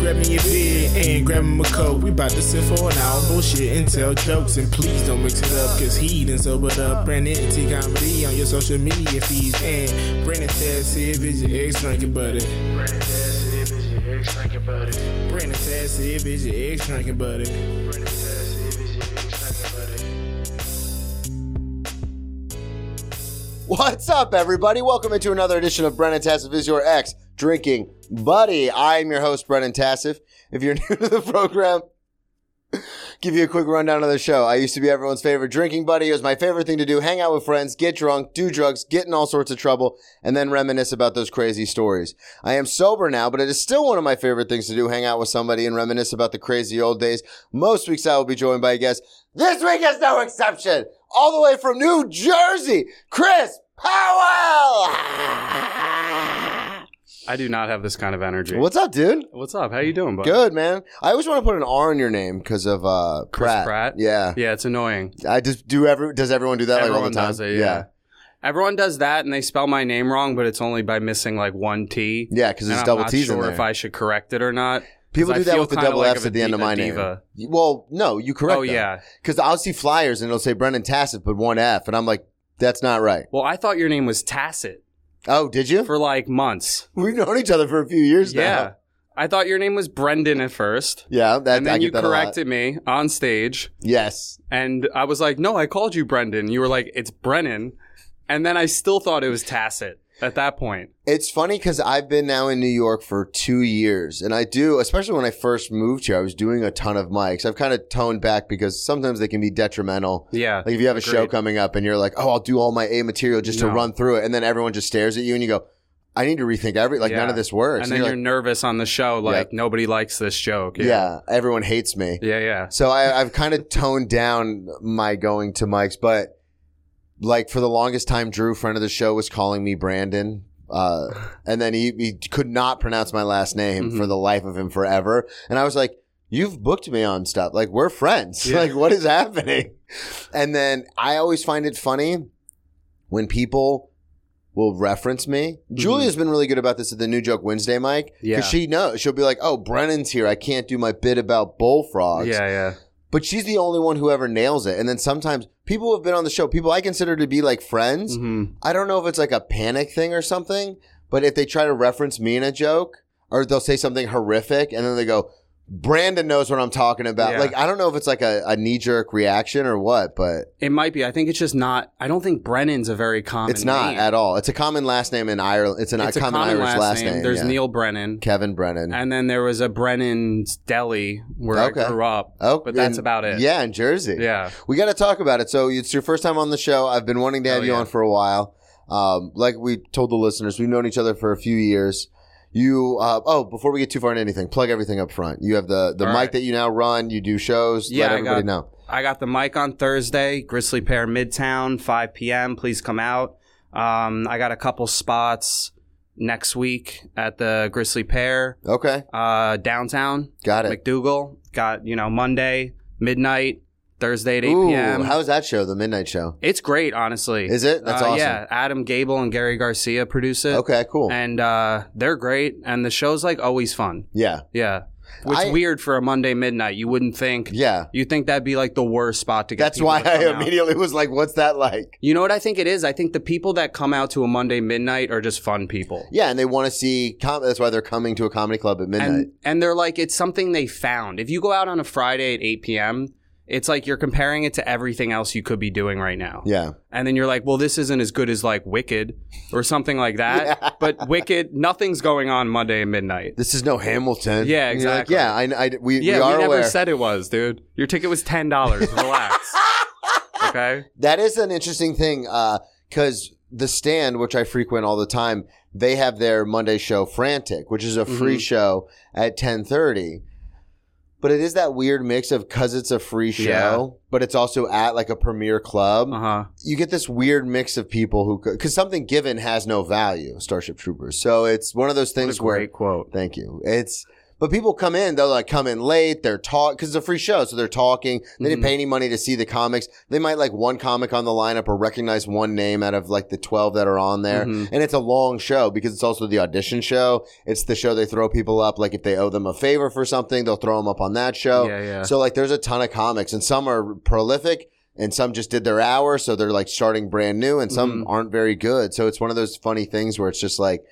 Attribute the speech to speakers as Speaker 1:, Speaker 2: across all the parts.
Speaker 1: Grabbing your beer and grabbing my coat. We about to sit for an hour, bullshit and tell jokes. And please don't mix it up, cause he done sobered up. Brandon T Comedy on your social media feeds. And Brandon Taz if it's your ex drinking buddy.
Speaker 2: Brandon Tass, if it's your ex drinking buddy.
Speaker 1: Brandon Taz if it's your ex drinking buddy.
Speaker 2: Brandon Tass, if it's your ex drinking buddy.
Speaker 3: What's up, everybody? Welcome into another edition of Brennan Tassif is your ex drinking buddy. I am your host, Brennan Tassif. If you're new to the program, give you a quick rundown of the show. I used to be everyone's favorite drinking buddy. It was my favorite thing to do hang out with friends, get drunk, do drugs, get in all sorts of trouble, and then reminisce about those crazy stories. I am sober now, but it is still one of my favorite things to do hang out with somebody and reminisce about the crazy old days. Most weeks I will be joined by a guest. This week is no exception. All the way from New Jersey, Chris Powell.
Speaker 4: I do not have this kind of energy.
Speaker 3: What's up, dude?
Speaker 4: What's up? How you doing, bud?
Speaker 3: Good, man. I always want to put an R in your name because of uh,
Speaker 4: Chris
Speaker 3: Pratt.
Speaker 4: Pratt.
Speaker 3: Yeah.
Speaker 4: Yeah, it's annoying.
Speaker 3: I just do every. Does everyone do that
Speaker 4: Everyone
Speaker 3: like all the time?
Speaker 4: does it. Yeah. Everyone does that, and they spell my name wrong, but it's only by missing like one T.
Speaker 3: yeah, because
Speaker 4: And
Speaker 3: there's
Speaker 4: I'm
Speaker 3: double
Speaker 4: not
Speaker 3: T's
Speaker 4: sure
Speaker 3: in there.
Speaker 4: if I should correct it or not. 'cause
Speaker 3: People
Speaker 4: I
Speaker 3: do that
Speaker 4: feel
Speaker 3: with the
Speaker 4: kinda
Speaker 3: double
Speaker 4: like
Speaker 3: Fs
Speaker 4: of a
Speaker 3: at the end of
Speaker 4: di- a
Speaker 3: my
Speaker 4: diva.
Speaker 3: name. Well, no, you correct.
Speaker 4: Oh yeah.
Speaker 3: because I'll see flyers and it'll say Brendan Tassif, but one F, and I'm like, that's not right.
Speaker 4: Well, I thought your name was Tacit
Speaker 3: Oh, did you?
Speaker 4: for like months.
Speaker 3: We've known each other for a few years
Speaker 4: Yeah.
Speaker 3: now.
Speaker 4: I thought your name was Brendan at first.
Speaker 3: Yeah, that
Speaker 4: And
Speaker 3: I
Speaker 4: then
Speaker 3: get
Speaker 4: you
Speaker 3: that a lot.
Speaker 4: corrected me on stage,
Speaker 3: Yes,
Speaker 4: and I was like, "No, I called you Brendan." You were like, "It's Brennan," and then I still thought it was Tacit at that point.
Speaker 3: It's funny because I've been now in New York for two years, and I do, especially when I first moved here, I was doing a ton of mics. I've kind of toned back because sometimes they can be detrimental.
Speaker 4: Yeah,
Speaker 3: Like if you have a show
Speaker 4: Agreed.
Speaker 3: coming up and you're like, oh, I'll do all my A material just to
Speaker 4: No.
Speaker 3: run through it, and then everyone just stares at you and you go, I need to rethink every like
Speaker 4: Yeah.
Speaker 3: none of this works.
Speaker 4: and then you're,
Speaker 3: like,
Speaker 4: nervous on the show, like nobody likes this joke.
Speaker 3: yeah. everyone hates me.
Speaker 4: yeah, yeah.
Speaker 3: So I, I've kind of toned down my going to mics, but like for the longest time, Drew, friend of the show, was calling me Brandon. Uh, and then he, he could not pronounce my last name
Speaker 4: Mhm.
Speaker 3: for the life of him forever. And I was like, You've booked me on stuff. Like, we're friends.
Speaker 4: Yeah.
Speaker 3: Like, what is happening? And then I always find it funny when people will reference me. Julia's been really good about this at the New Joke Wednesday, Mike.
Speaker 4: Mm-hmm. Yeah.
Speaker 3: Because she knows. She'll be like, Oh, Brennan's here. I can't do my bit about bullfrogs
Speaker 4: Yeah, yeah.
Speaker 3: but she's the only one who ever nails it. And then sometimes people who have been on the show, people I consider to be like friends.
Speaker 4: Mhm.
Speaker 3: I don't know if it's like a panic thing or something, but if they try to reference me in a joke or they'll say something horrific and then they go, Brandon knows what I'm talking about.
Speaker 4: Yeah.
Speaker 3: Like, I don't know if it's like a, a knee jerk reaction or what, but
Speaker 4: It might be. I think it's just not. I don't think Brennan's a very common.
Speaker 3: it's not
Speaker 4: name.
Speaker 3: at all. It's a common last name in Ireland. It's an,
Speaker 4: It's
Speaker 3: a common, Irish last, name.
Speaker 4: There's
Speaker 3: yeah.
Speaker 4: Neil Brennan,
Speaker 3: Kevin Brennan.
Speaker 4: and then there was a Brennan's Deli where
Speaker 3: Okay.
Speaker 4: I grew up.
Speaker 3: oh,
Speaker 4: but that's
Speaker 3: in-
Speaker 4: about it.
Speaker 3: Yeah, in Jersey.
Speaker 4: Yeah,
Speaker 3: We got to talk about it. So it's your first time on the show. I've been wanting to have
Speaker 4: Oh,
Speaker 3: you
Speaker 4: yeah.
Speaker 3: on for a while. Um, like we told the listeners, we've known each other for a few years. You, uh, oh, before we get too far into anything, plug everything up front. You have the the
Speaker 4: All
Speaker 3: mic
Speaker 4: right.
Speaker 3: that you now run. You do shows.
Speaker 4: Yeah,
Speaker 3: Let
Speaker 4: I
Speaker 3: everybody
Speaker 4: got-
Speaker 3: know.
Speaker 4: I got the mic on Thursday, Grizzly Pair Midtown, 5 p.m. Please come out. Um, I got a couple spots next week at the Grizzly Pair
Speaker 3: Okay,
Speaker 4: uh, downtown.
Speaker 3: got it.
Speaker 4: McDougal. Got, you know, Monday, midnight, Thursday at 8
Speaker 3: Ooh,
Speaker 4: p.m.
Speaker 3: how's that show? The midnight show.
Speaker 4: it's great, honestly.
Speaker 3: Is it? That's
Speaker 4: Uh,
Speaker 3: awesome.
Speaker 4: Yeah, Adam Gable and Gary Garcia produce it.
Speaker 3: Okay, cool.
Speaker 4: And uh, they're great. And the show's like always fun.
Speaker 3: yeah,
Speaker 4: Yeah. Which
Speaker 3: I-
Speaker 4: weird for a Monday midnight. You wouldn't think.
Speaker 3: yeah.
Speaker 4: You'd think that'd be like the worst spot to get
Speaker 3: That's
Speaker 4: people
Speaker 3: why
Speaker 4: to come
Speaker 3: I
Speaker 4: out.
Speaker 3: immediately was like, "What's that like?"
Speaker 4: You know what I think it is? I think the people that come out to a Monday midnight are just fun people.
Speaker 3: Yeah, and they want to see. Com- that's why they're coming to a comedy club at midnight.
Speaker 4: and and they're like it's something they found. If you go out on a Friday at 8 p.m., it's like you're comparing it to everything else you could be doing right now.
Speaker 3: yeah,
Speaker 4: And then you're like, well, this isn't as good as like Wicked or something like that.
Speaker 3: Yeah.
Speaker 4: But Wicked, nothing's going on Monday at midnight.
Speaker 3: this is no Hamilton.
Speaker 4: Yeah,
Speaker 3: And you're like,
Speaker 4: exactly.
Speaker 3: yeah, I, I- we,
Speaker 4: Yeah,
Speaker 3: we
Speaker 4: we,
Speaker 3: are
Speaker 4: never
Speaker 3: aware.
Speaker 4: said it was, dude. Your ticket was ten dollars. Relax. okay.
Speaker 3: That is an interesting thing because the stand, which I frequent all the time, they
Speaker 4: Mm-hmm.
Speaker 3: have their Monday show Frantic, which is a free show at ten thirty. But it is that weird mix of because it's a free show, but it's also at like a premier club.
Speaker 4: Uh huh.
Speaker 3: You get this weird mix of people who, because something given has no value, Starship Troopers. So it's one of those
Speaker 4: What a
Speaker 3: things where
Speaker 4: great quote.
Speaker 3: Thank you. It's but people come in, they'll like come in late, they're talk because it's a free show, so they're talking. They didn't
Speaker 4: Mhm.
Speaker 3: pay any money to see the comics. They might like one comic on the lineup or recognize one name out of like the twelve that are on there.
Speaker 4: Mhm.
Speaker 3: And it's a long show because it's also the audition show. It's the show they throw people up. Like if they owe them a favor for something, they'll throw them up on that show.
Speaker 4: Yeah, yeah.
Speaker 3: So like there's a ton of comics and some are prolific and some just did their hour. So they're like starting brand new and some
Speaker 4: Mhm.
Speaker 3: aren't very good. So it's one of those funny things where it's just like,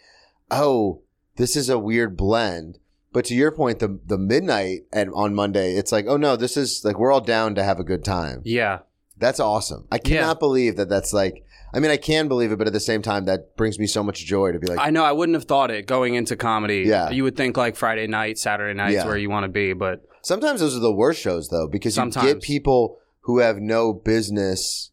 Speaker 3: oh, this is a weird blend. But to your point, the the midnight and on Monday, it's like, oh no, this is like we're all down to have a good time.
Speaker 4: Yeah.
Speaker 3: That's awesome. I
Speaker 4: Yeah.
Speaker 3: cannot believe that that's like. I mean, I can believe it, but at the same time, that brings me so much joy to be like,
Speaker 4: I know. I wouldn't have thought it going into comedy.
Speaker 3: Yeah.
Speaker 4: You would think like Friday night, Saturday night is
Speaker 3: Yeah.
Speaker 4: where you want to be, but
Speaker 3: Sometimes those are the worst shows though, because you get
Speaker 4: Sometimes.
Speaker 3: people who have no business,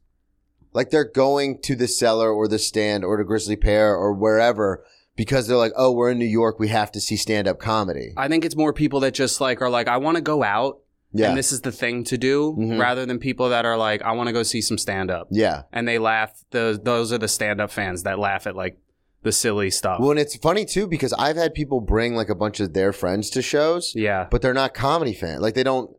Speaker 3: like they're going to the cellar or the stand or to Grizzly Pear or wherever because they're like, oh, we're in New York, we have to see stand up comedy.
Speaker 4: I think it's more people that just like are like, I want to go out
Speaker 3: yeah,
Speaker 4: Uh, and this is the thing to do
Speaker 3: Mhm.
Speaker 4: rather than people that are like, I want to go see some stand up.
Speaker 3: yeah.
Speaker 4: And they laugh. Those, those are the stand up fans that laugh at like the silly stuff.
Speaker 3: Well, and it's funny too because I've had people bring like a bunch of their friends to shows,
Speaker 4: yeah.
Speaker 3: but they're not comedy fans. Like they don't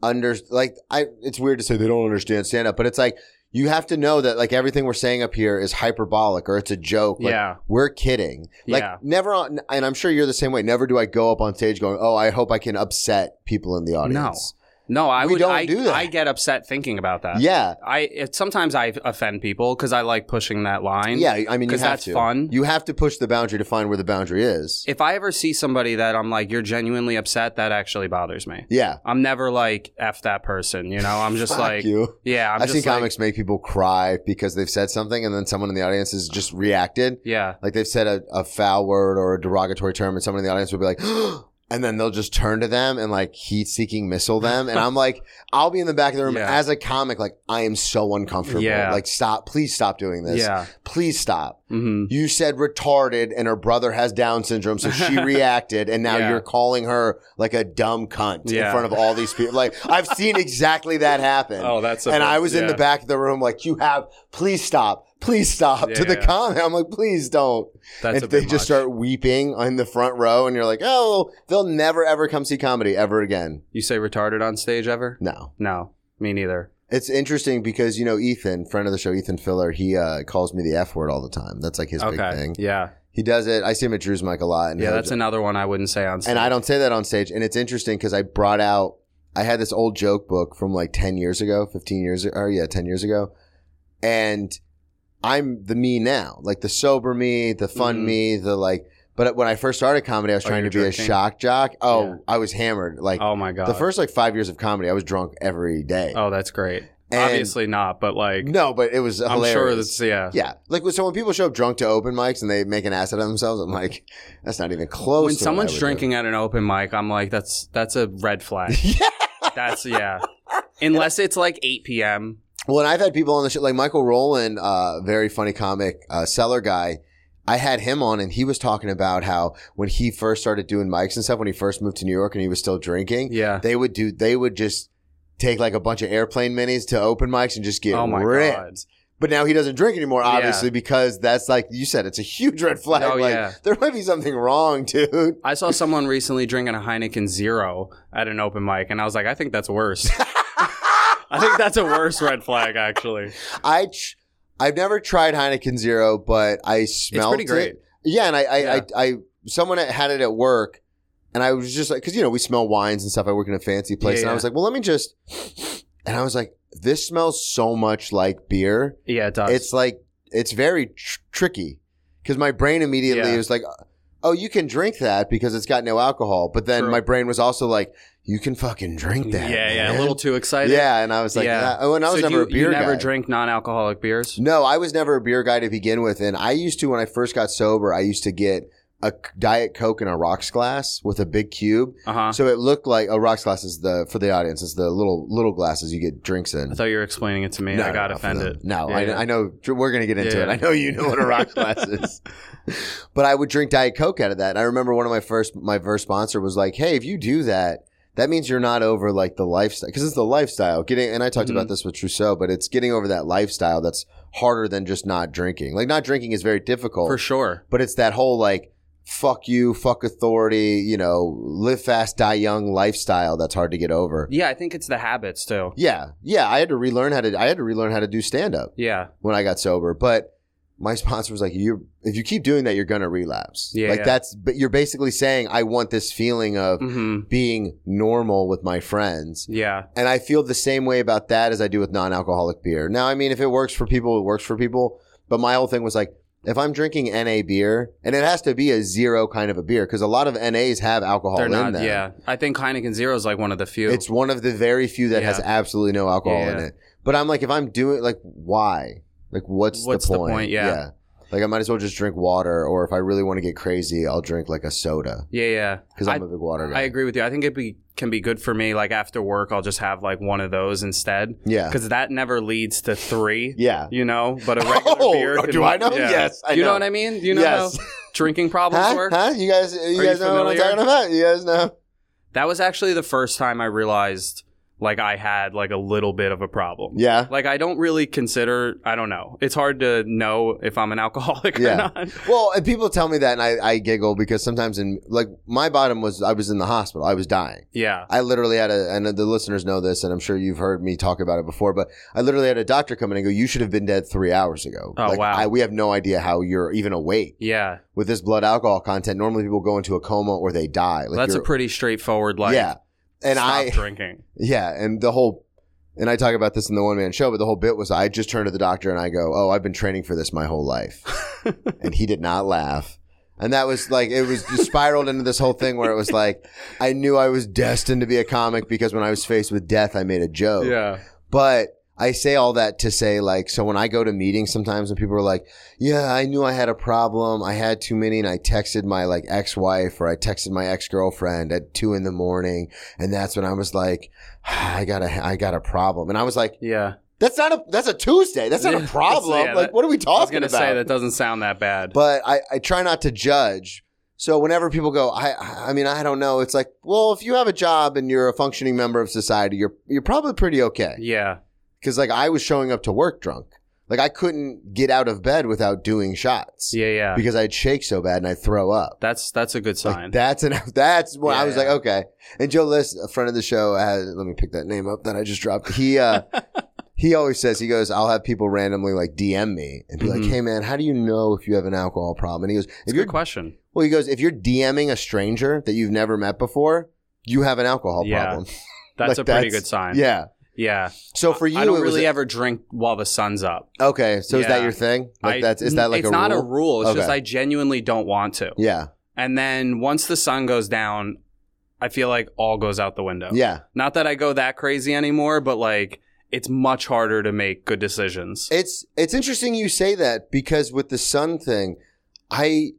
Speaker 3: under like I. It's weird to say they don't understand stand up, but it's like you have to know that like everything we're saying up here is hyperbolic or it's a joke. Like,
Speaker 4: yeah.
Speaker 3: We're kidding. Like
Speaker 4: Yeah.
Speaker 3: never on, and I'm sure you're the same way. Never do I go up on stage going, "Oh, I hope I can upset people in the audience."
Speaker 4: No, I
Speaker 3: We
Speaker 4: would.
Speaker 3: don't
Speaker 4: I,
Speaker 3: do that.
Speaker 4: I get upset thinking about that.
Speaker 3: Yeah,
Speaker 4: I it, sometimes I offend people because I like pushing that line.
Speaker 3: yeah. I mean, you have
Speaker 4: because that's
Speaker 3: to.
Speaker 4: fun.
Speaker 3: You have to push the boundary to find where the boundary is.
Speaker 4: If I ever see somebody that I'm like, you're genuinely upset, that actually bothers me.
Speaker 3: yeah.
Speaker 4: I'm never like f that person. You know, I'm just
Speaker 3: Fuck
Speaker 4: like,
Speaker 3: you.
Speaker 4: yeah, I'm
Speaker 3: I've seen
Speaker 4: just like,
Speaker 3: comics make people cry because they've said something and then someone in the audience has just reacted.
Speaker 4: yeah,
Speaker 3: Like they've said a, a foul word or a derogatory term, and someone in the audience will be like, and then they'll just turn to them and like heat seeking missile them. And I'm like, I'll be in the back of the room
Speaker 4: Yeah.
Speaker 3: as a comic, like, I am so uncomfortable.
Speaker 4: Yeah.
Speaker 3: Like, stop, please stop doing this.
Speaker 4: yeah,
Speaker 3: Please stop.
Speaker 4: hmm
Speaker 3: You said retarded and her brother has Down syndrome, so she reacted, and now
Speaker 4: Yeah.
Speaker 3: you're calling her like a dumb cunt in
Speaker 4: Yeah.
Speaker 3: front of all these people. Like, I've seen exactly that happen
Speaker 4: Oh, that's
Speaker 3: and I was in the back of the room, like, you have, please stop, please stop
Speaker 4: Yeah,
Speaker 3: to the
Speaker 4: yeah.
Speaker 3: comment. I'm like, please don't.
Speaker 4: That's a
Speaker 3: and they
Speaker 4: bit
Speaker 3: just
Speaker 4: much.
Speaker 3: start weeping in the front row, and you're like, oh, they'll never ever come see comedy ever again.
Speaker 4: You say retarded on stage ever?
Speaker 3: No.
Speaker 4: No, me neither.
Speaker 3: It's interesting because, you know, Ethan, friend of the show, Ethan Filler, he uh, calls me the F word all the time. That's like his big
Speaker 4: okay,
Speaker 3: thing.
Speaker 4: yeah,
Speaker 3: He does it. I see him at Drew's Mic a lot. And
Speaker 4: yeah,
Speaker 3: he'll
Speaker 4: that's another one I wouldn't say on stage.
Speaker 3: And I don't say that on stage. And it's interesting because I brought out, I had this old joke book from like 10 years ago, 15 years ago, or yeah, 10 years ago. And I'm the me now, like the sober me, the fun
Speaker 4: Mhm.
Speaker 3: me, the like, but when I first started comedy, I was
Speaker 4: Oh,
Speaker 3: trying to
Speaker 4: you're
Speaker 3: be a
Speaker 4: drinking?
Speaker 3: shock jock. Oh,
Speaker 4: Yeah.
Speaker 3: I was hammered. Like
Speaker 4: oh my god,
Speaker 3: the first like five years of comedy, I was drunk every day.
Speaker 4: Oh, that's great.
Speaker 3: And-
Speaker 4: Obviously not, but like,
Speaker 3: No, but it was
Speaker 4: I'm
Speaker 3: hilarious.
Speaker 4: sure that's yeah.
Speaker 3: yeah, like so when people show up drunk to open mics and they make an ass out of themselves, I'm like, that's not even close. to what
Speaker 4: When
Speaker 3: I would
Speaker 4: someone's
Speaker 3: do.
Speaker 4: drinking at an open mic, I'm like, that's that's a red flag.
Speaker 3: yeah,
Speaker 4: that's yeah. Unless it's like 8 p.m.
Speaker 3: Well, and I've had people on the show, like Michael Rowland, uh, very funny comic, uh, seller guy. I had him on and he was talking about how when he first started doing mics and stuff, when he first moved to New York and he was still drinking,
Speaker 4: Yeah.
Speaker 3: they would do, they would just take like a bunch of airplane minis to open mics and just get
Speaker 4: oh my
Speaker 3: ripped.
Speaker 4: god.
Speaker 3: But now he doesn't drink anymore,
Speaker 4: Yeah.
Speaker 3: obviously, because that's like you said, it's a huge red flag.
Speaker 4: Oh,
Speaker 3: like,
Speaker 4: yeah.
Speaker 3: there might be something wrong, dude.
Speaker 4: I saw someone recently drinking a Heineken Zero at an open mic, and I was like, I think that's worse. I think that's a worse red flag, actually.
Speaker 3: I, tr- I've never tried Heineken Zero, but I
Speaker 4: It's
Speaker 3: smelled
Speaker 4: pretty great.
Speaker 3: it. Yeah, and I, I,
Speaker 4: Yeah.
Speaker 3: I, I, someone had it at work, and I was just like, because you know we smell wines and stuff. I work in a fancy place,
Speaker 4: Yeah,
Speaker 3: and I
Speaker 4: yeah.
Speaker 3: was like, well, let me just, and I was like, this smells so much like beer.
Speaker 4: Yeah, it does.
Speaker 3: It's like it's very tr- tricky because my brain immediately
Speaker 4: Yeah.
Speaker 3: was like, oh, you can drink that because it's got no alcohol, but then
Speaker 4: True.
Speaker 3: my brain was also like, you can fucking drink
Speaker 4: yeah,
Speaker 3: that.
Speaker 4: yeah, a
Speaker 3: man.
Speaker 4: little too excited.
Speaker 3: Yeah, and I was like,
Speaker 4: Yeah.
Speaker 3: yeah. oh, and I was
Speaker 4: so do
Speaker 3: never a
Speaker 4: you,
Speaker 3: beer
Speaker 4: you never
Speaker 3: guy.
Speaker 4: drink non-alcoholic beers.
Speaker 3: No, I was never a beer guy to begin with, and I used to when I first got sober. I used to get a c- diet coke in a rocks glass with a big cube,
Speaker 4: Uh huh.
Speaker 3: so it looked like a rocks glass is the for the audience. It's the little little glasses you get drinks in.
Speaker 4: I thought you were explaining it to me. I got
Speaker 3: no, for
Speaker 4: offended.
Speaker 3: them. No,
Speaker 4: Yeah,
Speaker 3: I,
Speaker 4: yeah.
Speaker 3: I know we're gonna get into
Speaker 4: Yeah,
Speaker 3: it.
Speaker 4: yeah.
Speaker 3: I know you know what a rock glass is, but I would drink diet coke out of that. And I remember one of my first my first sponsor was like, "Hey, if you do that." that means you're not over like the lifestyle because it's the lifestyle getting and i talked
Speaker 4: Mm-hmm.
Speaker 3: about this with trousseau but it's getting over that lifestyle that's harder than just not drinking like not drinking is very difficult
Speaker 4: for sure.
Speaker 3: but it's that whole like fuck you fuck authority you know live fast die young lifestyle that's hard to get over
Speaker 4: Yeah, I think it's the habits too.
Speaker 3: yeah yeah i had to relearn how to i had to relearn how to do stand up
Speaker 4: Yeah,
Speaker 3: when I got sober. But my sponsor was like, "You, if you keep doing that, you're gonna relapse."
Speaker 4: Yeah,
Speaker 3: like
Speaker 4: yeah.
Speaker 3: that's. But you're basically saying, "I want this feeling of
Speaker 4: hmm
Speaker 3: being normal with my friends,"
Speaker 4: yeah,
Speaker 3: and I feel the same way about that as I do with non-alcoholic beer. Now, I mean, if it works for people, it works for people. But my whole thing was like. If I'm drinking NA beer, and it has to be a zero kind of a beer, because a lot of NAs have alcohol
Speaker 4: they're
Speaker 3: in
Speaker 4: not.
Speaker 3: them.
Speaker 4: Yeah, I think Heineken Zero is like one of the few.
Speaker 3: It's one of the very few that
Speaker 4: Yeah.
Speaker 3: has absolutely no alcohol in
Speaker 4: Yeah.
Speaker 3: it. But I'm like, if I'm doing like, why? Like, what's,
Speaker 4: What's
Speaker 3: the
Speaker 4: the
Speaker 3: point?
Speaker 4: point? Yeah.
Speaker 3: Like, I might as well just drink water, or if I really want to get crazy, I'll drink like a soda
Speaker 4: yeah, yeah.
Speaker 3: because
Speaker 4: I,
Speaker 3: I'm a big water guy.
Speaker 4: I agree with you. I think it be, can be good for me. Like after work, I'll just have like one of those instead
Speaker 3: yeah.
Speaker 4: because that never leads to three.
Speaker 3: Yeah.
Speaker 4: You know, but a regular
Speaker 3: Oh,
Speaker 4: beer.
Speaker 3: do I know? Yes, I
Speaker 4: you know.
Speaker 3: know.
Speaker 4: what I mean? Do you know
Speaker 3: Yes.
Speaker 4: how drinking problems
Speaker 3: Huh?
Speaker 4: work?
Speaker 3: Huh? You guys, you
Speaker 4: you
Speaker 3: guys know what I'm
Speaker 4: familiar?
Speaker 3: talking about? You guys know?
Speaker 4: That was actually the first time I realized like I had like a little bit of a problem.
Speaker 3: Yeah.
Speaker 4: Like I don't really consider. I don't know. It's hard to know if I'm an alcoholic
Speaker 3: Yeah.
Speaker 4: or not.
Speaker 3: Well, and people tell me that, and I, I giggle because sometimes in like my bottom was I was in the hospital, I was dying.
Speaker 4: Yeah.
Speaker 3: I literally had a, and the listeners know this, and I'm sure you've heard me talk about it before, but I literally had a doctor come in and go, "You should have been dead three hours ago."
Speaker 4: Oh, wow.
Speaker 3: I, we have no idea how you're even awake
Speaker 4: Yeah.
Speaker 3: with this blood alcohol content. Normally, people go into a coma or they die. Like
Speaker 4: That's a
Speaker 3: you're-
Speaker 4: pretty straightforward. Like
Speaker 3: yeah, and
Speaker 4: stop
Speaker 3: I
Speaker 4: drinking.
Speaker 3: yeah, and the whole. And I talk about this in the one man show, but the whole bit was I just turned to the doctor and I go, "Oh, I've been training for this my whole life," and he did not laugh. And that was like it was just spiraled into this whole thing where it was like I knew I was destined to be a comic because when I was faced with death, I made a joke.
Speaker 4: Yeah.
Speaker 3: But I say all that to say like, so when I go to meetings sometimes and people are like, yeah, I knew I had a problem. I had too many and I texted my like ex-wife or I texted my ex-girlfriend at two in the morning. And that's when I was like, "Ah, I got a, I got a problem. And I was like,
Speaker 4: Yeah.
Speaker 3: that's not a, that's a Tuesday. That's not a
Speaker 4: Yeah,
Speaker 3: problem.
Speaker 4: yeah,
Speaker 3: like,
Speaker 4: that-
Speaker 3: what are we
Speaker 4: I was
Speaker 3: talking
Speaker 4: gonna
Speaker 3: about?
Speaker 4: say that doesn't sound that bad.
Speaker 3: but I, I try not to judge. So whenever people go, I I mean I don't know. It's like, well, if you have a job and you're a functioning member of society, you're you're probably pretty okay.
Speaker 4: yeah.
Speaker 3: Because like I was showing up to work drunk. Like I couldn't get out of bed without doing shots
Speaker 4: Yeah. Yeah.
Speaker 3: because I'd shake so bad and I'd throw up.
Speaker 4: that's that's a good sign.
Speaker 3: Like that's an that's what I
Speaker 4: Yeah,
Speaker 3: was
Speaker 4: yeah.
Speaker 3: like okay. And Joe List, a friend of the show, had, let me pick that name up that I just dropped. He uh he always says he goes, I'll have people randomly like DM me and be like,
Speaker 4: Mhm.
Speaker 3: hey man, how do you know if you have an alcohol problem? And he goes,
Speaker 4: It's
Speaker 3: if
Speaker 4: a good
Speaker 3: you're
Speaker 4: question.
Speaker 3: well, he goes, if you're DMing a stranger that you've never met before, you have an alcohol
Speaker 4: Yeah.
Speaker 3: problem.
Speaker 4: That's
Speaker 3: Like,
Speaker 4: a pretty
Speaker 3: that's-
Speaker 4: good sign.
Speaker 3: Yeah.
Speaker 4: Yeah.
Speaker 3: So for you,
Speaker 4: I don't
Speaker 3: it was-
Speaker 4: really ever drink while the sun's up.
Speaker 3: Okay, so is that
Speaker 4: Yeah.
Speaker 3: your thing?
Speaker 4: I-
Speaker 3: Like that's is that like
Speaker 4: it's
Speaker 3: a
Speaker 4: not
Speaker 3: rule?
Speaker 4: a rule. It's just
Speaker 3: Okay.
Speaker 4: I genuinely don't want to.
Speaker 3: Yeah,
Speaker 4: And then once the sun goes down, I feel like all goes out the window.
Speaker 3: yeah.
Speaker 4: Not that I go that crazy anymore, but like it's much harder to make good decisions.
Speaker 3: It's it's interesting you say that because with the sun thing, I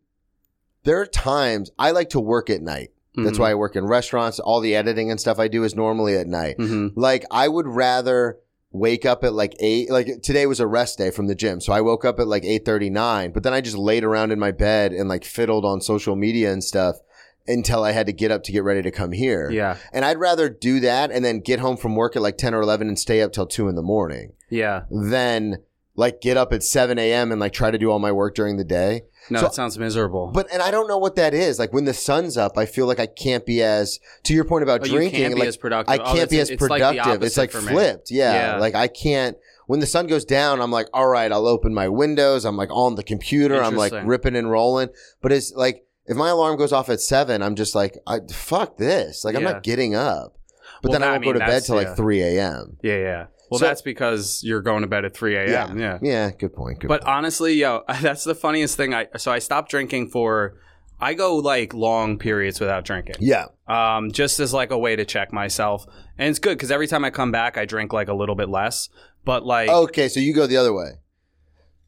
Speaker 3: there are times I like to work at night.
Speaker 4: Mm-hmm.
Speaker 3: That's why I work in restaurants. All the editing and stuff I do is normally at night.
Speaker 4: hmm
Speaker 3: Like I would rather wake up at like eight. Like today was a rest day from the gym, so I woke up at like eight thirty nine. But then I just laid around in my bed and like fiddled on social media and stuff until I had to get up to get ready to come here.
Speaker 4: Yeah.
Speaker 3: And I'd rather do that and then get home from work at like 10 or 11 and stay up till 2 in the morning
Speaker 4: Yeah.
Speaker 3: than like get up at 7 a.m. and like try to do all my work during the day.
Speaker 4: No,
Speaker 3: So-
Speaker 4: that sounds miserable.
Speaker 3: But, and I don't know what that is. Like when the sun's up, I feel like I can't be as, to your point about
Speaker 4: Oh, you
Speaker 3: drinking,
Speaker 4: can't be
Speaker 3: like
Speaker 4: as productive.
Speaker 3: I
Speaker 4: Oh,
Speaker 3: can't
Speaker 4: that's-
Speaker 3: be as
Speaker 4: it's like the
Speaker 3: productive. it's
Speaker 4: opposite
Speaker 3: like
Speaker 4: for me.
Speaker 3: flipped. Yeah.
Speaker 4: Yeah.
Speaker 3: Like I can't. When the sun goes down, I'm like, all right, I'll open my windows. I'm like on the computer. I'm like
Speaker 4: Interesting.
Speaker 3: ripping and rolling. But it's like if my alarm goes off at seven, I'm just like, I, fuck this. Like I'm
Speaker 4: Yeah.
Speaker 3: not getting up. But
Speaker 4: Well,
Speaker 3: then I
Speaker 4: that- I
Speaker 3: won't go
Speaker 4: mean,
Speaker 3: to bed
Speaker 4: that's-
Speaker 3: till
Speaker 4: yeah.
Speaker 3: like three a.m.
Speaker 4: Yeah, yeah. Well,
Speaker 3: So-
Speaker 4: that's because you're going to bed at 3 a.m. Yeah.
Speaker 3: Yeah. Good point. Good
Speaker 4: But
Speaker 3: point.
Speaker 4: honestly, yo, that's the funniest thing. I so I stopped drinking for. I go like long periods without drinking,
Speaker 3: yeah.
Speaker 4: um, just as like a way to check myself, and it's good because every time I come back, I drink like a little bit less. But like,
Speaker 3: Okay. So you go the other way.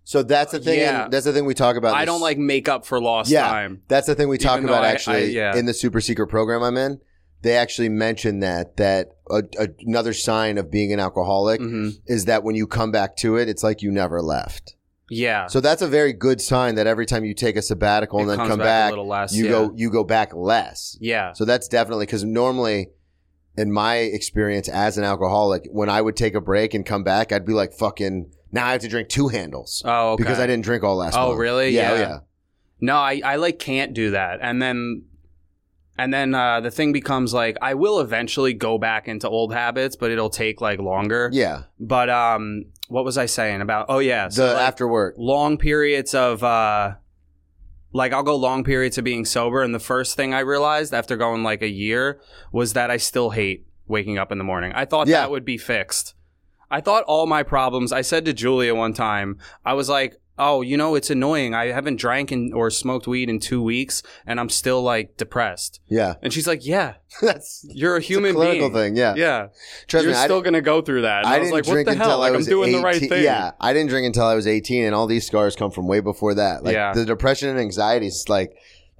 Speaker 3: So that's the thing.
Speaker 4: Yeah.
Speaker 3: and that's the thing we talk about. in
Speaker 4: I
Speaker 3: this-
Speaker 4: don't like make up for lost
Speaker 3: Yeah.
Speaker 4: time.
Speaker 3: That's the thing we talk
Speaker 4: Even though
Speaker 3: about
Speaker 4: I- I-
Speaker 3: actually
Speaker 4: yeah.
Speaker 3: in the super secret program I'm in. They actually mention that that a, a, another sign of being an alcoholic
Speaker 4: hmm
Speaker 3: is that when you come back to it, it's like you never left.
Speaker 4: Yeah,
Speaker 3: So that's a very good sign that every time you take a sabbatical and then
Speaker 4: It comes
Speaker 3: come
Speaker 4: back a
Speaker 3: back,
Speaker 4: little less,
Speaker 3: you
Speaker 4: yeah.
Speaker 3: go you go back less.
Speaker 4: yeah,
Speaker 3: So that's definitely because normally in my experience as an alcoholic, when I would take a break and come back, I'd be like, fucking, now I have to drink two handles
Speaker 4: Oh, okay.
Speaker 3: because I didn't drink all last
Speaker 4: Oh,
Speaker 3: month.
Speaker 4: really?
Speaker 3: Yeah,
Speaker 4: Yeah.
Speaker 3: yeah.
Speaker 4: No, I, I like can't do that. And then and then uh, the thing becomes like I will eventually go back into old habits, but it'll take like longer.
Speaker 3: Yeah.
Speaker 4: But um what was I saying about oh yeah, so
Speaker 3: the
Speaker 4: like,
Speaker 3: after work.
Speaker 4: long periods of uh like I'll go long periods of being sober and the first thing I realized after going like a year was that I still hate waking up in the morning. I thought
Speaker 3: Yeah.
Speaker 4: that would be fixed. I thought all my problems, I said to Julia one time, I was like, "Oh, you know, it's annoying. I haven't drank in, or smoked weed in 2 weeks and I'm still like depressed."
Speaker 3: Yeah.
Speaker 4: And she's like, "Yeah,
Speaker 3: That's
Speaker 4: you're a
Speaker 3: it's a
Speaker 4: human
Speaker 3: clinical
Speaker 4: being."
Speaker 3: thing. Yeah.
Speaker 4: Yeah.
Speaker 3: Trust
Speaker 4: you're
Speaker 3: me, I
Speaker 4: still going to go through that. And I,
Speaker 3: I
Speaker 4: was
Speaker 3: didn't
Speaker 4: like, "What
Speaker 3: drink
Speaker 4: the
Speaker 3: until
Speaker 4: hell? Like
Speaker 3: I
Speaker 4: I'm
Speaker 3: was
Speaker 4: doing
Speaker 3: 18.
Speaker 4: the right thing."
Speaker 3: Yeah, I didn't drink until I was 18, and all these scars come from way before that. Like
Speaker 4: Yeah.
Speaker 3: the depression and anxiety is like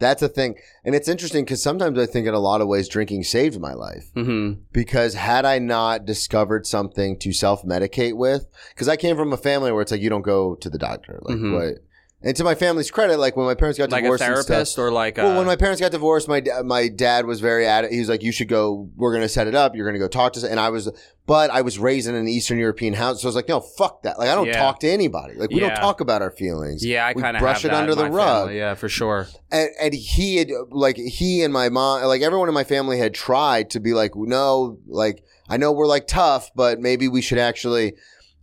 Speaker 3: that's a thing, and it's interesting because sometimes I think in a lot of ways drinking saved my life
Speaker 4: Mhm.
Speaker 3: because had I not discovered something to self medicate with, because I came from a family where it's like you don't go to the doctor, like
Speaker 4: Mhm.
Speaker 3: what. And to my family's credit, like when my parents got
Speaker 4: Like a
Speaker 3: divorced and stuff,
Speaker 4: therapist or like a
Speaker 3: well, when my parents got divorced, my da- my dad was very at it. He was like, "You should go. We're gonna set it up. You're gonna go talk to." s-" And I was, but I was raised in an Eastern European house, so I was like, "No, fuck that. Like, I don't
Speaker 4: Yeah.
Speaker 3: talk to anybody. Like, we don't
Speaker 4: Yeah.
Speaker 3: talk about our feelings."
Speaker 4: Yeah, I
Speaker 3: We
Speaker 4: kind of
Speaker 3: brush it under the rug.
Speaker 4: Yeah, for sure.
Speaker 3: And, and he had like he and my mom, like everyone in my family had tried to be like, "No, like I know we're like tough, but maybe we should actually."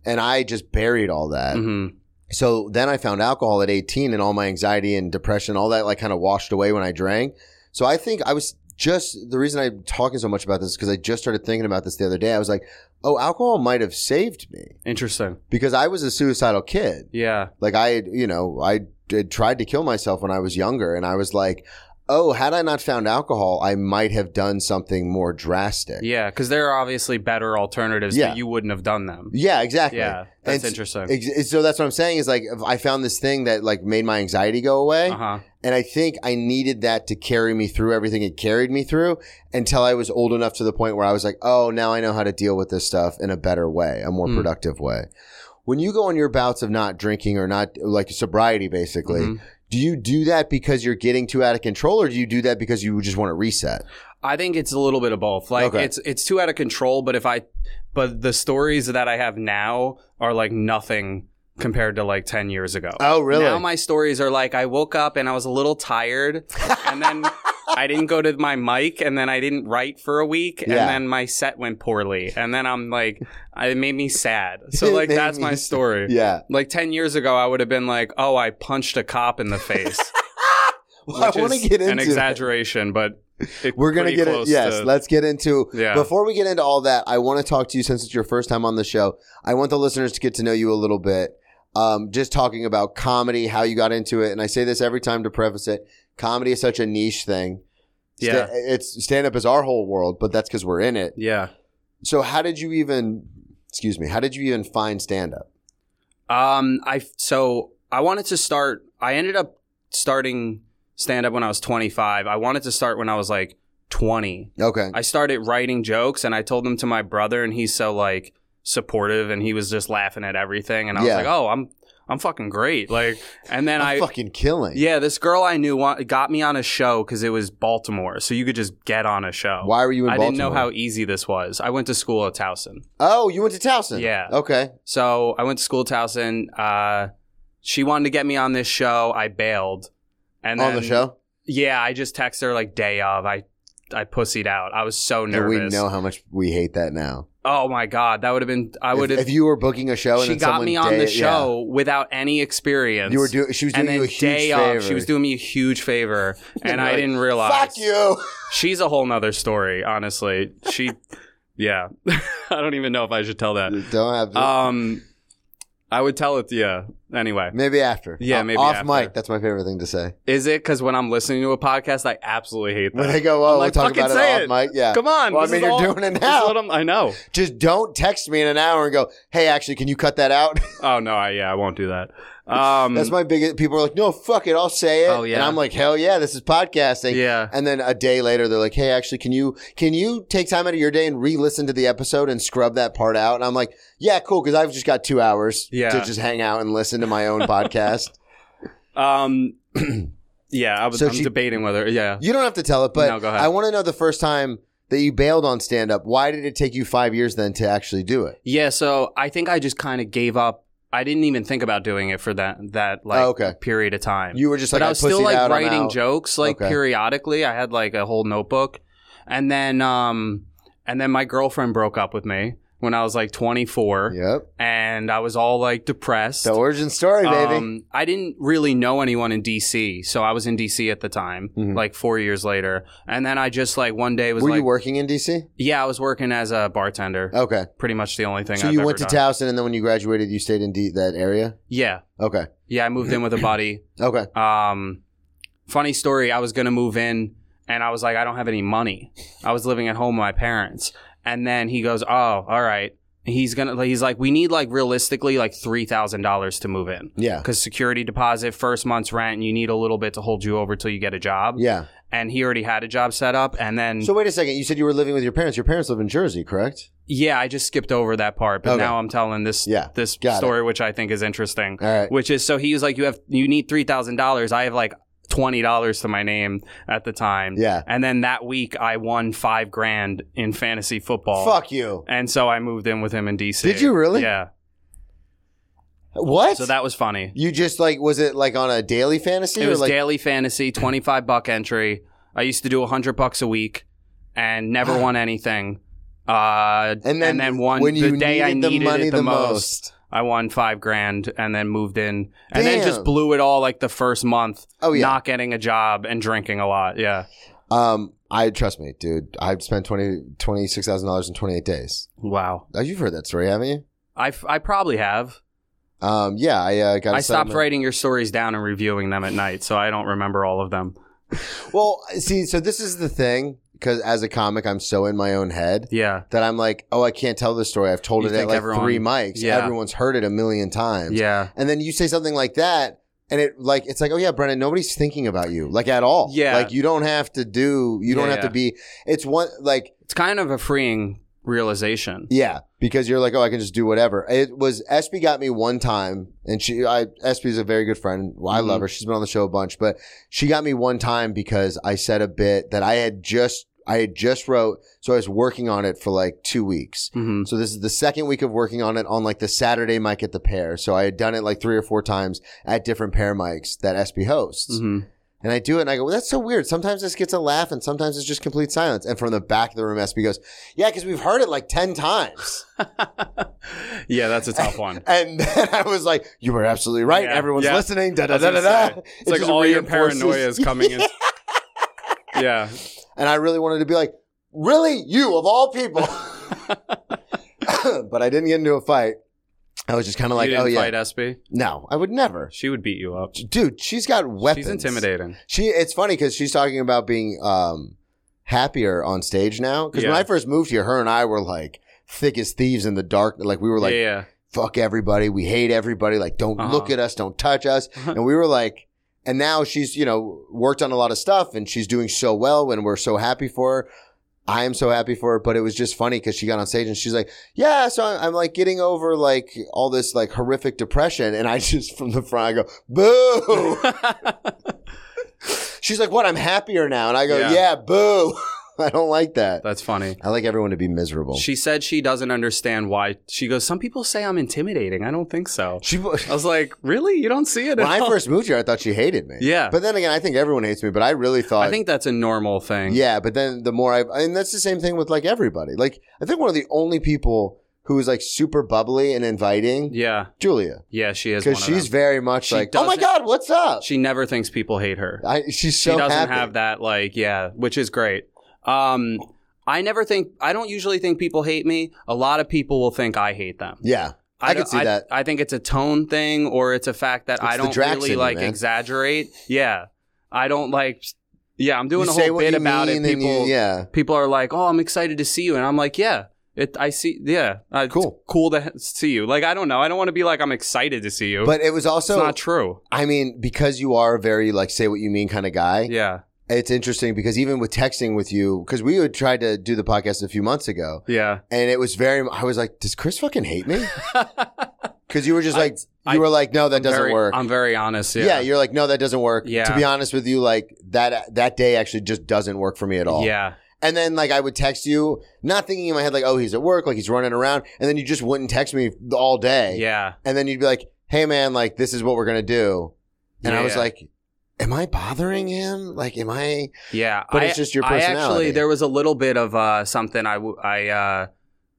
Speaker 3: And I just buried all that.
Speaker 4: hmm
Speaker 3: So then I found alcohol at 18 and all my anxiety and depression, all that like kind of washed away when I drank. So I think I was just the reason I'm talking so much about this is because I just started thinking about this the other day. I was like, oh, alcohol might have saved me
Speaker 4: Interesting.
Speaker 3: because I was a suicidal kid.
Speaker 4: Yeah.
Speaker 3: Like I, had, you know, I had tried to kill myself when I was younger and I was like, oh, had I not found alcohol, I might have done something more drastic.
Speaker 4: Yeah. Because there are obviously better alternatives,
Speaker 3: Yeah.
Speaker 4: but you wouldn't have done them.
Speaker 3: Yeah, exactly.
Speaker 4: Yeah. That's
Speaker 3: And-
Speaker 4: interesting.
Speaker 3: Ex- So that's what I'm saying is like if I found this thing that like made my anxiety go away.
Speaker 4: uh huh.
Speaker 3: And I think I needed that to carry me through everything it carried me through until I was old enough to the point where I was like, oh, now I know how to deal with this stuff in a better way, a more
Speaker 4: Hmm.
Speaker 3: productive way. When you go on your bouts of not drinking or not like sobriety, basically,
Speaker 4: Mhm.
Speaker 3: do you do that because you're getting too out of control or do you do that because you just want to reset?
Speaker 4: I think it's a little bit of both. Like
Speaker 3: Okay.
Speaker 4: it's it's too out of control. But if I, but the stories that I have now are like nothing compared to like ten years ago.
Speaker 3: Oh, really?
Speaker 4: Now my stories are like I woke up and I was a little tired, and then I didn't go to my mic, and then I didn't write for a week,
Speaker 3: Yeah.
Speaker 4: and then my set went poorly, and then I'm like, it made me sad. So
Speaker 3: It
Speaker 4: like
Speaker 3: made
Speaker 4: that's
Speaker 3: me
Speaker 4: my
Speaker 3: sad.
Speaker 4: story.
Speaker 3: yeah.
Speaker 4: Like ten years ago, I would have been like, oh, I punched a cop in the face.
Speaker 3: Well, I
Speaker 4: which
Speaker 3: want to
Speaker 4: is
Speaker 3: get into
Speaker 4: an
Speaker 3: it.
Speaker 4: exaggeration, but it-
Speaker 3: We're gonna
Speaker 4: pretty
Speaker 3: get it.
Speaker 4: close
Speaker 3: Yes,
Speaker 4: to-
Speaker 3: let's get into.
Speaker 4: Yeah.
Speaker 3: Before we get into all that, I want to talk to you since it's your first time on the show. I want the listeners to get to know you a little bit. Um, just talking about comedy, how you got into it, and I say this every time to preface it: comedy is such a niche thing.
Speaker 4: Yeah.
Speaker 3: Sta- it's stand up is our whole world, but that's because we're in it.
Speaker 4: yeah.
Speaker 3: So, how did you even? Excuse me. How did you even find stand up?
Speaker 4: Um, I so I wanted to start. I ended up starting stand up when I was 25. I wanted to start when I was like 20.
Speaker 3: Okay.
Speaker 4: I started writing jokes and I told them to my brother, and he's so like supportive, and he was just laughing at everything, and I was
Speaker 3: Yeah.
Speaker 4: like, oh, I'm I'm fucking great, like, and then
Speaker 3: I'm
Speaker 4: I.
Speaker 3: fucking killing.
Speaker 4: yeah, this girl I knew wa- got me on a show because it was Baltimore, so you could just get on a show.
Speaker 3: Why were you in
Speaker 4: I
Speaker 3: Baltimore?
Speaker 4: didn't know how easy this was. I went to school at Towson.
Speaker 3: Oh, you went to Towson.
Speaker 4: Yeah.
Speaker 3: Okay.
Speaker 4: So I went to school at Towson. Uh, she wanted to get me on this show. I bailed. And
Speaker 3: on
Speaker 4: then-
Speaker 3: the show,
Speaker 4: Yeah, I just texted her like day of. I I pussied out. I was so
Speaker 3: and
Speaker 4: nervous.
Speaker 3: we know how much we hate that now.
Speaker 4: Oh my god, that would have been. I
Speaker 3: If-
Speaker 4: would
Speaker 3: if,
Speaker 4: have.
Speaker 3: you were booking a show. And
Speaker 4: She
Speaker 3: then
Speaker 4: got
Speaker 3: someone
Speaker 4: me on
Speaker 3: day-
Speaker 4: the
Speaker 3: yeah.
Speaker 4: show without any experience.
Speaker 3: You were doing. She was doing
Speaker 4: and then
Speaker 3: you a huge
Speaker 4: day
Speaker 3: favor.
Speaker 4: of, she was doing me a huge favor, and,
Speaker 3: you're
Speaker 4: I
Speaker 3: like,
Speaker 4: didn't realize.
Speaker 3: Fuck you.
Speaker 4: She's a whole nother story, honestly. She, yeah, I don't even know if I should tell that.
Speaker 3: Don't have. To.
Speaker 4: Um, I would tell it to you anyway.
Speaker 3: maybe after.
Speaker 4: yeah,
Speaker 3: Uh,
Speaker 4: maybe
Speaker 3: off
Speaker 4: after. Uh,
Speaker 3: mic. That's my favorite thing to say.
Speaker 4: Is it because when I'm listening to a podcast, I absolutely hate
Speaker 3: When I
Speaker 4: that?
Speaker 3: go, oh,
Speaker 4: I'm
Speaker 3: we'll
Speaker 4: like,
Speaker 3: talk
Speaker 4: fucking
Speaker 3: about
Speaker 4: say
Speaker 3: it
Speaker 4: it.
Speaker 3: off mic. Yeah.
Speaker 4: Come on,
Speaker 3: Well, I
Speaker 4: this
Speaker 3: mean,
Speaker 4: is
Speaker 3: you're
Speaker 4: all-
Speaker 3: doing it
Speaker 4: this is
Speaker 3: now.
Speaker 4: what I'm- I know.
Speaker 3: Just don't text me in an hour and go, hey, actually, can you cut that out?
Speaker 4: Oh no, I, yeah, I won't do that. Um,
Speaker 3: That's my biggest. People are like, no, fuck it, I'll say it.
Speaker 4: Oh, yeah.
Speaker 3: And I'm like, hell yeah, this is podcasting.
Speaker 4: yeah,
Speaker 3: And then a day later, they're like, hey, actually, can you can you take time out of your day and re-listen to the episode and scrub that part out? And I'm like, yeah, cool, because I've just got two hours
Speaker 4: Yeah.
Speaker 3: to just hang out and listen to my own podcast.
Speaker 4: um, yeah. I was
Speaker 3: So
Speaker 4: I'm
Speaker 3: she-
Speaker 4: debating whether yeah.
Speaker 3: You don't have to tell it, but
Speaker 4: No, go ahead.
Speaker 3: I want to know the first time that you bailed on stand up. Why did it take you five years then to actually do it?
Speaker 4: Yeah, so I think I just kind of gave up. I didn't even think about doing it for that that like
Speaker 3: Oh, okay.
Speaker 4: period of time.
Speaker 3: You were just like,
Speaker 4: but I
Speaker 3: I
Speaker 4: was still
Speaker 3: pussied
Speaker 4: like
Speaker 3: out, I'm
Speaker 4: writing
Speaker 3: out.
Speaker 4: jokes like
Speaker 3: Okay.
Speaker 4: periodically. I had like a whole notebook, and then um, and then my girlfriend broke up with me when I was like 24,
Speaker 3: Yep.
Speaker 4: and I was all like depressed.
Speaker 3: The origin story, baby.
Speaker 4: Um, I didn't really know anyone in DC, so I was in DC at the time,
Speaker 3: Mhm.
Speaker 4: like four years later, and then I just like one day was
Speaker 3: were
Speaker 4: like,
Speaker 3: you working in DC?
Speaker 4: yeah, I was working as a bartender,
Speaker 3: Okay.
Speaker 4: pretty much the only thing.
Speaker 3: So
Speaker 4: I've
Speaker 3: you
Speaker 4: ever
Speaker 3: went to
Speaker 4: done.
Speaker 3: Towson, and then when you graduated, you stayed in D- that area.
Speaker 4: Yeah,
Speaker 3: Okay.
Speaker 4: yeah, I moved in with a buddy.
Speaker 3: Okay.
Speaker 4: Um, funny story. I was gonna move in, and I was like, I don't have any money. I was living at home with my parents, and then he goes, Oh, all right. He's gonna. He's like, we need like realistically like three thousand dollars to move in
Speaker 3: Yeah.
Speaker 4: because security deposit, first month's rent, and you need a little bit to hold you over till you get a job.
Speaker 3: Yeah.
Speaker 4: And he already had a job set up, and then
Speaker 3: So wait a second. You said you were living with your parents. Your parents live in Jersey, correct?
Speaker 4: yeah, I just skipped over that part, but
Speaker 3: Okay.
Speaker 4: now I'm telling this
Speaker 3: Yeah,
Speaker 4: this
Speaker 3: got it.
Speaker 4: story, which I think is interesting.
Speaker 3: All right.
Speaker 4: which is so he was like, you have you need three thousand dollars. I have like twenty dollars to my name at the time.
Speaker 3: Yeah.
Speaker 4: And then that week I won five grand in fantasy football.
Speaker 3: Fuck you.
Speaker 4: And so I moved in with him in DC.
Speaker 3: Did you really?
Speaker 4: Yeah.
Speaker 3: What?
Speaker 4: So that was funny.
Speaker 3: you just like was it like on a daily fantasy?
Speaker 4: It was
Speaker 3: or like
Speaker 4: daily fantasy, twenty five buck entry. I used to do hundred bucks a week and never won anything. Uh,
Speaker 3: And then
Speaker 4: won
Speaker 3: when
Speaker 4: the
Speaker 3: you
Speaker 4: day I
Speaker 3: needed the
Speaker 4: needed
Speaker 3: money
Speaker 4: it the,
Speaker 3: the
Speaker 4: most,
Speaker 3: most.
Speaker 4: I won five grand and then moved in and then
Speaker 3: Damn.
Speaker 4: just blew it all like the first month.
Speaker 3: Oh yeah.
Speaker 4: not getting a job and drinking a lot. Yeah.
Speaker 3: Um, I trust me, dude. I've spent twenty twenty six thousand dollars in twenty eight days.
Speaker 4: Wow.
Speaker 3: Oh, you've heard that story, haven't you?
Speaker 4: I, f- I probably have.
Speaker 3: Um, yeah, I uh, got. a
Speaker 4: I stopped
Speaker 3: settlement.
Speaker 4: writing your stories down and reviewing them at night, so I don't remember all of them.
Speaker 3: Well, see, so this is the thing because as a comic, I'm so in my own head
Speaker 4: Yeah.
Speaker 3: that I'm like, oh, I can't tell this story. I've told
Speaker 4: You
Speaker 3: it at
Speaker 4: think
Speaker 3: like
Speaker 4: everyone-
Speaker 3: three mics.
Speaker 4: Yeah.
Speaker 3: Everyone's heard it a million times.
Speaker 4: Yeah.
Speaker 3: And then you say something like that, and it like it's like, oh yeah, Brennan, nobody's thinking about you like at all.
Speaker 4: Yeah.
Speaker 3: like you don't have to do, you don't
Speaker 4: Yeah,
Speaker 3: have to
Speaker 4: yeah.
Speaker 3: be. It's one like
Speaker 4: It's kind of a freeing realization.
Speaker 3: yeah, because you're like, oh, I can just do whatever. It was Espy got me one time, and she, I Espy's a very good friend. Well, I love
Speaker 4: Mhm.
Speaker 3: her. She's been on the show a bunch, but she got me one time because I said a bit that I had just, I had just wrote, so I was working on it for like two weeks.
Speaker 4: hmm
Speaker 3: So this is the second week of working on it on like the Saturday mic at the pair. So I had done it like three or four times at different pair mics that Espy hosts.
Speaker 4: hmm
Speaker 3: And I do it and I go, well, that's so weird. Sometimes this gets a laugh and sometimes it's just complete silence. And from the back of the room, SB goes, yeah, because we've heard it like 10 times.
Speaker 4: yeah, that's a tough one.
Speaker 3: And then I was like, you were absolutely right.
Speaker 4: Yeah,
Speaker 3: Everyone's
Speaker 4: yeah.
Speaker 3: listening. Da, da,
Speaker 4: I was
Speaker 3: da, da,
Speaker 4: gonna
Speaker 3: da.
Speaker 4: say, It's
Speaker 3: It
Speaker 4: like
Speaker 3: just
Speaker 4: all your
Speaker 3: reinforces-
Speaker 4: paranoia is coming in. Yeah.
Speaker 3: And I really wanted to be like, really? You, of all people. but I didn't get into a fight. I was just kind of like,
Speaker 4: you didn't
Speaker 3: oh, yeah.
Speaker 4: fight Espy.
Speaker 3: No, I would never.
Speaker 4: She would beat you up.
Speaker 3: Dude, she's got weapons.
Speaker 4: She's intimidating.
Speaker 3: She it's funny because she's talking about being um happier on stage now. Because when
Speaker 4: Yeah.
Speaker 3: I first moved here, her and I were like thick as thieves in the dark. Like we were like,
Speaker 4: yeah, yeah.
Speaker 3: fuck everybody, we hate everybody, like don't
Speaker 4: Uh-huh.
Speaker 3: look at us, don't touch us. and we were like and now she's, you know, worked on a lot of stuff and she's doing so well and we're so happy for her. I am so happy for her, but it was just funny because she got on stage and she's like, "Yeah, so I'm, I'm like getting over like all this like horrific depression," and I just from the front I go, "Boo!" She's like, "What? I'm happier now." And I go, "Yeah,
Speaker 4: Yeah.
Speaker 3: boo. I don't like that.
Speaker 4: That's funny.
Speaker 3: I like everyone to be miserable." She,
Speaker 4: She said she doesn't understand why. She goes, Some people say I'm intimidating. I don't think so.
Speaker 3: when
Speaker 4: I was like, Really? You don't see it? at
Speaker 3: I
Speaker 4: all?"
Speaker 3: first moved here, I thought she hated me.
Speaker 4: Yeah.
Speaker 3: But then again, I think everyone hates me, but I really thought
Speaker 4: I think that's a normal thing.
Speaker 3: Yeah, but then the more I and that's the same thing with like everybody. Like I think one of the only people who is like super bubbly and inviting,
Speaker 4: Yeah.
Speaker 3: Julia,
Speaker 4: Yeah, she is.
Speaker 3: because
Speaker 4: Because
Speaker 3: she's very much
Speaker 4: She
Speaker 3: like, "Oh my
Speaker 4: doesn't-
Speaker 3: god, what's up?"
Speaker 4: She never thinks people hate her.
Speaker 3: I, she's
Speaker 4: She
Speaker 3: so
Speaker 4: doesn't
Speaker 3: happy.
Speaker 4: have that, like, yeah, which is great. Um, I never think, I don't usually think people hate me. A lot of people will think I hate them.
Speaker 3: Yeah, I,
Speaker 4: don't-
Speaker 3: could see that.
Speaker 4: I think it's a tone thing or it's a fact that I
Speaker 3: the
Speaker 4: don't
Speaker 3: Drax in
Speaker 4: really,
Speaker 3: you,
Speaker 4: like,
Speaker 3: man.
Speaker 4: exaggerate. Yeah. I don't, like, yeah, I'm doing
Speaker 3: You
Speaker 4: a
Speaker 3: say
Speaker 4: whole
Speaker 3: what
Speaker 4: bit
Speaker 3: you
Speaker 4: about it.
Speaker 3: mean and you-
Speaker 4: People,
Speaker 3: yeah,
Speaker 4: people are like, "Oh, I'm excited to see you," and I'm like, "Yeah, it. I see. Yeah, uh, it's
Speaker 3: Cool.
Speaker 4: cool to ha- see you." Like, I don't know. I don't want to be like, "I'm excited to see you,"
Speaker 3: but it was
Speaker 4: it's
Speaker 3: also
Speaker 4: not true.
Speaker 3: I mean, because you are a very like say what you mean kind of guy,
Speaker 4: Yeah,
Speaker 3: it's interesting because even with texting with you, because we had tried to do the podcast a few months ago,
Speaker 4: yeah.
Speaker 3: and it was very. I was like, does Chris fucking hate me? Because you were just like,
Speaker 4: I-
Speaker 3: you were like, no, that doesn't
Speaker 4: Very-
Speaker 3: work.
Speaker 4: I'm very honest.
Speaker 3: yeah.
Speaker 4: Yeah,
Speaker 3: you're like, no, that doesn't work.
Speaker 4: Yeah.
Speaker 3: To be honest with you, like that that day actually just doesn't work for me at all.
Speaker 4: yeah.
Speaker 3: And then like I would text you, not thinking in my head like, oh, he's at work, like he's running around, and then you just wouldn't text me all day.
Speaker 4: Yeah.
Speaker 3: And then you'd be like, hey man, like this is what we're gonna do. And I was
Speaker 4: Yeah.
Speaker 3: like, am I bothering him? Like, am I?
Speaker 4: Yeah,
Speaker 3: But
Speaker 4: I-
Speaker 3: it's just your
Speaker 4: I actually
Speaker 3: personality.
Speaker 4: there was a little bit of uh, something I w- I, uh,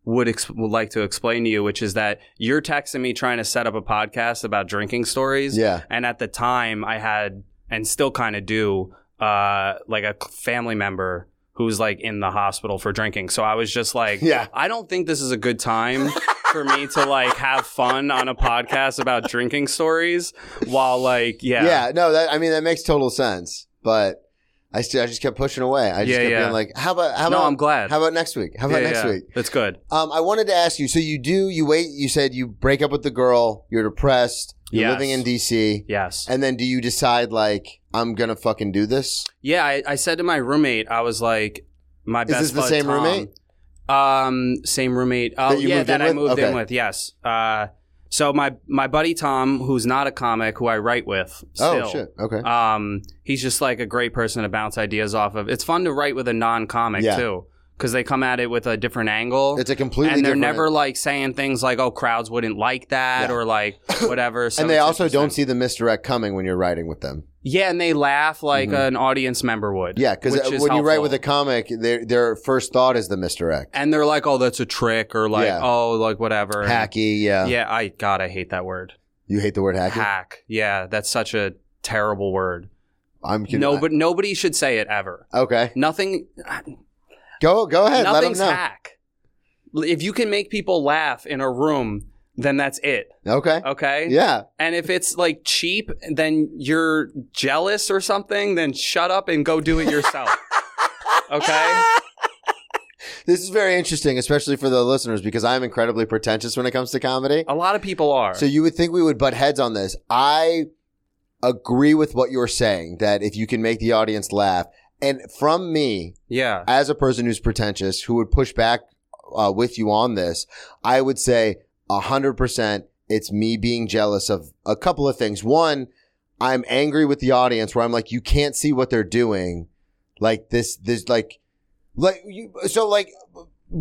Speaker 4: would ex- would like to explain to you, which is that you're texting me trying to set up a podcast about drinking stories,
Speaker 3: Yeah.
Speaker 4: and at the time I had and still kind of do uh, like a c- family member who's like in the hospital for drinking, so I was just like,
Speaker 3: Yeah.
Speaker 4: I don't think this is a good time. For me to like have fun on a podcast about drinking stories while like yeah
Speaker 3: Yeah. no, that I mean that makes total sense. But I still I just kept pushing away. I just
Speaker 4: Yeah,
Speaker 3: kept
Speaker 4: yeah.
Speaker 3: being like, how about how
Speaker 4: no
Speaker 3: about
Speaker 4: I'm glad
Speaker 3: how about next week? How about
Speaker 4: Yeah,
Speaker 3: next
Speaker 4: yeah.
Speaker 3: week?
Speaker 4: that's good
Speaker 3: Um, I wanted to ask you. So you do you wait? You said you break up with the girl. You're depressed. You're
Speaker 4: Yes.
Speaker 3: living in DC.
Speaker 4: yes
Speaker 3: And then do you decide like I'm gonna fucking do this?
Speaker 4: Yeah, I, I said to my roommate, I was like, my best
Speaker 3: this the
Speaker 4: bud,
Speaker 3: same
Speaker 4: Tom-
Speaker 3: roommate?
Speaker 4: Um, same roommate. Oh,
Speaker 3: That you
Speaker 4: yeah,
Speaker 3: moved
Speaker 4: that
Speaker 3: in
Speaker 4: I
Speaker 3: with?
Speaker 4: moved
Speaker 3: Okay.
Speaker 4: in with. Yes. Uh, so my my buddy Tom, who's not a comic, who I write with. Still,
Speaker 3: Oh shit. Okay.
Speaker 4: Um, he's just like a great person to bounce ideas off of. It's fun to write with a non-comic
Speaker 3: Yeah.
Speaker 4: too, because they come at it with a different angle
Speaker 3: it's a completely
Speaker 4: and they're
Speaker 3: different.
Speaker 4: never like saying things like, "Oh, crowds wouldn't like that,"
Speaker 3: Yeah.
Speaker 4: or like whatever. So
Speaker 3: and they
Speaker 4: it's
Speaker 3: also don't see
Speaker 4: interesting.
Speaker 3: the misdirect coming when you're writing with them.
Speaker 4: Yeah, and they laugh like
Speaker 3: Mhm.
Speaker 4: an audience member would.
Speaker 3: Yeah, because
Speaker 4: which
Speaker 3: when
Speaker 4: is
Speaker 3: you write
Speaker 4: helpful.
Speaker 3: with a comic, their their first thought is the misdirect,
Speaker 4: and they're like, "Oh, that's a trick," or like,
Speaker 3: Yeah.
Speaker 4: "Oh, like whatever."
Speaker 3: hacky. Yeah.
Speaker 4: Yeah, I God, I hate that word.
Speaker 3: You hate the word hacky.
Speaker 4: Hack. Yeah, that's such a terrible word.
Speaker 3: I'm kidding.
Speaker 4: No, but nobody should say it ever.
Speaker 3: okay.
Speaker 4: Nothing.
Speaker 3: Go go ahead. Let them
Speaker 4: nothing's
Speaker 3: know.
Speaker 4: hack. If you can make people laugh in a room, then that's it.
Speaker 3: Okay.
Speaker 4: Okay.
Speaker 3: Yeah.
Speaker 4: And if it's like cheap, then you're jealous or something. Then shut up and go do it yourself. okay.
Speaker 3: This is very interesting, especially for the listeners, because I'm incredibly pretentious when it comes to comedy.
Speaker 4: A lot of people are.
Speaker 3: So you would think we would butt heads on this. I agree with what you're saying that if you can make the audience laugh, and from me,
Speaker 4: yeah.
Speaker 3: as a person who's pretentious, who would push back uh, with you on this, I would say 100% it's me being jealous of a couple of things. One, I'm angry with the audience where I'm like, you can't see what they're doing. Like this, this, like, like, you, so like,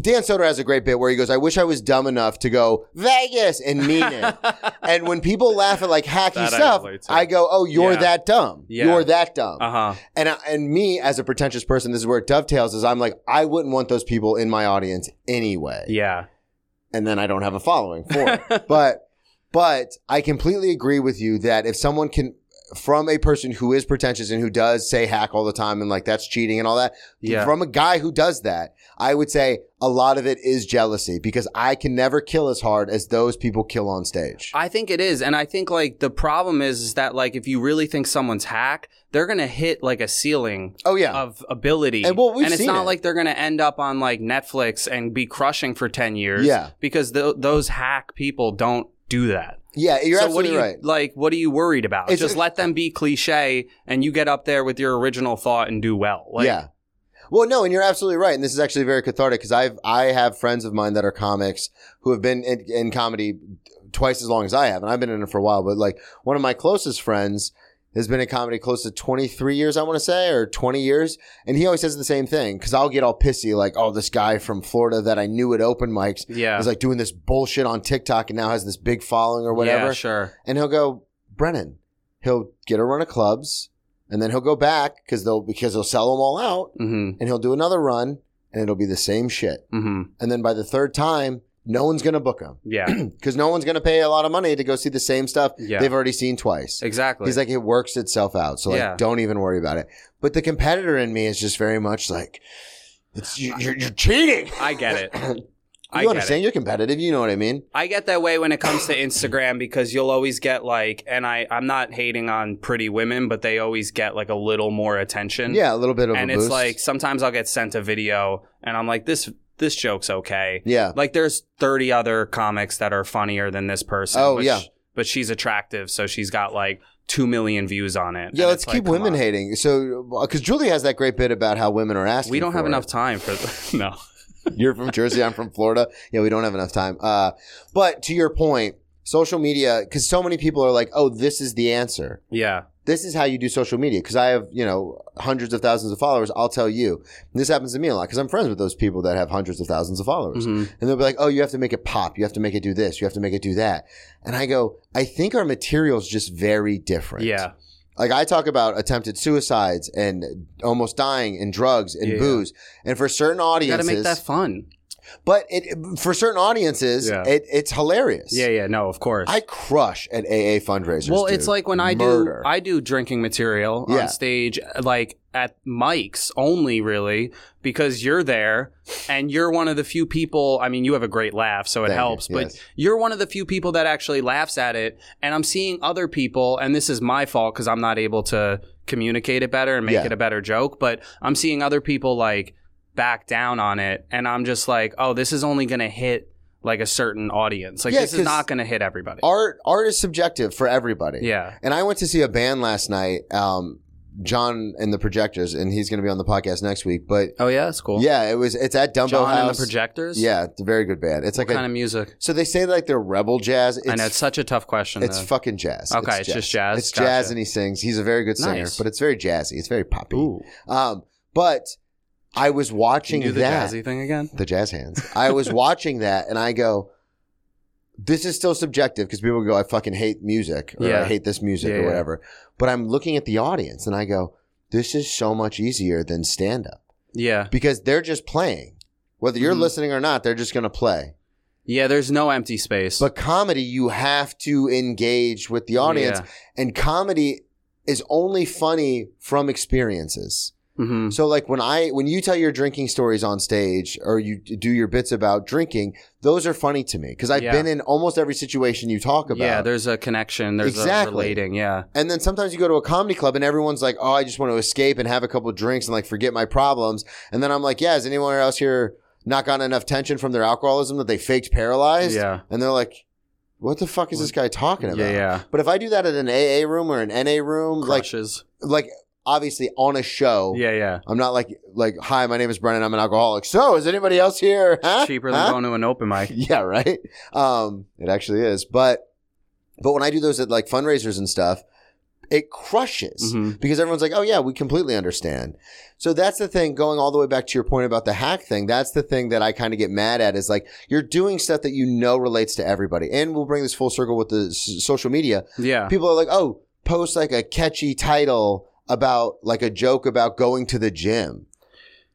Speaker 3: Dan Soder has a great bit where he goes, I wish I was dumb enough to go Vegas and mean it. and when people laugh at like hacky
Speaker 4: That I
Speaker 3: stuff,
Speaker 4: relate to.
Speaker 3: I, go, oh, you're
Speaker 4: Yeah.
Speaker 3: that dumb.
Speaker 4: Yeah.
Speaker 3: You're that dumb
Speaker 4: Uh huh.
Speaker 3: and I- and me as a pretentious person, this is where it dovetails. Is I'm like, I wouldn't want those people in my audience anyway,
Speaker 4: Yeah.
Speaker 3: and then I don't have a following for it. but but I completely agree with you that if someone can, from a person who is pretentious and who does say hack all the time and like that's cheating and all that,
Speaker 4: Yeah.
Speaker 3: from a guy who does that, I would say a lot of it is jealousy because I can never kill as hard as those people kill on stage.
Speaker 4: I think it is, and I think like the problem is, is that like if you really think someone's hack, they're gonna hit like a ceiling
Speaker 3: oh yeah,
Speaker 4: of ability,
Speaker 3: And, well, we've
Speaker 4: it's
Speaker 3: seen
Speaker 4: not
Speaker 3: it.
Speaker 4: like they're gonna end up on like Netflix and be crushing for ten years,
Speaker 3: Yeah.
Speaker 4: because th- those hack people don't do that.
Speaker 3: yeah, you're
Speaker 4: so what are
Speaker 3: absolutely
Speaker 4: you
Speaker 3: right.
Speaker 4: like? What are you worried about?
Speaker 3: It's-
Speaker 4: Just let them be cliche, and you get up there with your original thought and do well. Like,
Speaker 3: yeah. Well, no, and you're absolutely right. And this is actually very cathartic because I've I have friends of mine that are comics who have been in, in comedy twice as long as I have, and I've been in it for a while. But like one of my closest friends has been in comedy close to 23 years, I want to say, or 20 years, and he always says the same thing because I'll get all pissy like, oh, this guy from Florida that I knew at open mics
Speaker 4: yeah,
Speaker 3: is like doing this bullshit on TikTok and now has this big following or whatever.
Speaker 4: Yeah, sure.
Speaker 3: And he'll go, Brennan. He'll get a run of clubs, and then he'll go back because they'll because he'll sell them all out
Speaker 4: hmm
Speaker 3: and he'll do another run and it'll be the same shit.
Speaker 4: hmm
Speaker 3: And then by the third time, no one's going to book him
Speaker 4: Yeah.
Speaker 3: because no one's going to pay a lot of money to go see the same stuff
Speaker 4: Yeah.
Speaker 3: they've already seen twice.
Speaker 4: exactly.
Speaker 3: He's like, it works itself out. So like,
Speaker 4: Yeah.
Speaker 3: don't even worry about it. But the competitor in me is just very much like, it's, you- you're, you're cheating.
Speaker 4: I get it. I
Speaker 3: you
Speaker 4: get it.
Speaker 3: understand? You're competitive. You know what I mean?
Speaker 4: I get that way when it comes to Instagram because you'll always get like, and I, I'm not hating on pretty women, but they always get like a little more attention.
Speaker 3: Yeah, a little bit of
Speaker 4: And
Speaker 3: a
Speaker 4: it's
Speaker 3: boost.
Speaker 4: like sometimes I'll get sent a video and I'm like, this this joke's okay.
Speaker 3: yeah,
Speaker 4: Like there's 30 other comics that are funnier than this person.
Speaker 3: Oh,
Speaker 4: but
Speaker 3: yeah.
Speaker 4: sh- but she's attractive, so she's got like two million views on it.
Speaker 3: yeah.
Speaker 4: And
Speaker 3: Let's
Speaker 4: it's like,
Speaker 3: keep
Speaker 4: come
Speaker 3: women
Speaker 4: on.
Speaker 3: hating. So because Julie has that great bit about how women are asking.
Speaker 4: We don't have
Speaker 3: for it.
Speaker 4: enough time for th- no.
Speaker 3: You're from Jersey. I'm from Florida. Yeah, we don't have enough time. Uh, but to your point, social media, because so many people are like, oh, this is the answer.
Speaker 4: Yeah.
Speaker 3: This is how you do social media because I have, you know, hundreds of thousands of followers. I'll tell you. And this happens to me a lot because I'm friends with those people that have hundreds of thousands of followers.
Speaker 4: Mhm.
Speaker 3: And they'll be like, oh, you have to make it pop. You have to make it do this. You have to make it do that. And I go, I think our material's just very different.
Speaker 4: Yeah.
Speaker 3: Like I talk about attempted suicides and almost dying and drugs and
Speaker 4: Yeah.
Speaker 3: booze. And for certain
Speaker 4: You got to
Speaker 3: audiences,
Speaker 4: make that fun.
Speaker 3: but it, for certain audiences,
Speaker 4: Yeah.
Speaker 3: it, it's hilarious.
Speaker 4: Yeah, yeah, no, of course.
Speaker 3: I crush at AA fundraisers.
Speaker 4: well,
Speaker 3: dude.
Speaker 4: it's like when I
Speaker 3: Murder.
Speaker 4: do I do drinking material
Speaker 3: Yeah.
Speaker 4: on stage like at mics only really because you're there and you're one of the few people, I mean you have a great laugh so it
Speaker 3: Thank you,
Speaker 4: helps, but
Speaker 3: yes.
Speaker 4: you're one of the few people that actually laughs at it and I'm seeing other people and this is my fault cuz I'm not able to communicate it better and make
Speaker 3: Yeah.
Speaker 4: it a better joke, but I'm seeing other people like back down on it and I'm just like, "Oh, this is only going to hit like a certain audience. Like
Speaker 3: Yeah,
Speaker 4: this is
Speaker 3: 'cause
Speaker 4: not going to hit everybody."
Speaker 3: art. Art is subjective for everybody.
Speaker 4: yeah.
Speaker 3: And I went to see a band last night, um, John and the Projectors, and he's going to be on the podcast next week. But
Speaker 4: Oh yeah, that's cool.
Speaker 3: yeah, it was it's at Dumbo
Speaker 4: John
Speaker 3: House.
Speaker 4: and the Projectors.
Speaker 3: Yeah, it's a very good band. It's
Speaker 4: what
Speaker 3: like a,
Speaker 4: kind of music?
Speaker 3: so they say like they're rebel jazz. It's,
Speaker 4: I know it's such a tough question.
Speaker 3: it's
Speaker 4: though.
Speaker 3: fucking jazz.
Speaker 4: Okay, it's just jazz.
Speaker 3: It's
Speaker 4: Gotcha.
Speaker 3: jazz, and he sings. He's a very good singer,
Speaker 4: Nice.
Speaker 3: but it's very jazzy. It's very poppy.
Speaker 4: Ooh,
Speaker 3: Um, but I was
Speaker 4: can
Speaker 3: watching
Speaker 4: you do the
Speaker 3: that
Speaker 4: jazzy thing again?
Speaker 3: the jazz hands. I was watching that and I go, this is still subjective because people go, I fucking hate music or
Speaker 4: Yeah.
Speaker 3: I hate this music
Speaker 4: Yeah,
Speaker 3: or
Speaker 4: yeah.
Speaker 3: whatever. But I'm looking at the audience and I go, this is so much easier than stand up
Speaker 4: Yeah,
Speaker 3: because they're just playing. Whether you're
Speaker 4: Mhm.
Speaker 3: listening or not, they're just going to play.
Speaker 4: yeah. There's no empty space.
Speaker 3: But comedy, you have to engage with the audience. And comedy is only funny from experiences.
Speaker 4: hmm
Speaker 3: So like when I when you tell your drinking stories on stage or you do your bits about drinking, those are funny to me because I've
Speaker 4: Yeah.
Speaker 3: been in almost every situation you talk about.
Speaker 4: yeah, there's a connection. There's
Speaker 3: Exactly.
Speaker 4: a relating. Yeah,
Speaker 3: and then sometimes you go to a comedy club and everyone's like, "Oh, I just want to escape and have a couple drinks and like forget my problems." And then I'm like, "Yeah, has anyone else here not gotten enough tension from their alcoholism that they faked paralyzed?"
Speaker 4: yeah,
Speaker 3: And they're like, "What the fuck is this guy talking
Speaker 4: yeah,
Speaker 3: about?"
Speaker 4: yeah.
Speaker 3: But if I do that at an AA room or an NA room,
Speaker 4: Crushes.
Speaker 3: like like obviously on a show,
Speaker 4: yeah, yeah.
Speaker 3: I'm not like like hi, my name is Brennan. I'm an alcoholic. So is anybody else here? Huh?
Speaker 4: Cheaper than
Speaker 3: Huh?"
Speaker 4: going to an open mic.
Speaker 3: Yeah, right. Um, it actually is, but but when I do those at like fundraisers and stuff, it crushes
Speaker 4: Mhm.
Speaker 3: because everyone's like, oh yeah, we completely understand. So that's the thing. Going all the way back to your point about the hack thing, that's the thing that I kind of get mad at is like you're doing stuff that you know relates to everybody, and we'll bring this full circle with the s- social media
Speaker 4: Yeah,
Speaker 3: people are like, oh, post like a catchy title about like a joke about going to the gym.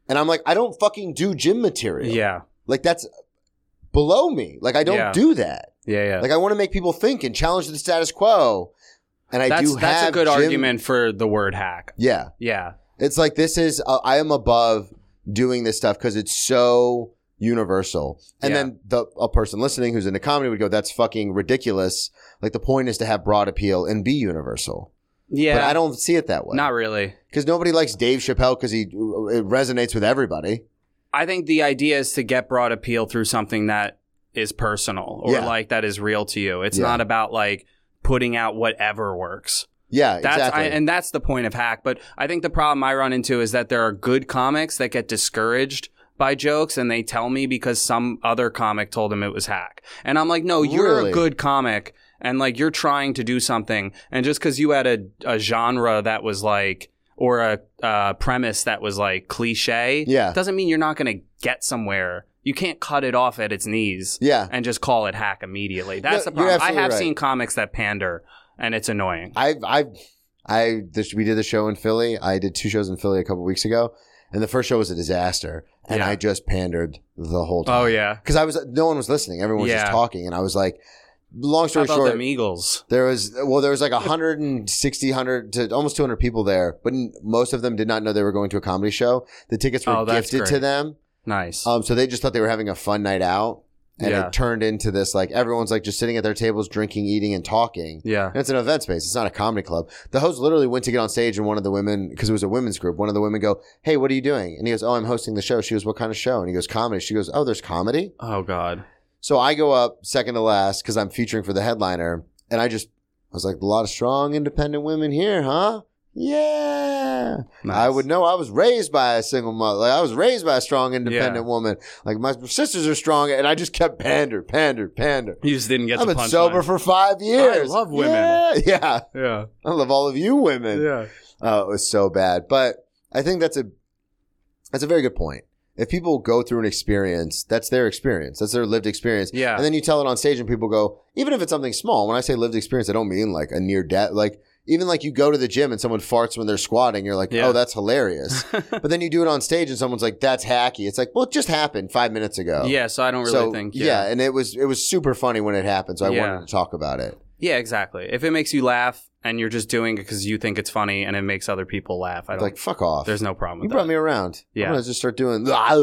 Speaker 3: And I'm like, I don't fucking do gym material.
Speaker 4: yeah,
Speaker 3: Like that's below me. Like I don't
Speaker 4: Yeah.
Speaker 3: do that.
Speaker 4: yeah, yeah.
Speaker 3: Like I want to make people think and challenge the status quo. And I
Speaker 4: that's
Speaker 3: do
Speaker 4: that's
Speaker 3: have
Speaker 4: a good
Speaker 3: gym-
Speaker 4: argument for the word hack.
Speaker 3: Yeah.
Speaker 4: Yeah,
Speaker 3: It's like this is uh, I am above doing this stuff because it's so universal. And
Speaker 4: Yeah.
Speaker 3: then the a person listening who's into comedy would go, "That's fucking ridiculous." Like the point is to have broad appeal and be universal.
Speaker 4: yeah.
Speaker 3: But I don't see it that way.
Speaker 4: Not really.
Speaker 3: because nobody likes Dave Chappelle because he it resonates with everybody.
Speaker 4: I think the idea is to get broad appeal through something that is personal or
Speaker 3: Yeah.
Speaker 4: like that is real to you. It's
Speaker 3: Yeah.
Speaker 4: not about like putting out whatever works.
Speaker 3: Yeah,
Speaker 4: That's
Speaker 3: exactly.
Speaker 4: I, and that's the point of hack. But I think the problem I run into is that there are good comics that get discouraged by jokes and they tell me because some other comic told them it was hack. And I'm like, no, you're
Speaker 3: Really?
Speaker 4: a good comic and like you're trying to do something. And just because you had a, a genre that was like, or a uh, premise that was like cliche,
Speaker 3: Yeah.
Speaker 4: doesn't mean you're not going to get somewhere. You can't cut it off at its knees
Speaker 3: yeah,
Speaker 4: and just call it hack immediately. That's
Speaker 3: No,
Speaker 4: the
Speaker 3: you're
Speaker 4: problem. I
Speaker 3: absolutely
Speaker 4: have
Speaker 3: right.
Speaker 4: seen comics that pander, and it's annoying.
Speaker 3: I've I've I this, we did the show in Philly. I did two shows in Philly a couple weeks ago, and the first show was a disaster, and
Speaker 4: Yeah.
Speaker 3: I just pandered the whole time.
Speaker 4: Oh yeah.
Speaker 3: because I was no one was listening. Everyone was just
Speaker 4: Yeah.
Speaker 3: talking, and I was like, long
Speaker 4: How
Speaker 3: story
Speaker 4: about
Speaker 3: short,
Speaker 4: them Eagles?
Speaker 3: There was well, there was like 160, 100 to almost 200 people there, but n- most of them did not know they were going to a comedy show. The tickets were
Speaker 4: Oh, that's
Speaker 3: gifted to
Speaker 4: great.
Speaker 3: them,
Speaker 4: Nice.
Speaker 3: um, so they just thought they were having a fun night out, and
Speaker 4: Yeah.
Speaker 3: it turned into this like everyone's like just sitting at their tables, drinking, eating, and talking.
Speaker 4: yeah.
Speaker 3: And it's an event space. It's not a comedy club. The host literally went to get on stage, and one of the women, because it was a women's group, one of the women go, "Hey, what are you doing?" And he goes, "Oh, I'm hosting the show." She goes, "What kind of show?" And he goes, "Comedy." She goes, "Oh, there's comedy."
Speaker 4: Oh god.
Speaker 3: So I go up second to last because I'm featuring for the headliner, and I just I was like, a lot of strong independent women here, huh? Yeah.
Speaker 4: Nice.
Speaker 3: I would know I was raised by a single mother. Like I was raised by a strong, independent
Speaker 4: Yeah.
Speaker 3: woman. Like my sisters are strong, and I just kept pander, pander, pander.
Speaker 4: You just didn't get
Speaker 3: I've
Speaker 4: the
Speaker 3: been
Speaker 4: punchline.
Speaker 3: sober for five years.
Speaker 4: love women.
Speaker 3: Yeah, yeah.
Speaker 4: yeah,
Speaker 3: I love all of you women.
Speaker 4: yeah.
Speaker 3: Oh, it was so bad. But I think that's a that's a very good point. If people go through an experience, that's their experience. That's their lived experience.
Speaker 4: Yeah.
Speaker 3: And then you tell it on stage and people go, even if it's something small, when I say lived experience, I don't mean like a near death. Like even like you go to the gym and someone farts when they're squatting, you're like,
Speaker 4: Yeah.
Speaker 3: oh, that's hilarious. but then you do it on stage and someone's like, that's hacky. It's like, well, it just happened five minutes ago.
Speaker 4: Yeah, so I don't really
Speaker 3: uh, so
Speaker 4: think.
Speaker 3: yeah. and it was it was super funny when it happened, so I
Speaker 4: Yeah.
Speaker 3: wanted to talk about it.
Speaker 4: Yeah, exactly. If it makes you laugh and you're just doing it because you think it's funny and it makes other people laugh, I don't.
Speaker 3: Like, fuck off.
Speaker 4: there's no problem.
Speaker 3: you
Speaker 4: With
Speaker 3: brought
Speaker 4: that.
Speaker 3: me around.
Speaker 4: Yeah.
Speaker 3: I'm gonna just start doing. "Ah,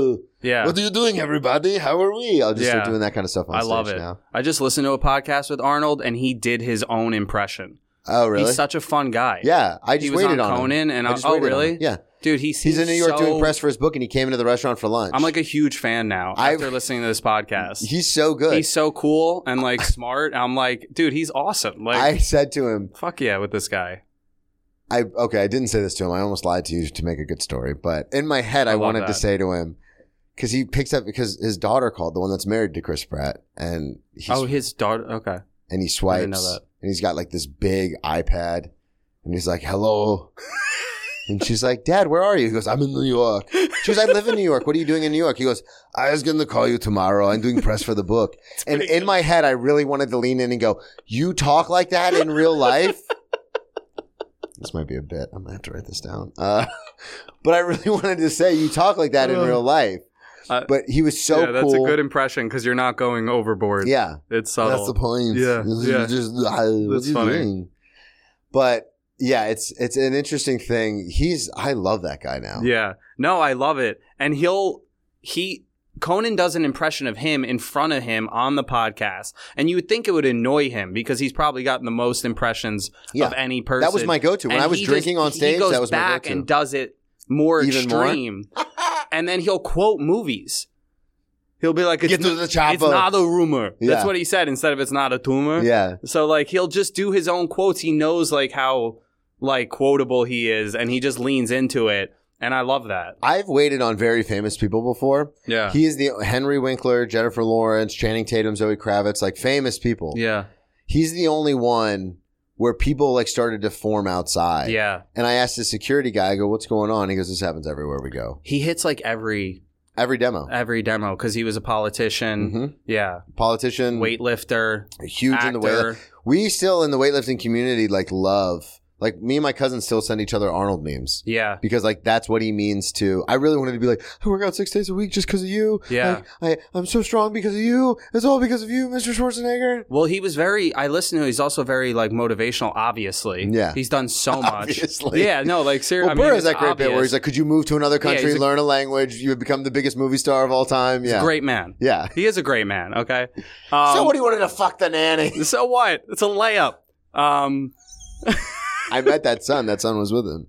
Speaker 4: yeah.
Speaker 3: What are you doing, everybody? How are we? I'll just start
Speaker 4: Yeah.
Speaker 3: doing that kind of stuff on
Speaker 4: I
Speaker 3: stage
Speaker 4: love it.
Speaker 3: now.
Speaker 4: I just listened to a podcast with Arnold and he did his own impression.
Speaker 3: Oh, really?
Speaker 4: He's such a fun guy.
Speaker 3: yeah, I just
Speaker 4: he was
Speaker 3: waited
Speaker 4: on
Speaker 3: him.
Speaker 4: Conan and
Speaker 3: I
Speaker 4: I-
Speaker 3: just
Speaker 4: oh,
Speaker 3: waited on
Speaker 4: really?
Speaker 3: him. Yeah,
Speaker 4: Dude, he
Speaker 3: he's in New York
Speaker 4: so,
Speaker 3: doing press for his book, and he came into the restaurant for lunch.
Speaker 4: I'm like a huge fan now
Speaker 3: I-
Speaker 4: after listening to this podcast.
Speaker 3: he's so good.
Speaker 4: He's so cool and like smart. I'm like, dude, he's awesome. Like,
Speaker 3: I said to him,
Speaker 4: fuck yeah with this guy.
Speaker 3: I okay, I didn't say this to him. I almost lied to you to make a good story, but in my head, I,
Speaker 4: I love
Speaker 3: wanted to
Speaker 4: that.
Speaker 3: say to him because he picks up because his daughter called the one that's married to Chris Pratt, and he's
Speaker 4: oh, his daughter. Okay.
Speaker 3: and he swipes.
Speaker 4: I didn't know that.
Speaker 3: And he's got like this big iPad, and he's like, "Hello," and she's like, "Dad, where are you?" He goes, "I'm in New York." She goes, "I live in New York. What are you doing in New York?" He goes, "I was going to call you tomorrow. I'm doing press for the book." and in my head, I really wanted to lean in and go, "You talk like that in real life." this might be a bit. I'm gonna have to write this down. Uh, but I really wanted to say, "You talk like that in real life."
Speaker 4: Uh,
Speaker 3: but he was so
Speaker 4: yeah, that's
Speaker 3: cool.
Speaker 4: a good impression because you're not going overboard.
Speaker 3: yeah.
Speaker 4: It's subtle.
Speaker 3: That's the point.
Speaker 4: Yeah,
Speaker 3: This is
Speaker 4: yeah.
Speaker 3: just- ah, what
Speaker 4: That's
Speaker 3: you
Speaker 4: funny.
Speaker 3: doing? But yeah, it's it's an interesting thing. He's I love that guy now.
Speaker 4: Yeah. No, I love it. And he'll he Conan does an impression of him in front of him on the podcast. And you would think it would annoy him because he's probably gotten the most impressions
Speaker 3: Yeah.
Speaker 4: of any person.
Speaker 3: that was my go-to when
Speaker 4: And
Speaker 3: I was
Speaker 4: he
Speaker 3: drinking
Speaker 4: just-
Speaker 3: on stage.
Speaker 4: He goes
Speaker 3: that was
Speaker 4: back
Speaker 3: my go-to.
Speaker 4: and does it more
Speaker 3: Even more?
Speaker 4: extreme. and then he'll quote movies. He'll be like, "It's,
Speaker 3: Get to
Speaker 4: n-
Speaker 3: the chopper."
Speaker 4: it's not a rumor."
Speaker 3: Yeah.
Speaker 4: That's what he said instead of "It's not a tumor."
Speaker 3: yeah,
Speaker 4: So like he'll just do his own quotes. He knows like how like quotable he is, and he just leans into it. And I love that.
Speaker 3: I've waited on very famous people before.
Speaker 4: Yeah.
Speaker 3: He is the Henry Winkler, Jennifer Lawrence, Channing Tatum, Zoe Kravitz, like famous people.
Speaker 4: yeah.
Speaker 3: He's the only one where people like started to form outside.
Speaker 4: Yeah.
Speaker 3: And I asked the security guy, I go, "What's going on?" He goes, "This happens everywhere we go.
Speaker 4: He hits like every
Speaker 3: Every demo."
Speaker 4: every demo because he was a politician.
Speaker 3: Mhm.
Speaker 4: Yeah.
Speaker 3: Politician,
Speaker 4: Weightlifter.
Speaker 3: huge
Speaker 4: actor.
Speaker 3: Mm-hmm. in the way. We still in the weightlifting community like love. Like me and my cousin still send each other Arnold memes
Speaker 4: Yeah.
Speaker 3: because like that's what he means to. I really wanted to be like I work out six days a week just because of you.
Speaker 4: Yeah.
Speaker 3: Like, I I'm so strong because of you. It's all because of you, Mr. Schwarzenegger.
Speaker 4: Well, he was very. I listened to. He's also very like motivational. Obviously,
Speaker 3: Yeah.
Speaker 4: He's done so much.
Speaker 3: Obviously.
Speaker 4: yeah. No, like seriously.
Speaker 3: Well, Burr has that great bit where he's like, "Could you move to another country,
Speaker 4: he's a-
Speaker 3: learn a language, you would become the biggest movie star of all time?" Yeah,
Speaker 4: great man.
Speaker 3: yeah.
Speaker 4: He is a great man. Okay. Um,
Speaker 3: so what do you wanted to fuck the nanny?
Speaker 4: So what? It's a layup. Um.
Speaker 3: I met that son. That son was with him.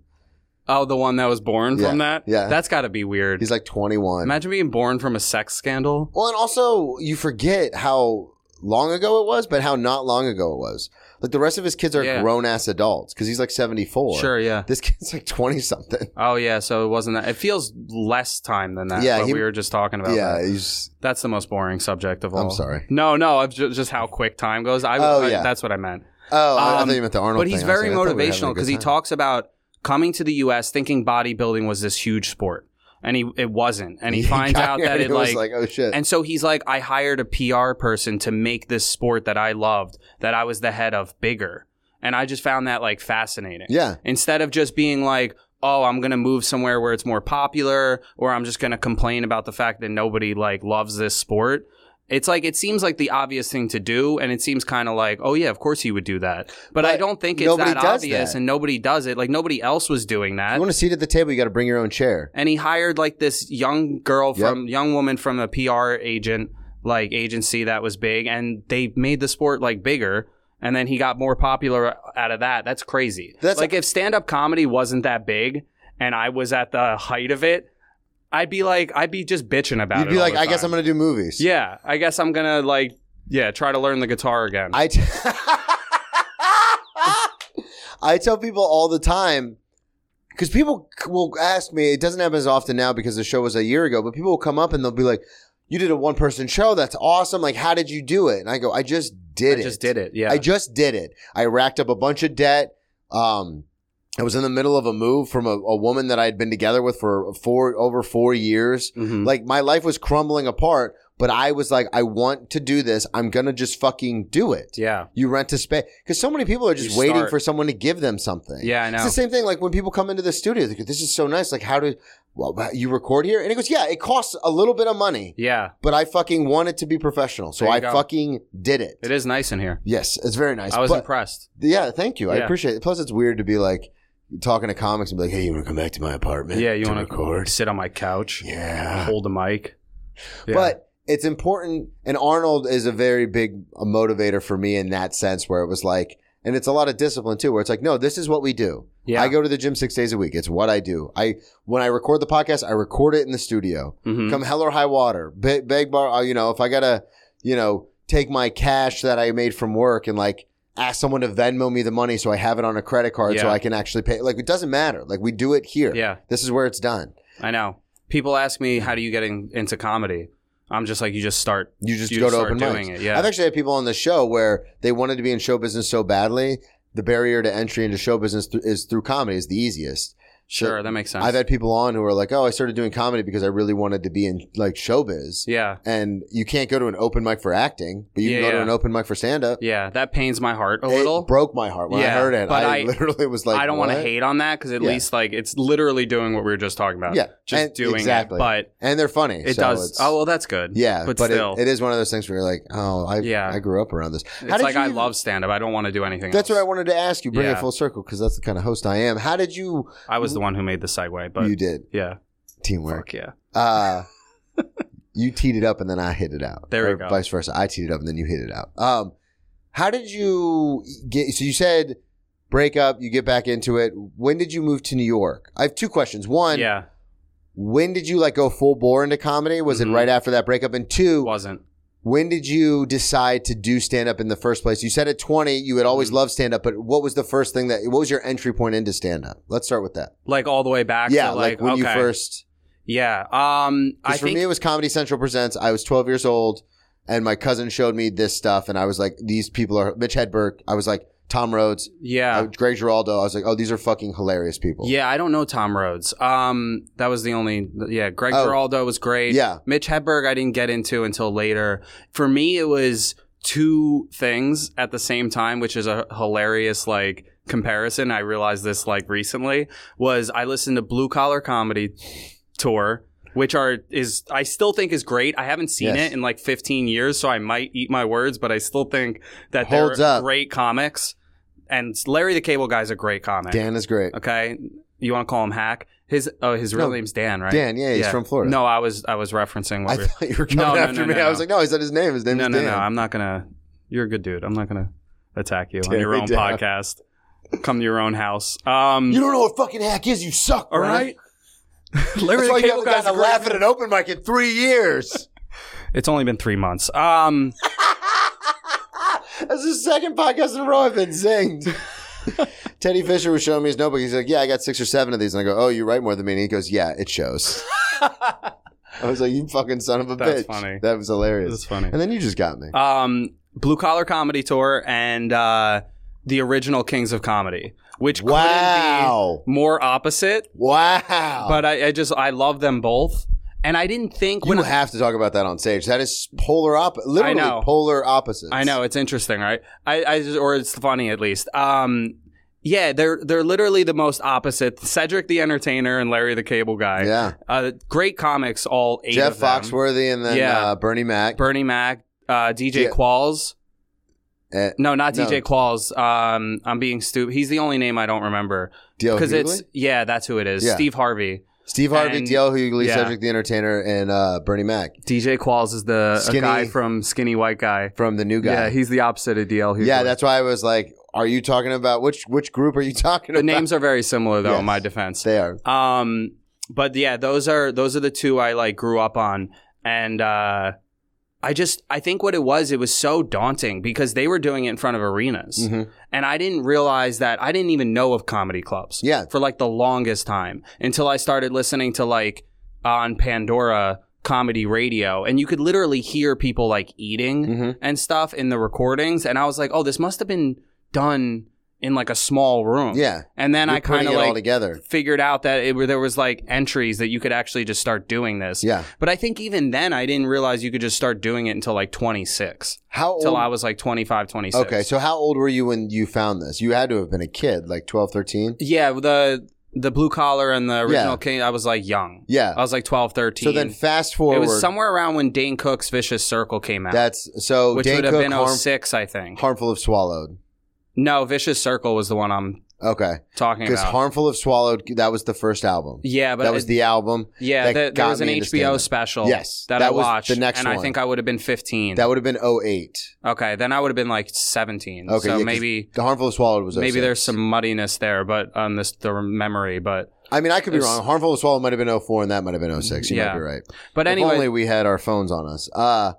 Speaker 4: Oh, the one that was born
Speaker 3: Yeah,
Speaker 4: from that.
Speaker 3: yeah.
Speaker 4: That's got to be weird.
Speaker 3: He's like 21.
Speaker 4: Imagine being born from a sex scandal.
Speaker 3: Well, and also you forget how long ago it was, but how not long ago it was. Like the rest of his kids are
Speaker 4: Yeah.
Speaker 3: grown ass adults because he's like seventy four.
Speaker 4: Sure. Yeah.
Speaker 3: this kid's like twenty something.
Speaker 4: Oh yeah. So it wasn't that. It feels less time than that.
Speaker 3: Yeah,
Speaker 4: But
Speaker 3: he-
Speaker 4: we were just talking about.
Speaker 3: Yeah,
Speaker 4: That.
Speaker 3: he's
Speaker 4: That's the most boring subject of all.
Speaker 3: I'm sorry.
Speaker 4: No, no. I'm ju- just how quick time goes. I,
Speaker 3: Oh,
Speaker 4: I-
Speaker 3: yeah.
Speaker 4: that's what I meant.
Speaker 3: oh, I- I
Speaker 4: Um,
Speaker 3: thought you meant the Arnold.
Speaker 4: but he's
Speaker 3: thing. I was
Speaker 4: very
Speaker 3: like, I thought we were having a
Speaker 4: motivational because
Speaker 3: good
Speaker 4: he
Speaker 3: time.
Speaker 4: talks about coming to the U.S. thinking bodybuilding was this huge sport, and he it wasn't, and he finds
Speaker 3: got
Speaker 4: out
Speaker 3: here
Speaker 4: that
Speaker 3: and
Speaker 4: it
Speaker 3: he was
Speaker 4: like,
Speaker 3: oh shit.
Speaker 4: and so he's like, I hired a PR person to make this sport that I loved, that I was the head of, bigger, and I just found that like fascinating.
Speaker 3: yeah,
Speaker 4: Instead of just being like. Oh, I'm gonna move somewhere where it's more popular, or I'm just gonna complain about the fact that nobody like loves this sport. It's like it seems like the obvious thing to do, and it seems kind of like, oh yeah, of course he would do that. But, I
Speaker 3: But
Speaker 4: don't think it's
Speaker 3: nobody
Speaker 4: that
Speaker 3: does
Speaker 4: obvious,
Speaker 3: that.
Speaker 4: and nobody does it. Like nobody else was doing
Speaker 3: If you
Speaker 4: that.
Speaker 3: want a seat at the table, you got to bring your own chair.
Speaker 4: and he hired like this young girl from young woman from a PR agent like agency that was big, and they made the sport like bigger. And then he got more popular out of that. That's crazy.
Speaker 3: That's-
Speaker 4: like if stand up comedy wasn't that big, and I was at the height of it, I'd be like, I'd be just bitching about
Speaker 3: You'd
Speaker 4: it.
Speaker 3: be
Speaker 4: all
Speaker 3: like,
Speaker 4: the
Speaker 3: I guess
Speaker 4: time."
Speaker 3: I'm gonna do movies.
Speaker 4: Yeah, I guess I'm gonna like, yeah, try to learn the guitar again.
Speaker 3: I, t- I tell people all the time because people c- will ask me. It doesn't happen as often now because the show was a year ago. But people will come up and they'll be like, "You did a one person show. That's awesome. Like, how did you do it?" And I go, "I just did
Speaker 4: I
Speaker 3: it.
Speaker 4: just did it. Yeah.
Speaker 3: I just did it. I racked up a bunch of debt. Um, I was in the middle of a move from a, a woman that I had been together with for four over four years.
Speaker 4: Mhm.
Speaker 3: Like my life was crumbling apart, but I was like, I want to do this. I'm gonna just fucking do it.
Speaker 4: yeah.
Speaker 3: You rent a space because so many people are just
Speaker 4: You
Speaker 3: waiting
Speaker 4: start.
Speaker 3: for someone to give them something.
Speaker 4: Yeah, I know.
Speaker 3: It's the same thing. Like when people come into the studio, they go, "This is so nice. Like, how do well, you record here?" And it goes, "Yeah, it costs a little bit of money,
Speaker 4: yeah.
Speaker 3: but I fucking want it to be professional, so
Speaker 4: There you
Speaker 3: I
Speaker 4: go.
Speaker 3: fucking did it."
Speaker 4: It is nice in here.
Speaker 3: Yes, it's very nice.
Speaker 4: I was
Speaker 3: but-
Speaker 4: impressed.
Speaker 3: yeah, thank you. I
Speaker 4: Yeah.
Speaker 3: appreciate it. Plus, it's weird to be like talking to comics and be like, "Hey, you want to come back to my apartment?
Speaker 4: Yeah, you
Speaker 3: to
Speaker 4: want
Speaker 3: record?
Speaker 4: to sit on my couch,
Speaker 3: Yeah,
Speaker 4: hold the mic. Yeah.
Speaker 3: Ah. But it's important, and Arnold is a very big motivator for me in that sense, where it was like, and it's a lot of discipline too, where it's like, no, this is what we do.
Speaker 4: yeah,
Speaker 3: I go to the gym six days a week. It's what I do. I when I record the podcast, I record it in the studio.
Speaker 4: Mhm.
Speaker 3: Come hell or high water, big, big bar. uh, You know, if I gotta, you know, take my cash that I made from work and like ask someone to Venmo me the money so I have it on a credit card so
Speaker 4: Yeah.
Speaker 3: I can actually pay. Like it doesn't matter. Like we do it here.
Speaker 4: yeah,
Speaker 3: This is where it's done.
Speaker 4: I know. People ask me, "How do you get in, into comedy?" I'm just like, you just start.
Speaker 3: You just
Speaker 4: You
Speaker 3: go
Speaker 4: just
Speaker 3: to
Speaker 4: start
Speaker 3: open
Speaker 4: doing
Speaker 3: mics.
Speaker 4: it, yeah.
Speaker 3: I've actually had people on the show where they wanted to be in show business so badly. The barrier to entry into show business th- is through comedy is the easiest.
Speaker 4: Sure, that makes sense.
Speaker 3: I've had people on who are like, "Oh, I started doing comedy because I really wanted to be in like showbiz."
Speaker 4: yeah,
Speaker 3: And you can't go to an open mic for acting, but you can
Speaker 4: Yeah,
Speaker 3: go to
Speaker 4: yeah.
Speaker 3: an open mic for stand up.
Speaker 4: yeah, that pains my heart a
Speaker 3: it
Speaker 4: little.
Speaker 3: broke my heart when I
Speaker 4: Yeah,
Speaker 3: heard it.
Speaker 4: but
Speaker 3: I,
Speaker 4: I-
Speaker 3: literally was like,
Speaker 4: I don't want to
Speaker 3: "What?"
Speaker 4: hate on that because at
Speaker 3: Yeah.
Speaker 4: least like it's literally doing what we were just talking about.
Speaker 3: Yeah,
Speaker 4: just
Speaker 3: and-
Speaker 4: doing
Speaker 3: exactly.
Speaker 4: it. But
Speaker 3: And they're funny.
Speaker 4: it
Speaker 3: so
Speaker 4: does.
Speaker 3: it's-
Speaker 4: Oh well, that's good.
Speaker 3: yeah,
Speaker 4: but,
Speaker 3: it-
Speaker 4: still,
Speaker 3: it is one of those things where you're like, "Oh, I
Speaker 4: Yeah.
Speaker 3: I grew up around this." How
Speaker 4: it's
Speaker 3: did
Speaker 4: like
Speaker 3: you
Speaker 4: I
Speaker 3: even-
Speaker 4: love stand up. I don't want to do anything.
Speaker 3: That's what I
Speaker 4: else.
Speaker 3: wanted to ask you. Bring it
Speaker 4: Yeah.
Speaker 3: full circle because that's the kind of host I am. How did you?
Speaker 4: I was the one who made the segue, but
Speaker 3: you did
Speaker 4: yeah,
Speaker 3: teamwork.
Speaker 4: fuck yeah,
Speaker 3: Uh, you teed it up and then I hit it out.
Speaker 4: There we
Speaker 3: Or
Speaker 4: go.
Speaker 3: Vice versa. I teed it up and then you hit it out. Um, how did you get? So you said break up. You get back into it. When did you move to New York? I have two questions. One,
Speaker 4: yeah.
Speaker 3: when did you like go full bore into comedy? Was
Speaker 4: Mhm.
Speaker 3: it right after that breakup? And two,
Speaker 4: It wasn't.
Speaker 3: when did you decide to do stand up in the first place? You said at 20 you had
Speaker 4: Mm-hmm.
Speaker 3: always loved stand up, but what was the first thing that what was your entry point into stand up? Let's start with that.
Speaker 4: Like all the way back.
Speaker 3: yeah,
Speaker 4: to,
Speaker 3: like,
Speaker 4: like,
Speaker 3: when
Speaker 4: okay.
Speaker 3: you first
Speaker 4: Yeah. Um. I
Speaker 3: Because for
Speaker 4: think
Speaker 3: me, it was Comedy Central Presents. I was 12 years old, and my cousin showed me this stuff, and I was like, these people are Mitch Hedberg. I was like, Tom Rhodes,
Speaker 4: yeah.
Speaker 3: I- Greg Giraldo. I was like, oh, these are fucking hilarious people.
Speaker 4: Yeah, I don't know Tom Rhodes. Um, that was the only. Yeah, Greg
Speaker 3: Oh.
Speaker 4: Giraldo was great.
Speaker 3: Yeah.
Speaker 4: Mitch Hedberg, I didn't get into until later. For me, it was two things at the same time, which is a hilarious like comparison. I realized this like recently was I listened to Blue Collar Comedy Tour. Which are is I still think is great. I haven't seen
Speaker 3: Yes.
Speaker 4: it in like 15 years, so I might eat my words, but I still think that
Speaker 3: Holds
Speaker 4: they're
Speaker 3: up.
Speaker 4: great comics. And Larry the Cable Guy's a great comic.
Speaker 3: Dan is great.
Speaker 4: Okay, you want to call him Hack? His oh, his real
Speaker 3: No,
Speaker 4: name's Dan, right?
Speaker 3: Dan, yeah, he's
Speaker 4: Yeah.
Speaker 3: from Florida.
Speaker 4: No, I was I was referencing
Speaker 3: I
Speaker 4: what.
Speaker 3: thought you were coming
Speaker 4: No, no,
Speaker 3: after
Speaker 4: no,
Speaker 3: me.
Speaker 4: no,
Speaker 3: I was
Speaker 4: no.
Speaker 3: like, no, he said his name. His
Speaker 4: we
Speaker 3: name
Speaker 4: no,
Speaker 3: is
Speaker 4: no,
Speaker 3: Dan.
Speaker 4: no. I'm not gonna. You're a good dude. I'm not gonna attack you on
Speaker 3: Terry
Speaker 4: your own
Speaker 3: Dan.
Speaker 4: podcast. Come to your own house. Um,
Speaker 3: you don't know what fucking hack is. You suck.
Speaker 4: all
Speaker 3: Brian.
Speaker 4: right. Larry
Speaker 3: That's
Speaker 4: the
Speaker 3: why you
Speaker 4: Cable
Speaker 3: haven't
Speaker 4: Guy's
Speaker 3: gotten
Speaker 4: a
Speaker 3: a
Speaker 4: great-
Speaker 3: laugh at an open mic in three years.
Speaker 4: It's only been three months. Um,
Speaker 3: That's the second podcast in a row I've been zinged. Teddy Fisher was showing me his notebook. He's like, "Yeah, I got six or seven of these." And I go, "Oh, you write more than me." And he goes, "Yeah, it shows." I was like, "You fucking son of a
Speaker 4: That's
Speaker 3: bitch!"
Speaker 4: funny.
Speaker 3: That was hilarious.
Speaker 4: it's funny.
Speaker 3: and then you just got me.
Speaker 4: Um, Blue Collar Comedy Tour and uh, the original Kings of Comedy, which couldn't
Speaker 3: wow,
Speaker 4: be more opposite.
Speaker 3: wow.
Speaker 4: But I, I just I love them both, and I didn't think
Speaker 3: you
Speaker 4: when
Speaker 3: have to talk about that on stage. That is polar opposite. Literally
Speaker 4: know.
Speaker 3: polar opposites.
Speaker 4: I know it's interesting, right? I, I just, or it's funny at least. Um, yeah, they're they're literally the most opposite. Cedric the Entertainer and Larry the Cable Guy.
Speaker 3: Yeah,
Speaker 4: Uh, great comics, all eight
Speaker 3: Jeff
Speaker 4: of them.
Speaker 3: Foxworthy and then
Speaker 4: Yeah.
Speaker 3: uh, Bernie Mac.
Speaker 4: Bernie Mac, uh, DJ
Speaker 3: Yeah.
Speaker 4: Qualls.
Speaker 3: Eh,
Speaker 4: No, not
Speaker 3: no.
Speaker 4: DJ Qualls. Um, I'm being stupid. He's the only name I don't remember
Speaker 3: D.L.
Speaker 4: because
Speaker 3: Hughley?
Speaker 4: it's yeah, that's who it is.
Speaker 3: Oh, Yeah.
Speaker 4: Steve Harvey.
Speaker 3: Steve Harvey,
Speaker 4: and-
Speaker 3: D.L. Hughley,
Speaker 4: yeah.
Speaker 3: Cedric the Entertainer, and uh, Bernie Mac
Speaker 4: DJ Qualls is the a
Speaker 3: Skinny-
Speaker 4: guy from Skinny White Guy.
Speaker 3: from the new guy.
Speaker 4: Yeah, he's the opposite of DL. Hughley.
Speaker 3: Yeah, that's why I was like, "Are you talking about which which group are you talking
Speaker 4: the
Speaker 3: about?"
Speaker 4: names are very similar though.
Speaker 3: Yes.
Speaker 4: In my defense,
Speaker 3: they are.
Speaker 4: Um, but yeah, those are those are the two I like grew up on, and uh, I just I think what it was it was so daunting because they were doing it in front of arenas
Speaker 3: Mm-hmm.
Speaker 4: and I didn't realize that I didn't even know of comedy clubs
Speaker 3: Yeah.
Speaker 4: for like the longest time until I started listening to like on Pandora comedy radio and you could literally hear people like eating
Speaker 3: Mhm.
Speaker 4: and stuff in the recordings and I was like oh this must have been done in like a small room
Speaker 3: Yeah.
Speaker 4: and then
Speaker 3: You're
Speaker 4: I kind
Speaker 3: putting
Speaker 4: of
Speaker 3: it all
Speaker 4: like
Speaker 3: together.
Speaker 4: figured out that it, there was like entries that you could actually just start doing this
Speaker 3: Yeah.
Speaker 4: but I think even then, I didn't realize you could just start doing it until like 26,
Speaker 3: How old?
Speaker 4: till I was like 25, 26.
Speaker 3: Oh. okay, so how old were you when you found this? You had to have been a kid, like 12, 13?
Speaker 4: yeah, the the blue collar and the original
Speaker 3: Yeah.
Speaker 4: king, I was like young.
Speaker 3: Yeah.
Speaker 4: I was like 12, 13.
Speaker 3: so then fast forward.
Speaker 4: Uh, it was somewhere around when Dane Cook's Vicious Circle came out,
Speaker 3: That's so
Speaker 4: which
Speaker 3: Dan
Speaker 4: would have
Speaker 3: Cook,
Speaker 4: been
Speaker 3: harm,
Speaker 4: 06, I think.
Speaker 3: harmful if swallowed.
Speaker 4: No, Vicious Circle was the one I'm
Speaker 3: Okay,
Speaker 4: talking
Speaker 3: because
Speaker 4: about.
Speaker 3: harmful if swallowed that was the first album.
Speaker 4: yeah, but
Speaker 3: that was
Speaker 4: it-
Speaker 3: the album.
Speaker 4: yeah,
Speaker 3: that
Speaker 4: there- there
Speaker 3: got
Speaker 4: was an
Speaker 3: me into
Speaker 4: HBO
Speaker 3: stand-up.
Speaker 4: special
Speaker 3: Yes,
Speaker 4: that,
Speaker 3: that
Speaker 4: I
Speaker 3: was the
Speaker 4: watched,
Speaker 3: next
Speaker 4: and I
Speaker 3: one.
Speaker 4: think I would have been 15.
Speaker 3: That would have been 08.
Speaker 4: okay, then I would have been like 17.
Speaker 3: Okay, yeah,
Speaker 4: so
Speaker 3: 'cause
Speaker 4: maybe
Speaker 3: The harmful if swallowed was. 06.
Speaker 4: maybe there's some muddiness there, but on this the memory, but
Speaker 3: I mean, I could be
Speaker 4: there's-
Speaker 3: wrong. Harmful if swallowed might have been 04, and that might have been 06. You might
Speaker 4: Yeah.
Speaker 3: be right.
Speaker 4: but anyway,
Speaker 3: if only we had our phones on us. Uh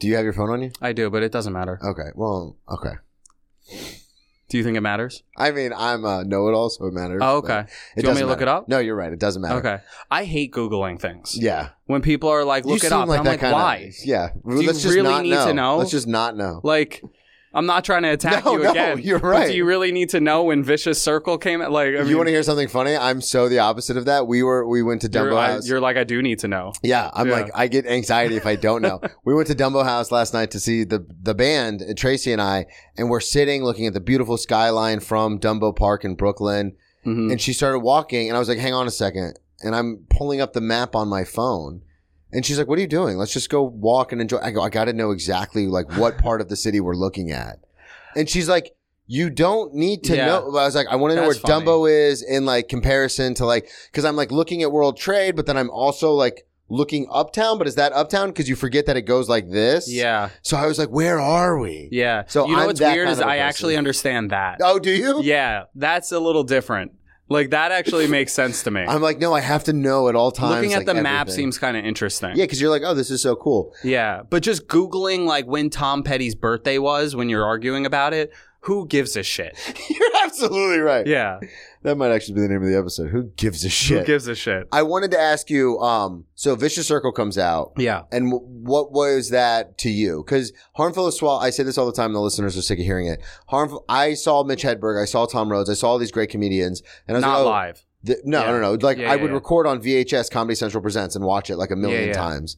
Speaker 3: do you have your phone on you?
Speaker 4: I do, but it doesn't matter.
Speaker 3: Okay. Well, okay.
Speaker 4: Do you think it matters?
Speaker 3: I mean, I'm a know-it-all, so it matters.
Speaker 4: Oh,
Speaker 3: but
Speaker 4: okay.
Speaker 3: It
Speaker 4: Do you want me
Speaker 3: doesn't
Speaker 4: to look
Speaker 3: matter.
Speaker 4: it up?
Speaker 3: No, you're right. It doesn't matter.
Speaker 4: Okay, I hate googling things.
Speaker 3: Yeah.
Speaker 4: When people are like,
Speaker 3: You
Speaker 4: "Look it
Speaker 3: seem
Speaker 4: up,"
Speaker 3: that
Speaker 4: I'm like,
Speaker 3: kinda-
Speaker 4: "Why?"
Speaker 3: Yeah.
Speaker 4: you
Speaker 3: Let's just
Speaker 4: really
Speaker 3: not
Speaker 4: need to know?
Speaker 3: Let's just not know.
Speaker 4: Like, I'm not trying to attack
Speaker 3: No,
Speaker 4: you
Speaker 3: no,
Speaker 4: again.
Speaker 3: you're
Speaker 4: but
Speaker 3: right.
Speaker 4: do you really need to know when Vicious Circle came? Out? Like, I mean,
Speaker 3: you want to hear something funny? I'm so the opposite of that. We were we went to
Speaker 4: you're,
Speaker 3: Dumbo
Speaker 4: I-
Speaker 3: House.
Speaker 4: you're like, I do need to know.
Speaker 3: yeah, I'm
Speaker 4: Yeah.
Speaker 3: like I get anxiety if I don't know. we went to Dumbo House last night to see the the band uh, Tracy and I, and we're sitting looking at the beautiful skyline from Dumbo Park in Brooklyn.
Speaker 4: Mhm.
Speaker 3: and she started walking and i was like hang on a second and i'm pulling up the map on my phone and she's like what are you doing let's just go walk and enjoy i go i gotta know exactly like what part of the city we're looking at and she's like you don't need to
Speaker 4: Yeah.
Speaker 3: know. I was like, I want to know where
Speaker 4: That's funny.
Speaker 3: Dumbo is in like comparison to like, because I'm like looking at World Trade, but then I'm also like looking uptown. But is that uptown? Because you forget that it goes like this.
Speaker 4: Yeah,
Speaker 3: So I was like, where are we?
Speaker 4: yeah.
Speaker 3: So
Speaker 4: you know
Speaker 3: I'm
Speaker 4: what's
Speaker 3: that
Speaker 4: weird
Speaker 3: kind
Speaker 4: is
Speaker 3: of a
Speaker 4: I
Speaker 3: person.
Speaker 4: actually understand that.
Speaker 3: Oh, do you?
Speaker 4: Yeah, that's a little different. Like that actually makes sense to me.
Speaker 3: I'm like, no, I have to know at all times.
Speaker 4: Looking at
Speaker 3: like,
Speaker 4: the map
Speaker 3: everything.
Speaker 4: seems kind of interesting.
Speaker 3: Yeah, because you're like, oh, this is so cool.
Speaker 4: Yeah, but just googling like when Tom Petty's birthday was when you're arguing about it, who gives a shit?
Speaker 3: You're absolutely right.
Speaker 4: Yeah,
Speaker 3: That might actually be the name of the episode. Who gives a shit?
Speaker 4: who gives a shit?
Speaker 3: I wanted to ask you. Um, so Vicious Circle comes out,
Speaker 4: Yeah,
Speaker 3: and w- what was that to you? Because Harmful as Swallow, I say this all the time. The listeners are sick of hearing it. Harmful. I saw Mitch Hedberg. I saw Tom Rhodes. I saw all these great comedians, and I was
Speaker 4: not
Speaker 3: like, oh,
Speaker 4: live.
Speaker 3: th- no,
Speaker 4: Yeah.
Speaker 3: no, no. Like
Speaker 4: Yeah,
Speaker 3: I
Speaker 4: yeah,
Speaker 3: would
Speaker 4: yeah.
Speaker 3: record on VHS Comedy Central Presents and watch it like a million
Speaker 4: yeah.
Speaker 3: times.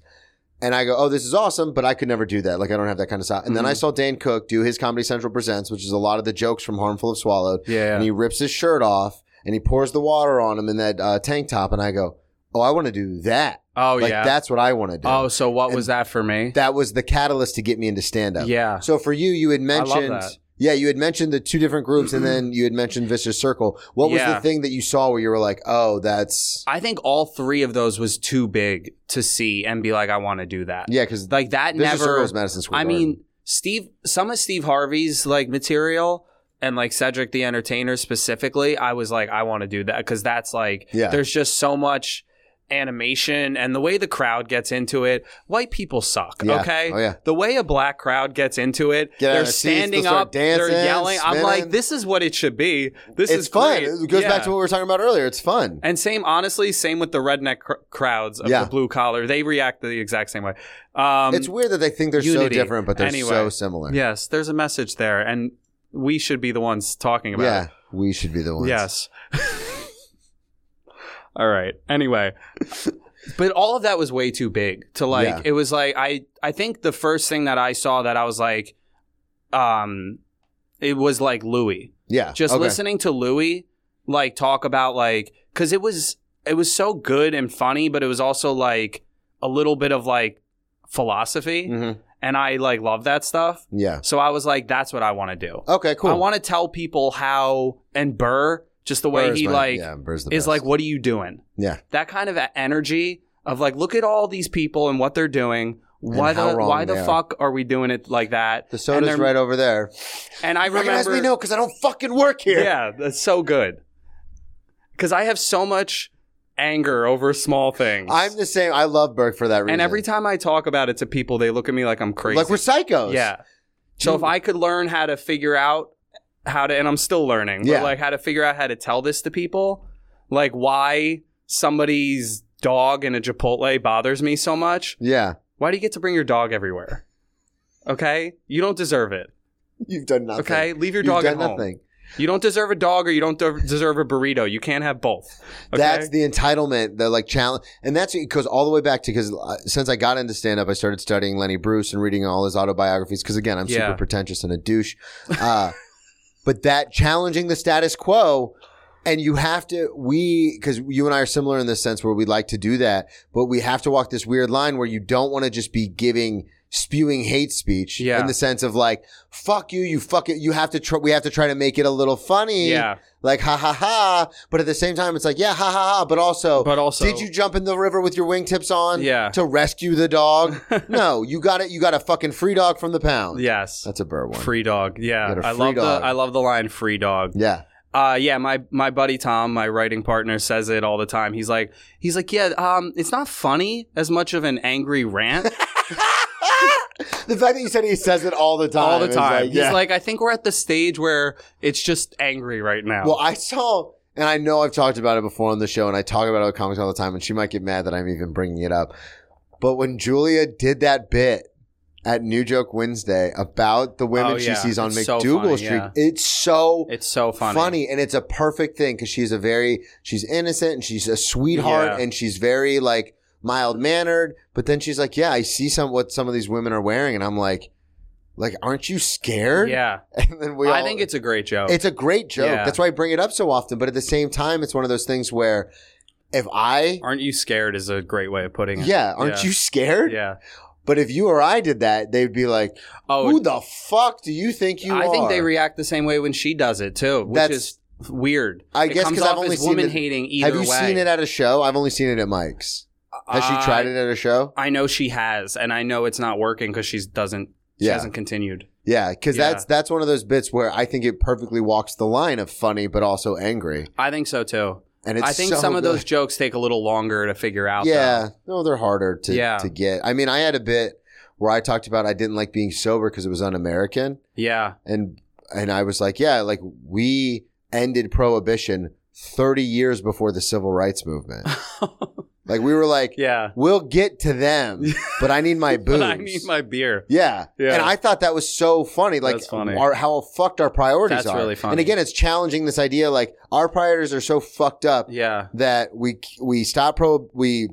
Speaker 3: And I go, oh, this is awesome, but I could never do that. Like, I don't have that kind of style. And then I
Speaker 4: Mm-hmm.
Speaker 3: saw Dan Cook do his Comedy Central Presents, which is a lot of the jokes from Harmful of Swallowed
Speaker 4: Yeah,
Speaker 3: and he rips his shirt off and he pours the water on him in that uh, tank top. And I go, Oh, I want to do that.
Speaker 4: oh
Speaker 3: like,
Speaker 4: yeah.
Speaker 3: that's what I want to do.
Speaker 4: oh, so what was that for me?
Speaker 3: That was the catalyst to get me into stand up.
Speaker 4: yeah,
Speaker 3: So for you, you had
Speaker 4: love
Speaker 3: mentioned.
Speaker 4: that.
Speaker 3: Yeah, you had mentioned the two different groups, and then you had mentioned Vicious Circle. What was
Speaker 4: Yeah.
Speaker 3: the thing that you saw where you were like, "Oh, that's
Speaker 4: I think all three of those was too big to see and be like, I want to do that.
Speaker 3: yeah"? Because
Speaker 4: Like that
Speaker 3: Vicious Circle
Speaker 4: never.
Speaker 3: is Madison Square
Speaker 4: I
Speaker 3: Garden.
Speaker 4: mean, Steve, some of Steve Harvey's like material and like Cedric the Entertainer specifically, I was like, I want to do that because that's like,
Speaker 3: Yeah.
Speaker 4: there's just so much animation and the way the crowd gets into it. White people suck,
Speaker 3: Yeah.
Speaker 4: okay?
Speaker 3: Oh, yeah.
Speaker 4: The way a black crowd gets into it,
Speaker 3: Get out
Speaker 4: they're
Speaker 3: of their seats, they'll
Speaker 4: standing
Speaker 3: start
Speaker 4: up,
Speaker 3: dancing,
Speaker 4: they're yelling. I'm like,
Speaker 3: spinning.
Speaker 4: this is what it should be. This
Speaker 3: it's
Speaker 4: is
Speaker 3: fun.
Speaker 4: great.
Speaker 3: It goes
Speaker 4: Yeah.
Speaker 3: back to what we were talking about earlier. It's fun.
Speaker 4: And same, honestly, same with the redneck cr- crowds of
Speaker 3: Yeah.
Speaker 4: the blue collar. They react the exact same way. Um,
Speaker 3: it's weird that they think they're so
Speaker 4: unity.
Speaker 3: different, but they're
Speaker 4: Anyway.
Speaker 3: so similar.
Speaker 4: yes, there's a message there, and we should be the ones talking about
Speaker 3: yeah.
Speaker 4: it.
Speaker 3: We should be the ones.
Speaker 4: Yes. all right. Anyway, but all of that was way too big to like.
Speaker 3: Yeah.
Speaker 4: It was like I I think the first thing that I saw that I was like, um, it was like Louis
Speaker 3: Yeah.
Speaker 4: just
Speaker 3: Okay.
Speaker 4: listening to Louis like talk about like because it was it was so good and funny, but it was also like a little bit of like philosophy,
Speaker 3: Mhm.
Speaker 4: and I like love that stuff.
Speaker 3: Yeah.
Speaker 4: So I was like, that's what I want to do.
Speaker 3: Okay. Cool.
Speaker 4: I want to tell people how and Burr just the way
Speaker 3: Burr's
Speaker 4: he
Speaker 3: my-
Speaker 4: like
Speaker 3: yeah, Burr's the
Speaker 4: is
Speaker 3: best.
Speaker 4: like, what are you doing?
Speaker 3: Yeah.
Speaker 4: That kind of a- energy of like, look at all these people and what they're doing. Why
Speaker 3: how
Speaker 4: the
Speaker 3: wrong
Speaker 4: why the
Speaker 3: they are.
Speaker 4: fuck are we doing it like that?
Speaker 3: The
Speaker 4: and
Speaker 3: soda's
Speaker 4: they're-
Speaker 3: right over there.
Speaker 4: And I
Speaker 3: Recognize
Speaker 4: remember
Speaker 3: me? No, because I don't fucking work here.
Speaker 4: yeah, that's so good. Because I have so much anger over small things.
Speaker 3: I'm the same. I love Burke for that reason.
Speaker 4: and every time I talk about it to people, they look at me like I'm crazy.
Speaker 3: like we're psychos.
Speaker 4: yeah. So if I could learn how to figure out how to, and I'm still learning,
Speaker 3: Yeah.
Speaker 4: but like how to figure out how to tell this to people, like why somebody's dog in a Chipotle bothers me so much.
Speaker 3: yeah.
Speaker 4: Why do you get to bring your dog everywhere? Okay, you don't deserve it.
Speaker 3: You've done nothing.
Speaker 4: Okay, leave your
Speaker 3: You've
Speaker 4: dog
Speaker 3: done
Speaker 4: at home.
Speaker 3: nothing.
Speaker 4: You don't deserve a dog, or you don't de- deserve a burrito. You can't have both. Okay?
Speaker 3: That's the entitlement, the like challenge, and that's it goes all the way back to because uh, since I got into stand up, I started studying Lenny Bruce and reading all his autobiographies. Because again, I'm
Speaker 4: Yeah.
Speaker 3: super pretentious and a douche, uh, but that challenging the status quo, and you have to we because you and I are similar in this sense where we like to do that, but we have to walk this weird line where you don't want to just be giving spewing hate speech
Speaker 4: Yeah.
Speaker 3: in the sense of like fuck you you fuck it you have to tr- we have to try to make it a little funny
Speaker 4: yeah,
Speaker 3: like ha ha ha. But at the same time, it's like yeah ha ha ha. But also,
Speaker 4: but also
Speaker 3: did you jump in the river with your wingtips on?
Speaker 4: Yeah.
Speaker 3: To rescue the dog? no, you got it. You got a fucking free dog from the pound.
Speaker 4: Yes,
Speaker 3: That's a burr one.
Speaker 4: free dog. Yeah,
Speaker 3: You got a
Speaker 4: I
Speaker 3: free
Speaker 4: love
Speaker 3: dog.
Speaker 4: the I love the line free dog.
Speaker 3: Yeah.
Speaker 4: Uh, yeah, my my buddy Tom, my writing partner, says it all the time. He's like, he's like, yeah, um, it's not funny as much of an angry rant
Speaker 3: The fact that you said he says it all the time.
Speaker 4: all the
Speaker 3: is
Speaker 4: time.
Speaker 3: Like, yeah.
Speaker 4: He's like, I think we're at the stage where it's just angry right now.
Speaker 3: well, I saw. And I know I've talked about it before on the show, and I talk about it with comics all the time, and she might get mad that I'm even bringing it up. But when Julia did that bit at New Joke Wednesday about the women
Speaker 4: Oh,
Speaker 3: she
Speaker 4: yeah.
Speaker 3: sees on
Speaker 4: It's so
Speaker 3: McDougal
Speaker 4: funny,
Speaker 3: Street,
Speaker 4: yeah.
Speaker 3: it's so
Speaker 4: it's so funny.
Speaker 3: funny. and it's a perfect thing because she's a very she's innocent and she's a sweetheart
Speaker 4: Yeah.
Speaker 3: and she's very like mild mannered but then she's like yeah i see some what some of these women are wearing and i'm like like aren't you scared
Speaker 4: Yeah,
Speaker 3: and then we
Speaker 4: I
Speaker 3: all-
Speaker 4: think it's a great joke.
Speaker 3: it's a great joke
Speaker 4: Yeah.
Speaker 3: that's why i bring it up so often but at the same time it's one of those things where if i
Speaker 4: Aren't you scared? Is a great way of putting it.
Speaker 3: yeah aren't
Speaker 4: Yeah.
Speaker 3: you scared
Speaker 4: Yeah.
Speaker 3: but if you or i did that they'd be like
Speaker 4: Oh,
Speaker 3: who the fuck do you think you
Speaker 4: I
Speaker 3: are
Speaker 4: think they react the same way when she does it too, which
Speaker 3: That's-
Speaker 4: is weird.
Speaker 3: I
Speaker 4: It
Speaker 3: guess
Speaker 4: comes
Speaker 3: 'cause I've
Speaker 4: off
Speaker 3: only
Speaker 4: as
Speaker 3: seen it-
Speaker 4: woman hating either
Speaker 3: have you
Speaker 4: way. Uh,
Speaker 3: seen it at a show i've only seen it at mike's has she tried it at a show
Speaker 4: I know she has, and I know it's not working because she doesn't. She
Speaker 3: Yeah.
Speaker 4: hasn't continued.
Speaker 3: Yeah, because
Speaker 4: Yeah.
Speaker 3: that's that's one of those bits where I think it perfectly walks the line of funny but also angry,
Speaker 4: I think so too.
Speaker 3: and it's
Speaker 4: I think
Speaker 3: so
Speaker 4: some of
Speaker 3: good.
Speaker 4: those jokes take a little longer to figure out. though.
Speaker 3: Yeah, no, they're harder to
Speaker 4: Yeah.
Speaker 3: to get. I mean, I had a bit where I talked about I didn't like being sober because it was un-American,
Speaker 4: yeah,
Speaker 3: and and I was like, yeah, like we ended prohibition thirty years before the civil rights movement. like we were like,
Speaker 4: yeah.
Speaker 3: we'll get to them, but I need my booze.
Speaker 4: But I need my beer.
Speaker 3: Yeah.
Speaker 4: Yeah.
Speaker 3: And I thought that was so funny. Like
Speaker 4: That's funny.
Speaker 3: Our, how fucked our priorities
Speaker 4: That's
Speaker 3: are.
Speaker 4: really funny.
Speaker 3: And again, it's challenging this idea like our priorities are so fucked up
Speaker 4: Yeah.
Speaker 3: that we we stop pro we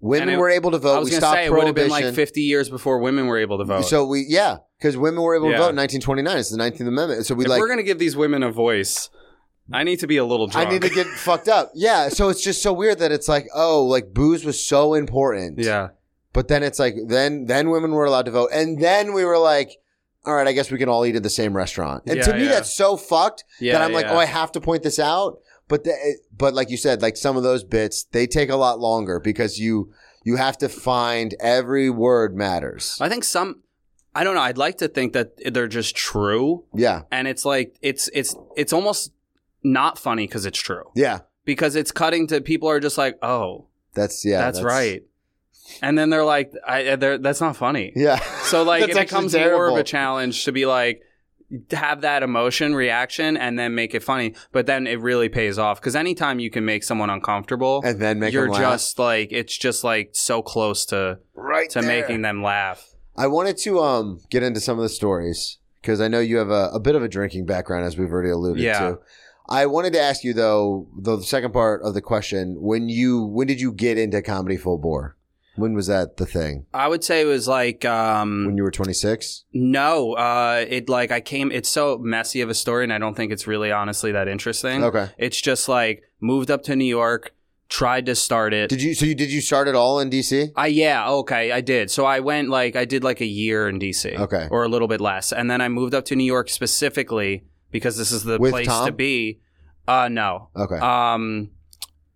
Speaker 3: women
Speaker 4: And it-
Speaker 3: were able to vote.
Speaker 4: I was
Speaker 3: we
Speaker 4: gonna
Speaker 3: stopped
Speaker 4: say it would have
Speaker 3: prohibition.
Speaker 4: been like 50 years before women were able to vote.
Speaker 3: So we yeah, cuz women were able to
Speaker 4: Yeah.
Speaker 3: vote in 1929. It's the 19th amendment. So we
Speaker 4: if
Speaker 3: like
Speaker 4: we're gonna give these women a voice, I need to be a little drunk.
Speaker 3: I need to get fucked up. Yeah, so it's just so weird that it's like, oh, like booze was so important.
Speaker 4: yeah.
Speaker 3: But then it's like then then women were allowed to vote, and then we were like, all right, I guess we can all eat at the same restaurant. And
Speaker 4: Yeah,
Speaker 3: to me,
Speaker 4: yeah.
Speaker 3: that's so fucked
Speaker 4: Yeah.
Speaker 3: that I'm like,
Speaker 4: yeah.
Speaker 3: oh, I have to point this out. But the, but like you said, like some of those bits they take a lot longer because you you have to find every word matters.
Speaker 4: I think some. I don't know. I'd like to think that they're just true,
Speaker 3: yeah,
Speaker 4: and it's like it's it's it's almost not funny because it's true
Speaker 3: yeah,
Speaker 4: because it's cutting to people are just like, oh,
Speaker 3: that's yeah,
Speaker 4: that's, right, and then they're like, I uh, they're, that's not funny.
Speaker 3: Yeah,
Speaker 4: So like it
Speaker 3: That's actually
Speaker 4: becomes more
Speaker 3: terrible.
Speaker 4: of a challenge to be like to have that emotion reaction and then make it funny, but then it really pays off because anytime you can make someone uncomfortable,
Speaker 3: and then make
Speaker 4: you're
Speaker 3: 'em laugh.
Speaker 4: just like it's just like so close to
Speaker 3: right
Speaker 4: to
Speaker 3: there.
Speaker 4: making them laugh.
Speaker 3: I wanted to um get into some of the stories because I know you have a, a bit of a drinking background, as we've already alluded
Speaker 4: Yeah.
Speaker 3: to. I wanted to ask you though the second part of the question when you when did you get into comedy full bore? When was that the thing?
Speaker 4: I would say it was like um,
Speaker 3: When you were twenty six?
Speaker 4: No, uh, it like I came. It's so messy of a story, and I don't think it's really honestly that interesting.
Speaker 3: Okay.
Speaker 4: It's just like moved up to New York, tried to start it.
Speaker 3: Did you so you did you start it all in DC?
Speaker 4: I yeah okay I did. So I went like I did like a year in DC,
Speaker 3: Okay.
Speaker 4: or a little bit less, and then I moved up to New York specifically because this is the
Speaker 3: With
Speaker 4: place
Speaker 3: Tom?
Speaker 4: to be. Uh, no,
Speaker 3: Okay.
Speaker 4: um,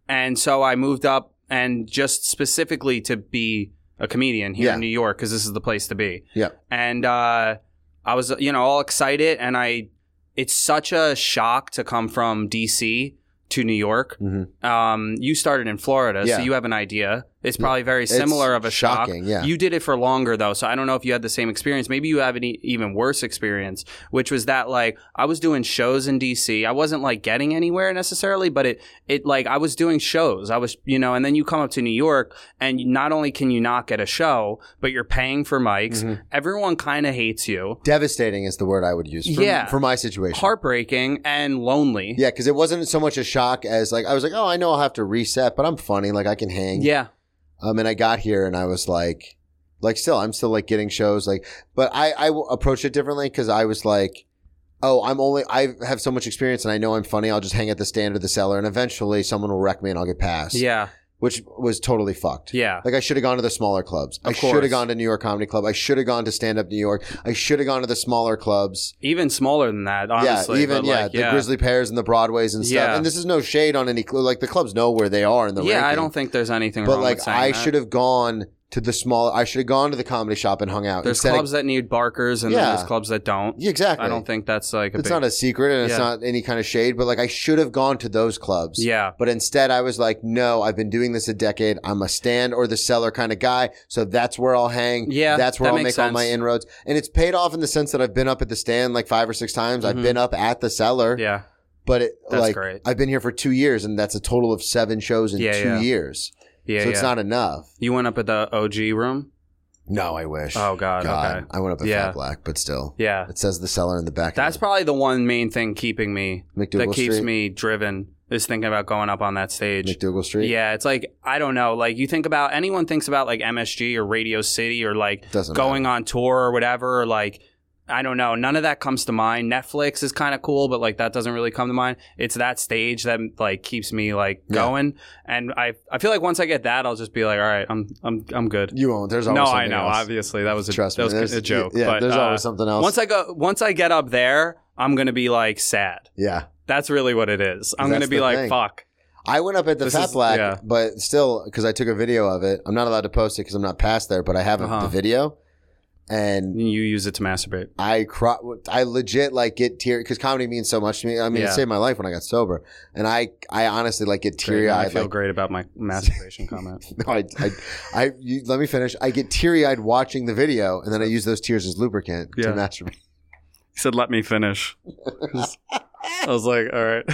Speaker 4: and so I moved up and just specifically to be a comedian here
Speaker 3: Yeah.
Speaker 4: in New York because this is the place to be.
Speaker 3: Yeah.
Speaker 4: And uh, I was, you know, all excited, and I. It's such a shock to come from DC to New York.
Speaker 3: Mhm.
Speaker 4: Um, you started in Florida,
Speaker 3: Yeah. Mm-hmm.
Speaker 4: so you have an idea. It's probably very similar of a shock.
Speaker 3: shocking, yeah.
Speaker 4: You did it for longer though, so I don't know if you had the same experience. Maybe you have an e- even worse experience, which was that like I was doing shows in DC. I wasn't like getting anywhere necessarily, but it it like I was doing shows. I was you know, and then you come up to New York, and not only can you not get a show, but you're paying for
Speaker 3: Mm-hmm.
Speaker 4: mics. Everyone kind of hates you.
Speaker 3: Devastating is the word I would use for,
Speaker 4: Yeah.
Speaker 3: for my situation.
Speaker 4: Heartbreaking and lonely.
Speaker 3: Yeah, because it wasn't so much a shock as like I was like, oh, I know I'll have to reset, but I'm funny, like I can hang.
Speaker 4: Yeah.
Speaker 3: Um, and I got here and I was like, like still, I'm still like getting shows, like, but I I w- approached it differently because I was like, oh, I'm only I have so much experience and I know I'm funny. I'll just hang at the stand or the cellar, and eventually someone will wreck me and I'll get passed.
Speaker 4: Yeah.
Speaker 3: which was totally fucked.
Speaker 4: Yeah.
Speaker 3: Like I should have gone to the smaller clubs. I
Speaker 4: Of
Speaker 3: should have
Speaker 4: course.
Speaker 3: gone to New York Comedy Club. I should have gone to Stand Up New York. I should have gone to the smaller clubs.
Speaker 4: Even smaller than that, honestly.
Speaker 3: yeah, even
Speaker 4: but,
Speaker 3: yeah,
Speaker 4: like,
Speaker 3: the Grizzly Pears and the Broadways and stuff.
Speaker 4: Yeah.
Speaker 3: And this is no shade on any cl- like the clubs know where they are in the
Speaker 4: yeah, I
Speaker 3: ranking.
Speaker 4: don't think there's anything
Speaker 3: But
Speaker 4: wrong
Speaker 3: like
Speaker 4: with saying
Speaker 3: I
Speaker 4: that.
Speaker 3: should have gone to the smaller. I should have gone to the comedy shop and hung out.
Speaker 4: There's
Speaker 3: instead of-
Speaker 4: clubs that need barkers and then
Speaker 3: Yeah.
Speaker 4: there's clubs that don't.
Speaker 3: yeah, exactly.
Speaker 4: I don't think that's like a
Speaker 3: it's
Speaker 4: big
Speaker 3: not a secret and it's
Speaker 4: Yeah.
Speaker 3: not any kind of shade. But like I should have gone to those clubs.
Speaker 4: Yeah.
Speaker 3: But instead, I was like, no, I've been doing this a decade. I'm a stand or the seller kind of guy. So that's where I'll hang.
Speaker 4: Yeah,
Speaker 3: That's where
Speaker 4: that
Speaker 3: I'll make
Speaker 4: makes
Speaker 3: all my
Speaker 4: sense.
Speaker 3: inroads. And it's paid off in the sense that I've been up at the stand like five or six times. I've
Speaker 4: Mhm.
Speaker 3: been up at the seller.
Speaker 4: Yeah.
Speaker 3: But it,
Speaker 4: That's
Speaker 3: like,
Speaker 4: great.
Speaker 3: I've been here for two years and that's a total of seven shows in
Speaker 4: Yeah,
Speaker 3: two
Speaker 4: yeah.
Speaker 3: years.
Speaker 4: Yeah.
Speaker 3: so it's
Speaker 4: yeah.
Speaker 3: not enough.
Speaker 4: you went up at the OG room?
Speaker 3: No, I wish.
Speaker 4: Oh god, okay.
Speaker 3: I went up at
Speaker 4: Yeah.
Speaker 3: Fat Black, but still.
Speaker 4: Yeah.
Speaker 3: It says the seller in the back.
Speaker 4: That's probably the one main thing keeping me
Speaker 3: McDougal
Speaker 4: that keeps
Speaker 3: Street.
Speaker 4: me driven is thinking about going up on that stage.
Speaker 3: McDougal Street.
Speaker 4: Yeah, it's like I don't know. Like you think about anyone thinks about like MSG or Radio City or like
Speaker 3: Doesn't
Speaker 4: going on tour or whatever. Or like I don't know. None of that comes to mind. Netflix is kind of cool, but like that doesn't really come to mind. It's that stage that like keeps me like
Speaker 3: Yeah.
Speaker 4: going, and I I feel like once I get that, I'll just be like, all right, I'm I'm I'm good.
Speaker 3: You won't. There's always
Speaker 4: No,
Speaker 3: something
Speaker 4: I know.
Speaker 3: else.
Speaker 4: Obviously, that was a
Speaker 3: Trust
Speaker 4: that
Speaker 3: me.
Speaker 4: was
Speaker 3: there's-
Speaker 4: a joke.
Speaker 3: Yeah,
Speaker 4: but,
Speaker 3: there's
Speaker 4: uh,
Speaker 3: always something else.
Speaker 4: Once I go, once I get up there, I'm gonna be like sad.
Speaker 3: yeah.
Speaker 4: That's really what it is. I'm
Speaker 3: That's
Speaker 4: gonna be
Speaker 3: the
Speaker 4: like,
Speaker 3: thing.
Speaker 4: fuck.
Speaker 3: I went up at the
Speaker 4: This
Speaker 3: Fat
Speaker 4: is-
Speaker 3: Black,
Speaker 4: yeah.
Speaker 3: but still, because I took a video of it. I'm not allowed to post it because I'm not past there, but I have
Speaker 4: Uh-huh.
Speaker 3: the video. And
Speaker 4: You use it to masturbate.
Speaker 3: I cry, I legit like get tear because comedy means so much to me. I mean, it
Speaker 4: Yeah.
Speaker 3: saved my life when I got sober, and I I honestly like get teary
Speaker 4: I
Speaker 3: eyed.
Speaker 4: feel
Speaker 3: Like,
Speaker 4: great about my masturbation comment.
Speaker 3: no, I, I, I you, let me finish. I get teary eyed watching the video, and then I use those tears as lubricant to
Speaker 4: Yeah.
Speaker 3: masturbate.
Speaker 4: He said, "Let me finish." I was like, "All right."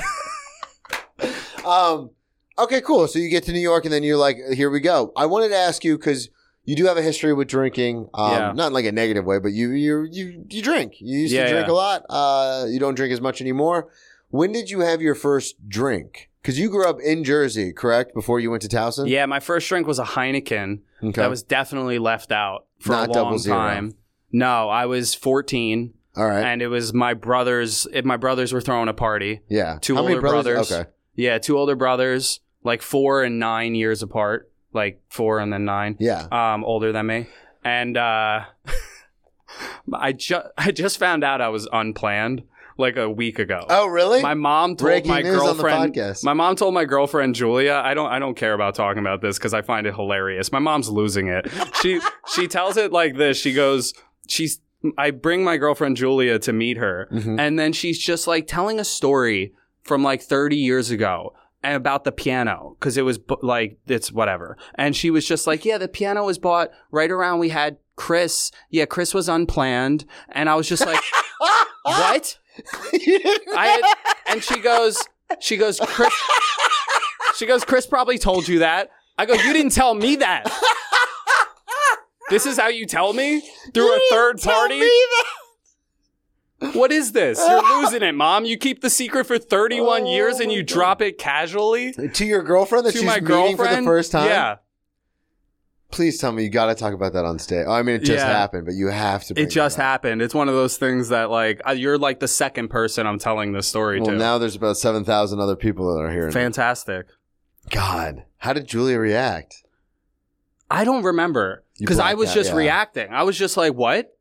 Speaker 3: Um, okay, cool. So you get to New York, and then you're like, "Here we go." I wanted to ask you because you do have a history with drinking, um,
Speaker 4: Yeah.
Speaker 3: not in like a negative way, but you you you you drink. You used
Speaker 4: Yeah,
Speaker 3: to drink
Speaker 4: yeah.
Speaker 3: a lot. Uh, you don't drink as much anymore. When did you have your first drink? Because you grew up in Jersey, correct? Before you went to Towson,
Speaker 4: Yeah, my first drink was a Heineken.
Speaker 3: Okay.
Speaker 4: That was definitely left out for
Speaker 3: Not
Speaker 4: a
Speaker 3: double
Speaker 4: long
Speaker 3: zero.
Speaker 4: time. No, I was 14,
Speaker 3: all right.
Speaker 4: and it was my brothers. If my brothers were throwing a party,
Speaker 3: yeah.
Speaker 4: two older brothers.
Speaker 3: Okay.
Speaker 4: yeah, two older brothers, like four and nine years apart, like four and then nine.
Speaker 3: Yeah.
Speaker 4: um, older than me, and uh, I just I just found out I was unplanned like a week ago.
Speaker 3: Oh, really?
Speaker 4: My mom told
Speaker 3: Breaking
Speaker 4: my
Speaker 3: news on the
Speaker 4: girlfriend.
Speaker 3: podcast.
Speaker 4: My mom told my girlfriend Julia. I don't. I don't care about talking about this because I find it hilarious. My mom's losing it. She she tells it like this. She goes. She's. I bring my girlfriend Julia to meet her,
Speaker 3: Mhm.
Speaker 4: and then she's just like telling a story from like 30 years ago and about the piano because it was bu- like it's whatever and she was just like yeah the piano was bought right around we had chris yeah chris was unplanned and i was just like what I had, and she goes, she goes, Chris, she goes, Chris probably told you that. I go, you didn't tell me that. This is how you tell me through a third party. What is this? You're losing it, mom. You keep the secret for 31 years and you drop it casually
Speaker 3: to your girlfriend Oh. that
Speaker 4: to
Speaker 3: she's
Speaker 4: my
Speaker 3: meeting
Speaker 4: girlfriend
Speaker 3: for the first time.
Speaker 4: Yeah,
Speaker 3: Please tell me you got to talk about that on stage. I mean, it just
Speaker 4: Yeah.
Speaker 3: happened, but you have to. Bring
Speaker 4: it just
Speaker 3: up.
Speaker 4: happened. It's one of those things that like uh, you're like the second person I'm telling this story
Speaker 3: Well,
Speaker 4: to.
Speaker 3: now there's about seven thousand other people that are here.
Speaker 4: Fantastic.
Speaker 3: God, how did Julia react?
Speaker 4: I don't remember
Speaker 3: You
Speaker 4: because I
Speaker 3: blacked
Speaker 4: was
Speaker 3: out,
Speaker 4: just
Speaker 3: yeah.
Speaker 4: reacting. I was just like, "What?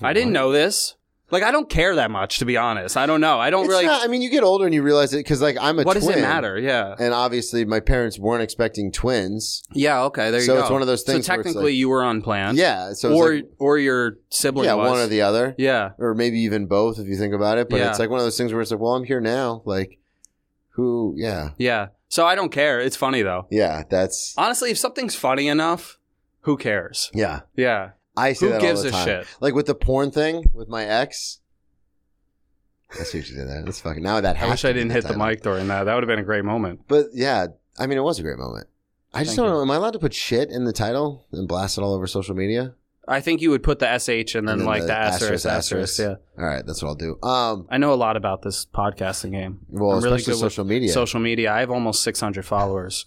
Speaker 4: I didn't know this." Like, I don't care that much, to be honest. I don't know. I don't
Speaker 3: It's
Speaker 4: really.
Speaker 3: not, I mean, you get older and you realize it because, like, I'm a
Speaker 4: what
Speaker 3: twin.
Speaker 4: does it matter? Yeah.
Speaker 3: And obviously, my parents weren't expecting twins.
Speaker 4: Yeah. Okay. There you
Speaker 3: So
Speaker 4: go.
Speaker 3: it's one of those things
Speaker 4: So
Speaker 3: where it's
Speaker 4: technically,
Speaker 3: like-
Speaker 4: you were unplanned.
Speaker 3: Yeah, so it's
Speaker 4: or
Speaker 3: like-
Speaker 4: or your sibling.
Speaker 3: yeah,
Speaker 4: was.
Speaker 3: one or the other,
Speaker 4: Yeah.
Speaker 3: or maybe even both if you think about it. But
Speaker 4: Yeah.
Speaker 3: it's like one of those things where it's like, well, I'm here now. Like, Who? Yeah,
Speaker 4: Yeah. So I don't care. It's funny though.
Speaker 3: yeah. That's
Speaker 4: Honestly, if something's funny enough, who cares?
Speaker 3: yeah.
Speaker 4: Yeah.
Speaker 3: I say
Speaker 4: Who
Speaker 3: that
Speaker 4: gives
Speaker 3: all
Speaker 4: a
Speaker 3: the time.
Speaker 4: shit?
Speaker 3: Like with the porn thing with my ex. I see what you did there. That's fucking. Now that
Speaker 4: I
Speaker 3: has
Speaker 4: wish
Speaker 3: to
Speaker 4: I
Speaker 3: be
Speaker 4: didn't hit the
Speaker 3: title.
Speaker 4: mic during that. That would have been a great moment.
Speaker 3: But yeah, I mean, it was a great moment. I just
Speaker 4: Thank
Speaker 3: don't
Speaker 4: you.
Speaker 3: know. Am I allowed to put shit in the title and blast it all over social media?
Speaker 4: I think you would put the SH and then, like the, asterisk, asterisk, Yeah.
Speaker 3: All right, that's what I'll do. Um,
Speaker 4: I know a lot about this podcasting game.
Speaker 3: well,
Speaker 4: I'm really
Speaker 3: especially
Speaker 4: good with
Speaker 3: social media.
Speaker 4: Social media. I have almost 600 followers.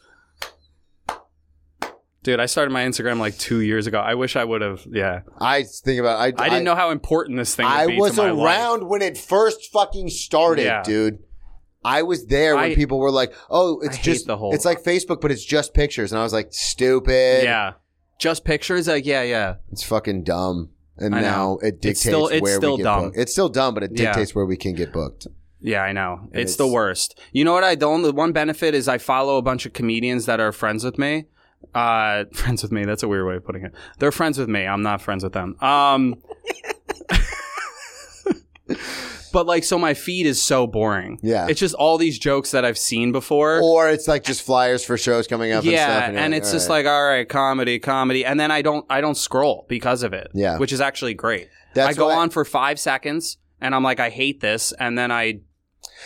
Speaker 4: Dude, I started my Instagram like two years ago. I wish I would have. Yeah.
Speaker 3: I think about. I,
Speaker 4: I, didn't know how important this thing would
Speaker 3: I
Speaker 4: be
Speaker 3: was
Speaker 4: to my life.
Speaker 3: around when it first fucking started,
Speaker 4: Yeah.
Speaker 3: dude. I was there when
Speaker 4: I-
Speaker 3: people were like, "Oh, it's
Speaker 4: I hate
Speaker 3: just
Speaker 4: the whole-
Speaker 3: It's like Facebook, but it's just pictures." And I was like, "Stupid.
Speaker 4: Yeah. Just pictures? Like, yeah, yeah.
Speaker 3: it's fucking dumb." And
Speaker 4: I
Speaker 3: now
Speaker 4: know.
Speaker 3: it dictates
Speaker 4: It's still- it's
Speaker 3: where
Speaker 4: still
Speaker 3: we get
Speaker 4: dumb.
Speaker 3: booked. It's still dumb, but it
Speaker 4: Yeah.
Speaker 3: dictates where we can get booked.
Speaker 4: Yeah, I know.
Speaker 3: And
Speaker 4: It's,
Speaker 3: it's-
Speaker 4: the worst. You know what I don't the one benefit is I follow a bunch of comedians that are friends with me. Uh friends with me, that's a weird way of putting it. They're friends with me. I'm not friends with them. Um But like so my feed is so boring.
Speaker 3: Yeah.
Speaker 4: It's just all these jokes that I've seen before.
Speaker 3: Or it's like just flyers for shows coming up. and,
Speaker 4: Er, yeah,
Speaker 3: stuff,
Speaker 4: and,
Speaker 3: you're
Speaker 4: it's
Speaker 3: "All
Speaker 4: just
Speaker 3: right."
Speaker 4: like all right, comedy, comedy, and then I don't, I don't scroll because of it.
Speaker 3: Yeah.
Speaker 4: which is actually great.
Speaker 3: That's
Speaker 4: I go
Speaker 3: why-
Speaker 4: on for five seconds, and I'm like, I hate this, and then I,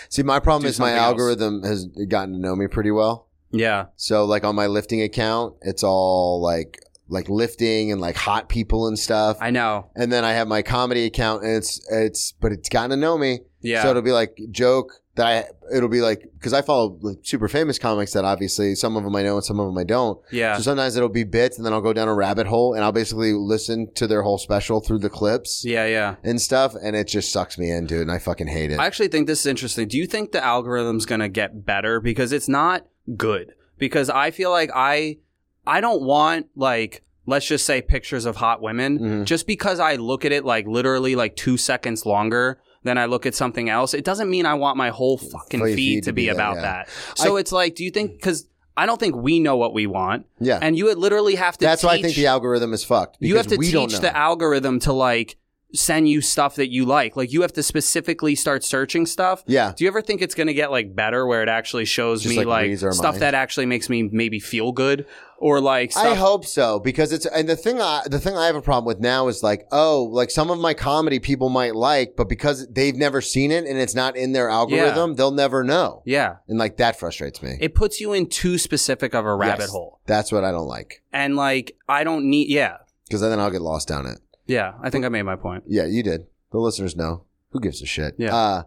Speaker 3: See, my problem
Speaker 4: do
Speaker 3: is my
Speaker 4: something else.
Speaker 3: algorithm has gotten to know me pretty well.
Speaker 4: yeah,
Speaker 3: So like on my lifting account, it's all like like lifting and like hot people and stuff.
Speaker 4: I know,
Speaker 3: and then I have my comedy account, and it's it's but it's gotten to know me.
Speaker 4: yeah,
Speaker 3: So it'll be like joke that I it'll be like because I follow like super famous comics that obviously some of them I know and some of them I don't.
Speaker 4: yeah,
Speaker 3: So sometimes it'll be bits, and then I'll go down a rabbit hole, and I'll basically listen to their whole special through the clips
Speaker 4: yeah, yeah.
Speaker 3: and stuff, and it just sucks me in, dude, and I fucking hate it.
Speaker 4: I actually think this is interesting. Do you think the algorithm's going to get better because it's not good? Because I feel like I I don't want like let's just say pictures of hot women
Speaker 3: Mhm.
Speaker 4: just because I look at it like literally like 2 seconds longer than I look at something else. It doesn't mean I want my whole fucking
Speaker 3: For your
Speaker 4: feed, to be, about
Speaker 3: yeah.
Speaker 4: that. So it's like do you think cuz I don't think we know what we want
Speaker 3: yeah,
Speaker 4: and you would literally have to
Speaker 3: that's why I think
Speaker 4: teach-
Speaker 3: the algorithm is fucked.
Speaker 4: you have
Speaker 3: because
Speaker 4: to
Speaker 3: we don't
Speaker 4: teach
Speaker 3: know.
Speaker 4: the algorithm to like send you stuff that you like. Like you have to specifically start searching stuff
Speaker 3: yeah.
Speaker 4: do you ever think it's going to get like better where it actually shows
Speaker 3: Just,
Speaker 4: me
Speaker 3: like,
Speaker 4: like,
Speaker 3: reads our
Speaker 4: stuff
Speaker 3: minds?
Speaker 4: that actually makes me maybe feel good or like stuff?
Speaker 3: I hope so because it's and the thing I the thing I have a problem with now is like oh like some of my comedy people might like but because they've never seen it and it's not in their algorithm they'll never know
Speaker 4: yeah.
Speaker 3: and like that frustrates me.
Speaker 4: It puts you in too specific of a rabbit
Speaker 3: Yes.
Speaker 4: hole.
Speaker 3: That's what I don't like
Speaker 4: And like, I don't need, yeah.
Speaker 3: because then I'll get lost down it.
Speaker 4: Yeah. I think I made my point.
Speaker 3: Yeah, you did. The listeners know who gives a shit.
Speaker 4: Yeah.
Speaker 3: Uh,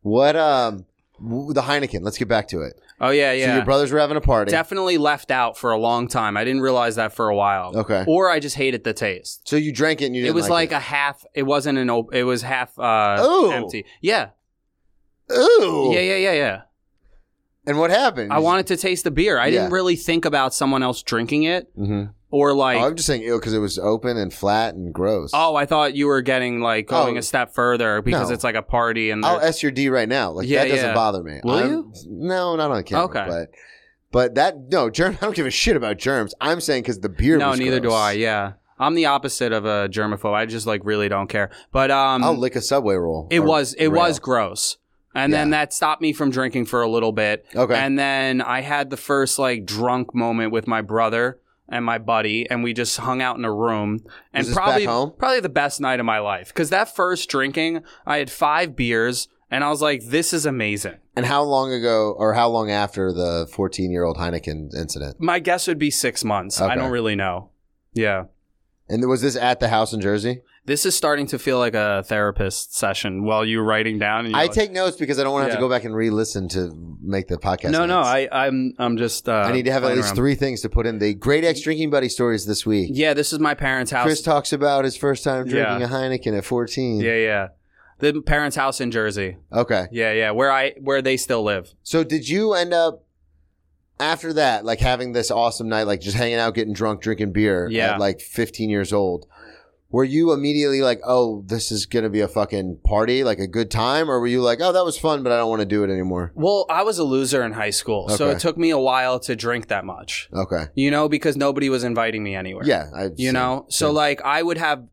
Speaker 3: what um w- the Heineken? Let's get back to it.
Speaker 4: Oh, yeah. Yeah.
Speaker 3: So your brothers were having a party.
Speaker 4: Definitely left out for a long time. I didn't realize that for a while.
Speaker 3: Okay.
Speaker 4: Or I just hated the taste.
Speaker 3: so you drank it and you
Speaker 4: It
Speaker 3: didn't
Speaker 4: was
Speaker 3: like,
Speaker 4: like, a half, it wasn't an, op- it was half uh,
Speaker 3: Ooh.
Speaker 4: empty. Yeah.
Speaker 3: it. ooh
Speaker 4: Yeah. Yeah. Yeah. Yeah.
Speaker 3: and what happened?
Speaker 4: I wanted to taste the beer. I didn't
Speaker 3: Yeah.
Speaker 4: really think about someone else drinking it
Speaker 3: hmm
Speaker 4: or like,
Speaker 3: oh, I'm just saying ill because it was open and flat and gross.
Speaker 4: Oh, I thought you were getting like going
Speaker 3: Oh.
Speaker 4: a step further because
Speaker 3: No.
Speaker 4: it's like a party and
Speaker 3: I'll
Speaker 4: they're-
Speaker 3: S your D right now. Like
Speaker 4: Yeah,
Speaker 3: that doesn't
Speaker 4: yeah.
Speaker 3: bother me.
Speaker 4: Will
Speaker 3: I'm-
Speaker 4: you?
Speaker 3: No, not on camera.
Speaker 4: Okay.
Speaker 3: But but that no germ. I don't give a shit about germs. I'm saying because the beer.
Speaker 4: no,
Speaker 3: was
Speaker 4: neither do
Speaker 3: gross.
Speaker 4: I. Yeah, I'm the opposite of a germaphobe. I just like really don't care. But um,
Speaker 3: I'll lick a subway roll.
Speaker 4: it
Speaker 3: or
Speaker 4: was it
Speaker 3: rail.
Speaker 4: was gross, and then that stopped me from drinking for a little bit.
Speaker 3: okay.
Speaker 4: And then I had the first like drunk moment with my brother and my buddy, and we just hung out in a room. And
Speaker 3: this back
Speaker 4: probably
Speaker 3: home?
Speaker 4: probably the best night of my life because that first drinking, I had five beers, and I was like, "This is amazing."
Speaker 3: and how long ago or how long after the 14 year old Heineken incident?
Speaker 4: My guess would be six months.
Speaker 3: Okay.
Speaker 4: I don't really know. Yeah.
Speaker 3: And was this at the house in Jersey?
Speaker 4: This is starting to feel like a therapist session while you're writing down. And you're
Speaker 3: I
Speaker 4: like-
Speaker 3: take notes because I don't want to have
Speaker 4: Yeah.
Speaker 3: to go back and re listen to make the podcast.
Speaker 4: No, no.
Speaker 3: notes.
Speaker 4: I, I'm, I'm just. Uh,
Speaker 3: I need to have at
Speaker 4: playing
Speaker 3: least
Speaker 4: around.
Speaker 3: three things to put in the great ex drinking buddy stories this week.
Speaker 4: Yeah, this is my parents' house.
Speaker 3: Chris talks about his first time drinking
Speaker 4: Yeah.
Speaker 3: a Heineken at 14.
Speaker 4: yeah, yeah. The parents' house in Jersey.
Speaker 3: Okay.
Speaker 4: Yeah, yeah. Where I, where they still live.
Speaker 3: So did you end up after that, like having this awesome night, like just hanging out, getting drunk, drinking beer
Speaker 4: Yeah.
Speaker 3: at like 15 years old? Were you immediately like, oh, this is going to be a fucking party, like a good time? Or were you like, oh, that was fun, but I don't want to do it anymore?
Speaker 4: Well, I was a loser in high school, so
Speaker 3: Okay.
Speaker 4: it took me a while to drink that much.
Speaker 3: Okay.
Speaker 4: You know, because nobody was inviting me anywhere.
Speaker 3: Yeah. I
Speaker 4: You know, so like I would have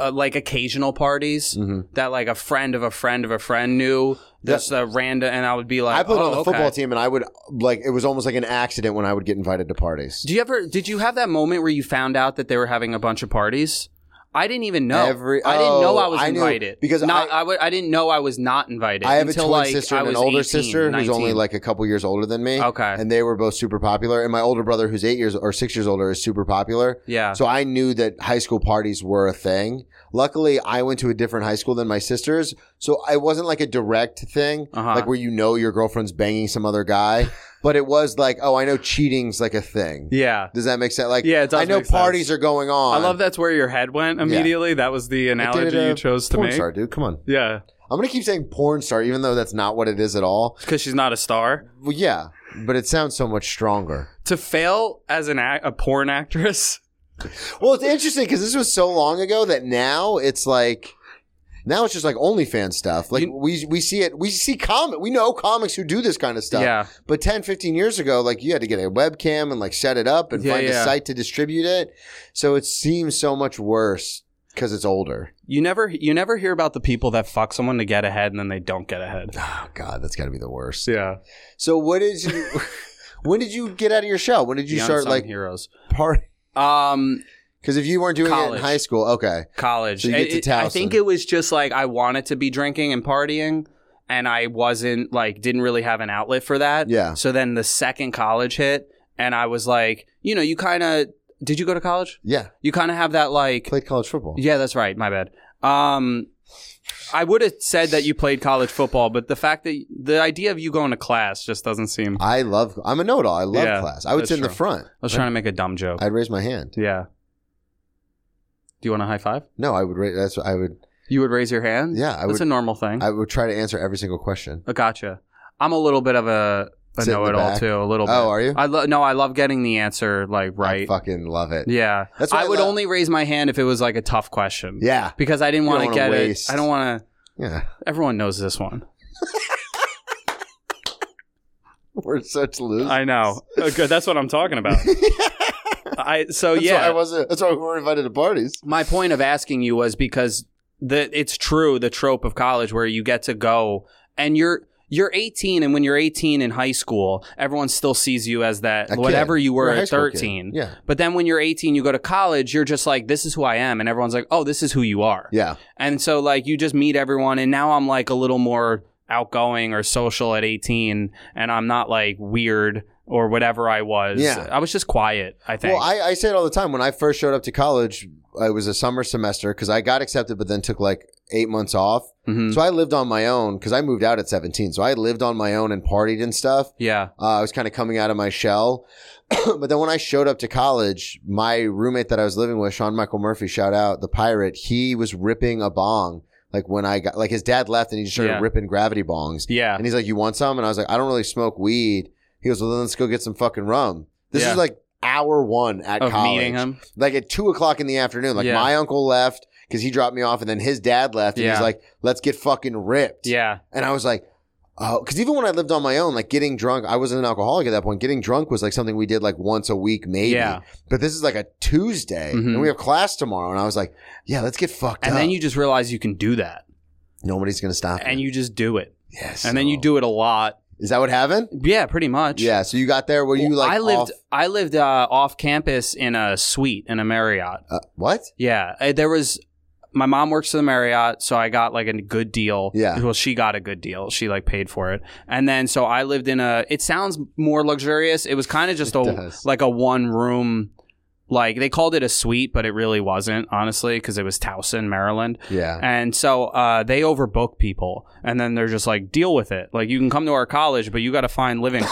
Speaker 4: uh, like occasional parties
Speaker 3: Mm. Mm-hmm.
Speaker 4: that like a friend of a friend of a friend knew just a random, and I would be like,
Speaker 3: I played
Speaker 4: oh,
Speaker 3: on the
Speaker 4: okay.
Speaker 3: football team, and I would like it was almost like an accident when I would get invited to parties.
Speaker 4: Do you ever? Did you have that moment where you found out that they were having a bunch of parties? I didn't even know.
Speaker 3: Every-
Speaker 4: I didn't know
Speaker 3: oh,
Speaker 4: I was
Speaker 3: I knew,
Speaker 4: invited
Speaker 3: because
Speaker 4: not,
Speaker 3: I-
Speaker 4: I, would- I didn't know I was not invited.
Speaker 3: I have a
Speaker 4: until,
Speaker 3: twin
Speaker 4: like,
Speaker 3: sister
Speaker 4: I
Speaker 3: and an
Speaker 4: was
Speaker 3: older
Speaker 4: 18,
Speaker 3: sister who's only
Speaker 4: 19.
Speaker 3: like a couple years older than me.
Speaker 4: Okay.
Speaker 3: and they were both super popular. And my older brother, who's eight years or six years older, is super popular.
Speaker 4: Yeah.
Speaker 3: So I knew that high school parties were a thing. Luckily, I went to a different high school than my sisters, so it wasn't like a direct thing,
Speaker 4: Uh-huh.
Speaker 3: like where you know your girlfriend's banging some other guy. but it was like, oh, I know cheating's like a thing.
Speaker 4: yeah.
Speaker 3: Does that make sense? Like,
Speaker 4: Yeah, it does
Speaker 3: I know
Speaker 4: make sense.
Speaker 3: parties are going on.
Speaker 4: I love that's where your head went immediately. That was the
Speaker 3: I
Speaker 4: analogy
Speaker 3: dated a
Speaker 4: you chose to
Speaker 3: uh, porn
Speaker 4: make.
Speaker 3: Star, dude, come on.
Speaker 4: Yeah,
Speaker 3: I'm gonna keep saying porn star, even though that's not what it is at all.
Speaker 4: because she's not a star.
Speaker 3: Well, yeah, but it sounds so much stronger.
Speaker 4: To fail as an ac- a porn actress,
Speaker 3: Well, it's interesting because this was so long ago that now it's like now it's just like OnlyFans stuff. Like
Speaker 4: You-
Speaker 3: we we see it, we see comic, we know comics who do this kind of stuff.
Speaker 4: Yeah.
Speaker 3: But 10, 15 years ago, like you had to get a webcam and like set it up and
Speaker 4: Yeah,
Speaker 3: find a
Speaker 4: yeah.
Speaker 3: site to distribute it. So it seems so much worse because it's older.
Speaker 4: you never you never hear about the people that fuck someone to get ahead and then they don't get ahead.
Speaker 3: Oh God, that's got to be the worst.
Speaker 4: Yeah,
Speaker 3: So what did you? when did you get out of your shell? When did you
Speaker 4: The
Speaker 3: start
Speaker 4: unsung
Speaker 3: like
Speaker 4: heroes.
Speaker 3: party?
Speaker 4: Um,
Speaker 3: Because if you weren't doing it
Speaker 4: College.
Speaker 3: in high school, okay,
Speaker 4: college.
Speaker 3: So you get to
Speaker 4: It- it- I
Speaker 3: Towson.
Speaker 4: think it was just like I wanted to be drinking and partying, and I wasn't like didn't really have an outlet for that.
Speaker 3: Yeah.
Speaker 4: So then the second college hit, and I was like, you know, you kind of did you go to college?
Speaker 3: yeah,
Speaker 4: You kind of have that like
Speaker 3: played college football.
Speaker 4: Yeah, that's right. My bad. Um, I would have said that you played college football, but the fact that the idea of you going to class just doesn't seem. I
Speaker 3: I love. I'm a know-it-all. I love
Speaker 4: Yeah,
Speaker 3: class. I would
Speaker 4: that's
Speaker 3: sit in the
Speaker 4: true.
Speaker 3: front.
Speaker 4: was trying to make a dumb joke.
Speaker 3: I'd raise my hand.
Speaker 4: yeah. Do you want a high five?
Speaker 3: No, I would. Ra- that's. what I would.
Speaker 4: You would raise your hand.
Speaker 3: Yeah, I
Speaker 4: that's
Speaker 3: would-
Speaker 4: a normal thing.
Speaker 3: I would try to answer every single question.
Speaker 4: Uh, gotcha. I'm a little bit of a, a
Speaker 3: Sit in the
Speaker 4: know-it-all
Speaker 3: back.
Speaker 4: too. A little. bit.
Speaker 3: Oh, are you?
Speaker 4: I lo- no, I love getting the answer like
Speaker 3: I
Speaker 4: right.
Speaker 3: fucking love it.
Speaker 4: yeah,
Speaker 3: That's why
Speaker 4: I
Speaker 3: I
Speaker 4: would
Speaker 3: lo-
Speaker 4: only raise my hand if it was like a tough question.
Speaker 3: Yeah.
Speaker 4: because I didn't
Speaker 3: You don't
Speaker 4: want to
Speaker 3: wanna
Speaker 4: get
Speaker 3: waste.
Speaker 4: it. I don't want to.
Speaker 3: Yeah.
Speaker 4: Everyone knows this one.
Speaker 3: We're such losers.
Speaker 4: I know. Okay, that's what I'm talking about. I so
Speaker 3: That's
Speaker 4: yeah.
Speaker 3: Why I wasn't. That's why we weren't invited to parties.
Speaker 4: my point of asking you was because the it's true the trope of college where you get to go and you're you're 18 and when you're 18 in high school everyone still sees you as that
Speaker 3: A kid.
Speaker 4: whatever you were
Speaker 3: You're a high
Speaker 4: at
Speaker 3: school kid.
Speaker 4: 13
Speaker 3: Yeah.
Speaker 4: but then when you're 18 you go to college you're just like this is who i am and everyone's like oh this is who you are
Speaker 3: Yeah.
Speaker 4: and so like you just meet everyone and now I'm like a little more outgoing or social at 18 and I'm not like weird or whatever I was.
Speaker 3: Yeah.
Speaker 4: I was just quiet, I think.
Speaker 3: Well, I, I say it all the time. When I first showed up to college, it was a summer semester because I got accepted, but then took like eight months off.
Speaker 4: Mhm.
Speaker 3: So I lived on my own because I moved out at 17. So I lived on my own and partied and stuff.
Speaker 4: yeah.
Speaker 3: Uh, I was kind of coming out of my shell. but then when I showed up to college, my roommate that I was living with, Sean Michael Murphy, shout out the pirate, he was ripping a bong. Like when I got, like his dad left and he just started
Speaker 4: Yeah.
Speaker 3: ripping gravity bongs.
Speaker 4: Yeah.
Speaker 3: And he's like, You want some? And I was like, I don't really smoke weed. He goes, Well, then let's go get some fucking rum. This
Speaker 4: Yeah.
Speaker 3: is like hour one at
Speaker 4: Of
Speaker 3: college.
Speaker 4: meeting him.
Speaker 3: Like at two o'clock in the afternoon. Like
Speaker 4: Yeah.
Speaker 3: my uncle left because he dropped me off and then his dad left. And
Speaker 4: Yeah.
Speaker 3: he's like, Let's get fucking ripped.
Speaker 4: Yeah.
Speaker 3: And I was like, oh, because even when I lived on my own, like getting drunk, I wasn't an alcoholic at that point. Getting drunk was like something we did like once a week, maybe.
Speaker 4: Yeah.
Speaker 3: But this is like a Tuesday
Speaker 4: Mhm.
Speaker 3: and we have class tomorrow. And I was like, yeah, let's get fucked
Speaker 4: And
Speaker 3: up.
Speaker 4: then you just realize you can do that
Speaker 3: Nobody's going to stop
Speaker 4: and
Speaker 3: me.
Speaker 4: you just do it.
Speaker 3: yes.
Speaker 4: And then you do it a lot.
Speaker 3: Is that what happened?
Speaker 4: Yeah, pretty much.
Speaker 3: Yeah. So you got there. Were you
Speaker 4: Well,
Speaker 3: like,
Speaker 4: I lived
Speaker 3: off-
Speaker 4: I lived uh, off campus in a suite in a Marriott.
Speaker 3: uh, what?
Speaker 4: Yeah, I- there was. My mom works at the Marriott, so I got like a good deal.
Speaker 3: Yeah.
Speaker 4: Well, she got a good deal. She like paid for it, and then so I lived in a. It sounds more luxurious. It was kind of just
Speaker 3: It
Speaker 4: a
Speaker 3: does.
Speaker 4: like a one room. Like they called it a suite, but it really wasn't, honestly, because it was Towson, Maryland.
Speaker 3: Yeah.
Speaker 4: And so uh, they overbook people, and then they're just like, deal with it. Like you can come to our college, but you got to find living.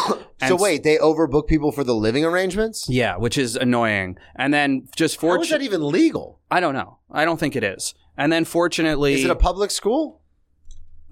Speaker 4: And
Speaker 3: so wait, they overbook people for the living arrangements?
Speaker 4: yeah, which is annoying. And then just
Speaker 3: How is
Speaker 4: fortunate.
Speaker 3: that even legal?
Speaker 4: I don't know. I don't think it is. And then fortunately,
Speaker 3: Is it a public school?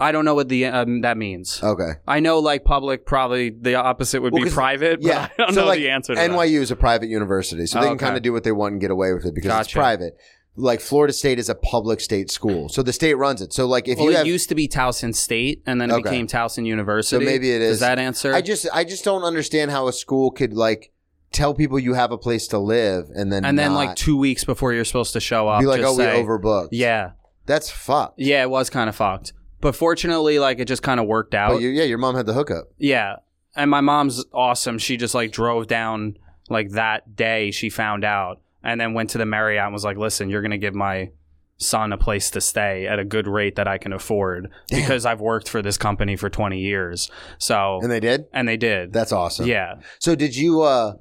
Speaker 4: I don't know what the um, that means.
Speaker 3: Okay.
Speaker 4: I know like public probably the opposite would
Speaker 3: Uh, Well,
Speaker 4: be
Speaker 3: 'cause-
Speaker 4: private. But
Speaker 3: Yeah,
Speaker 4: I don't
Speaker 3: so
Speaker 4: know
Speaker 3: like
Speaker 4: the answer to that.
Speaker 3: NYU is a private university, so they can
Speaker 4: Okay.
Speaker 3: kind of do what they want and get away with it because it's
Speaker 4: Gotcha.
Speaker 3: private. Like Florida State is a public state school, so the state runs it. So like if
Speaker 4: Well,
Speaker 3: you have,
Speaker 4: it used to be Towson State, and then it
Speaker 3: Okay.
Speaker 4: became Towson
Speaker 3: so
Speaker 4: University.
Speaker 3: maybe it is.
Speaker 4: Does that answer?
Speaker 3: I just I just don't understand how a school could like tell people you have a place to live and then
Speaker 4: and then
Speaker 3: not
Speaker 4: like two weeks before you're supposed to show up,
Speaker 3: be like,
Speaker 4: just
Speaker 3: oh,
Speaker 4: say-
Speaker 3: we overbooked.
Speaker 4: Yeah,
Speaker 3: that's fucked.
Speaker 4: yeah, it was kind of fucked. But fortunately, like it just kind of worked out.
Speaker 3: But you, yeah, your mom had the hookup.
Speaker 4: yeah, and my mom's awesome. She just like drove down like that day she found out, and then went to the Marriott and was like, "Listen, you're gonna give my son a place to stay at a good rate that I can afford because I've worked for this company for 20 years." So
Speaker 3: And they did?
Speaker 4: and they did.
Speaker 3: That's awesome.
Speaker 4: yeah.
Speaker 3: So did you uh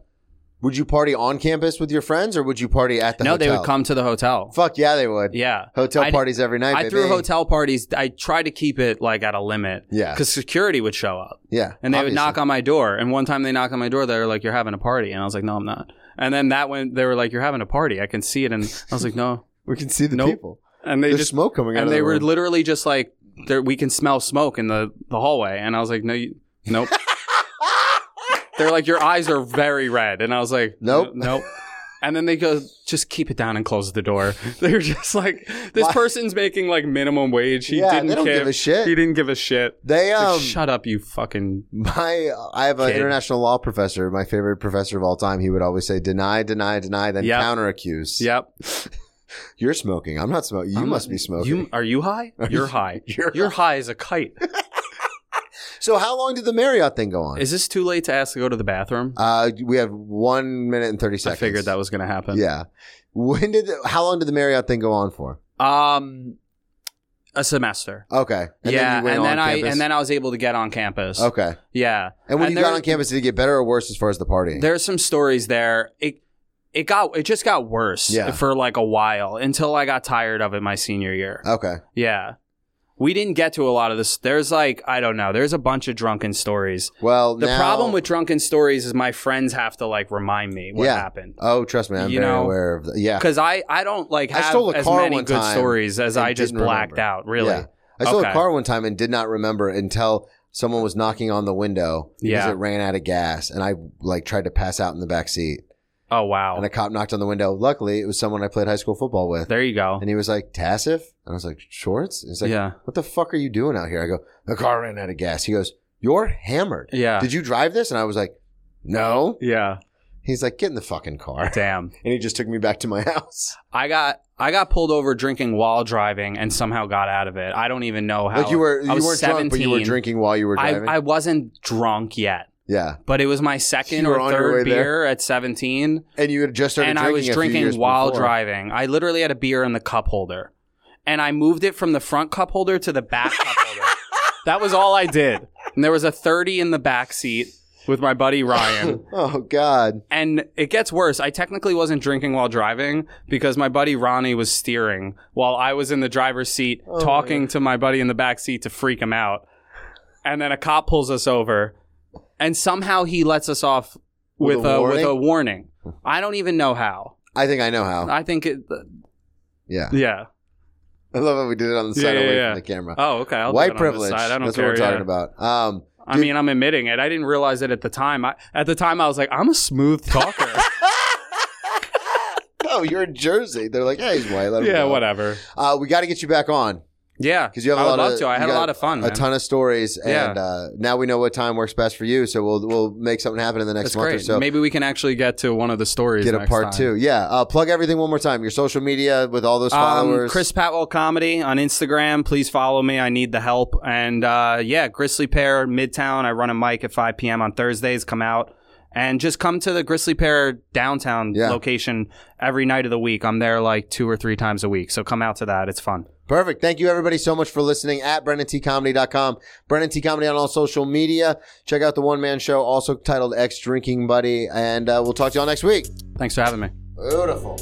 Speaker 3: would you party on campus with your friends or would you party at the
Speaker 4: no,
Speaker 3: hotel?
Speaker 4: they would come to the hotel.
Speaker 3: Fuck yeah, they would.
Speaker 4: Yeah.
Speaker 3: Hotel
Speaker 4: I-
Speaker 3: parties every night.
Speaker 4: I
Speaker 3: baby.
Speaker 4: threw hotel parties. I tried to keep it like at a limit.
Speaker 3: Yeah.
Speaker 4: Because security would show up
Speaker 3: Yeah.
Speaker 4: and they would knock on my door. And one time they knocked on my door, they were like, You're having a party. And I was like, No, I'm not. And then that went, they were like, You're having a party. I can see it. And I was like, No.
Speaker 3: We can see the
Speaker 4: Nope.
Speaker 3: people.
Speaker 4: And they
Speaker 3: There's
Speaker 4: just,
Speaker 3: smoke coming out
Speaker 4: and
Speaker 3: of
Speaker 4: they
Speaker 3: the
Speaker 4: were
Speaker 3: room.
Speaker 4: literally just like, there, We can smell smoke in the, the hallway. And I was like, No, you, nope. They're like, Your eyes are very red. And I was like,
Speaker 3: Nope.
Speaker 4: "N- Nope. And then they go, just keep it down and close the door. They're just like, this
Speaker 3: Why-
Speaker 4: person's making like minimum wage. He
Speaker 3: yeah,
Speaker 4: didn't
Speaker 3: they don't
Speaker 4: care.
Speaker 3: give a shit.
Speaker 4: He didn't give a shit.
Speaker 3: They
Speaker 4: Like,
Speaker 3: um
Speaker 4: Shut up, you fucking.
Speaker 3: my I have an
Speaker 4: Kid.
Speaker 3: international law professor, my favorite professor of all time. He would always say deny, deny, deny, then
Speaker 4: Yep.
Speaker 3: counter accuse.
Speaker 4: Yep.
Speaker 3: You're smoking. I'm not smoking. You
Speaker 4: I'm-
Speaker 3: must be smoking.
Speaker 4: You are you high? You're high.
Speaker 3: You're
Speaker 4: You're high as a kite.
Speaker 3: so how long did the Marriott thing go on?
Speaker 4: Is this too late to ask to go to the bathroom?
Speaker 3: uh we have one minute and thirty
Speaker 4: I
Speaker 3: seconds.
Speaker 4: figured that was going to happen.
Speaker 3: Yeah. When did the, how long did the Marriott thing go on for?
Speaker 4: Um, a semester.
Speaker 3: Okay.
Speaker 4: yeah,
Speaker 3: went
Speaker 4: and
Speaker 3: on
Speaker 4: then I
Speaker 3: campus?
Speaker 4: and then I was able to get on campus.
Speaker 3: okay.
Speaker 4: Yeah.
Speaker 3: And when
Speaker 4: And
Speaker 3: you got
Speaker 4: there-
Speaker 3: on campus, did it get better or worse as far as the partying?
Speaker 4: There's some stories there. It it got it just got worse
Speaker 3: Yeah.
Speaker 4: for like a while until I got tired of it my senior year.
Speaker 3: okay.
Speaker 4: Yeah. We didn't get to a lot of this. There's like, I don't know, there's a bunch of drunken stories.
Speaker 3: Well,
Speaker 4: The
Speaker 3: now-
Speaker 4: problem with drunken stories is my friends have to like remind me what
Speaker 3: Yeah.
Speaker 4: happened.
Speaker 3: oh, trust me, I'm
Speaker 4: you
Speaker 3: very
Speaker 4: know,
Speaker 3: aware of that. Yeah.
Speaker 4: Because I, I don't like
Speaker 3: I
Speaker 4: have
Speaker 3: stole a
Speaker 4: as
Speaker 3: car
Speaker 4: many
Speaker 3: one
Speaker 4: good
Speaker 3: time
Speaker 4: stories as
Speaker 3: and
Speaker 4: I just
Speaker 3: didn't
Speaker 4: blacked
Speaker 3: remember.
Speaker 4: out, really.
Speaker 3: Yeah. I stole a
Speaker 4: okay.
Speaker 3: car one time and did not remember until someone was knocking on the window because
Speaker 4: Yeah.
Speaker 3: it ran out of gas, and I like tried to pass out in the back seat,
Speaker 4: Oh, wow.
Speaker 3: and a cop knocked on the window. Luckily, it was someone I played high school football with,
Speaker 4: there you go.
Speaker 3: and he was like Tassif, and I was like Shorts. And he's like,
Speaker 4: yeah.
Speaker 3: what the fuck are you doing out here? I go, the car ran out of gas. He goes, you're hammered.
Speaker 4: Yeah.
Speaker 3: Did you drive this? And I was like, no.
Speaker 4: yeah.
Speaker 3: He's like, get in the fucking car.
Speaker 4: Damn.
Speaker 3: And he just took me back to my house.
Speaker 4: I got I got pulled over drinking while driving and somehow got out of it. I don't even know how.
Speaker 3: Like you were, you
Speaker 4: I was
Speaker 3: weren't drunk, but you were
Speaker 4: 17.
Speaker 3: drinking while you were
Speaker 4: I,
Speaker 3: driving.
Speaker 4: I wasn't drunk yet,
Speaker 3: yeah.
Speaker 4: but it was my second
Speaker 3: You were
Speaker 4: or
Speaker 3: on your way
Speaker 4: third
Speaker 3: there.
Speaker 4: beer at 17.
Speaker 3: And you had just started
Speaker 4: and I
Speaker 3: drinking
Speaker 4: was
Speaker 3: a few years
Speaker 4: drinking while
Speaker 3: before.
Speaker 4: driving. I literally had a beer in the cup holder, and I moved it from the front cup holder to the back cup holder. That was all I did. And there was a thirty in the back seat with my buddy Ryan.
Speaker 3: Oh, God.
Speaker 4: and it gets worse. I technically wasn't drinking while driving because my buddy Ronnie was steering while I was in the driver's seat
Speaker 3: Oh
Speaker 4: talking to my buddy in the back seat to freak him out. And then a cop pulls us over, and somehow he lets us off
Speaker 3: With
Speaker 4: with,
Speaker 3: a
Speaker 4: a, with
Speaker 3: warning?
Speaker 4: a warning. I don't even know how.
Speaker 3: I think I know how.
Speaker 4: I think it.
Speaker 3: yeah.
Speaker 4: Yeah.
Speaker 3: I love how we did it on the side
Speaker 4: Yeah, yeah,
Speaker 3: away
Speaker 4: yeah.
Speaker 3: from the camera.
Speaker 4: Oh, okay. I'll do it
Speaker 3: White
Speaker 4: on this
Speaker 3: privilege.
Speaker 4: side. I don't
Speaker 3: That's
Speaker 4: care.
Speaker 3: what we're talking
Speaker 4: yeah.
Speaker 3: about. Um,
Speaker 4: I mean, I'm admitting it. I didn't realize it at the time. I, at the time, I was like, I'm a smooth talker.
Speaker 3: oh, you're in Jersey. They're like, hey, he's white. Let him
Speaker 4: yeah,
Speaker 3: go.
Speaker 4: whatever.
Speaker 3: Uh, we got to get you back on.
Speaker 4: Yeah,
Speaker 3: 'Cause you have a
Speaker 4: I
Speaker 3: lot
Speaker 4: would love
Speaker 3: of-
Speaker 4: to. I
Speaker 3: you
Speaker 4: had a
Speaker 3: got
Speaker 4: lot of fun.
Speaker 3: a
Speaker 4: man.
Speaker 3: ton of stories,
Speaker 4: Yeah.
Speaker 3: and uh, now we know what time works best for you. So we'll we'll make something happen in the next
Speaker 4: That's
Speaker 3: month
Speaker 4: great.
Speaker 3: or so.
Speaker 4: Maybe we can actually get to one of the stories.
Speaker 3: Get a
Speaker 4: next
Speaker 3: part
Speaker 4: time.
Speaker 3: two. Yeah, uh, plug everything one more time. Your social media with all those
Speaker 4: Um,
Speaker 3: followers.
Speaker 4: Chris Patwell comedy on Instagram. Please follow me. I need the help. And uh, yeah, Grizzly Pear Midtown. I run a mic at 5 p.m. on Thursdays. Come out and just come to the Grizzly Pear downtown
Speaker 3: Yeah.
Speaker 4: location every night of the week. I'm there like two or three times a week. So come out to that. It's fun.
Speaker 3: Perfect. Thank you everybody so much for listening at BrennanTComedy.com. Brennan T Comedy on all social media. Check out the one man show, also titled X Drinking Buddy, and uh, we'll talk to y'all next week.
Speaker 4: Thanks for having me.
Speaker 3: Beautiful.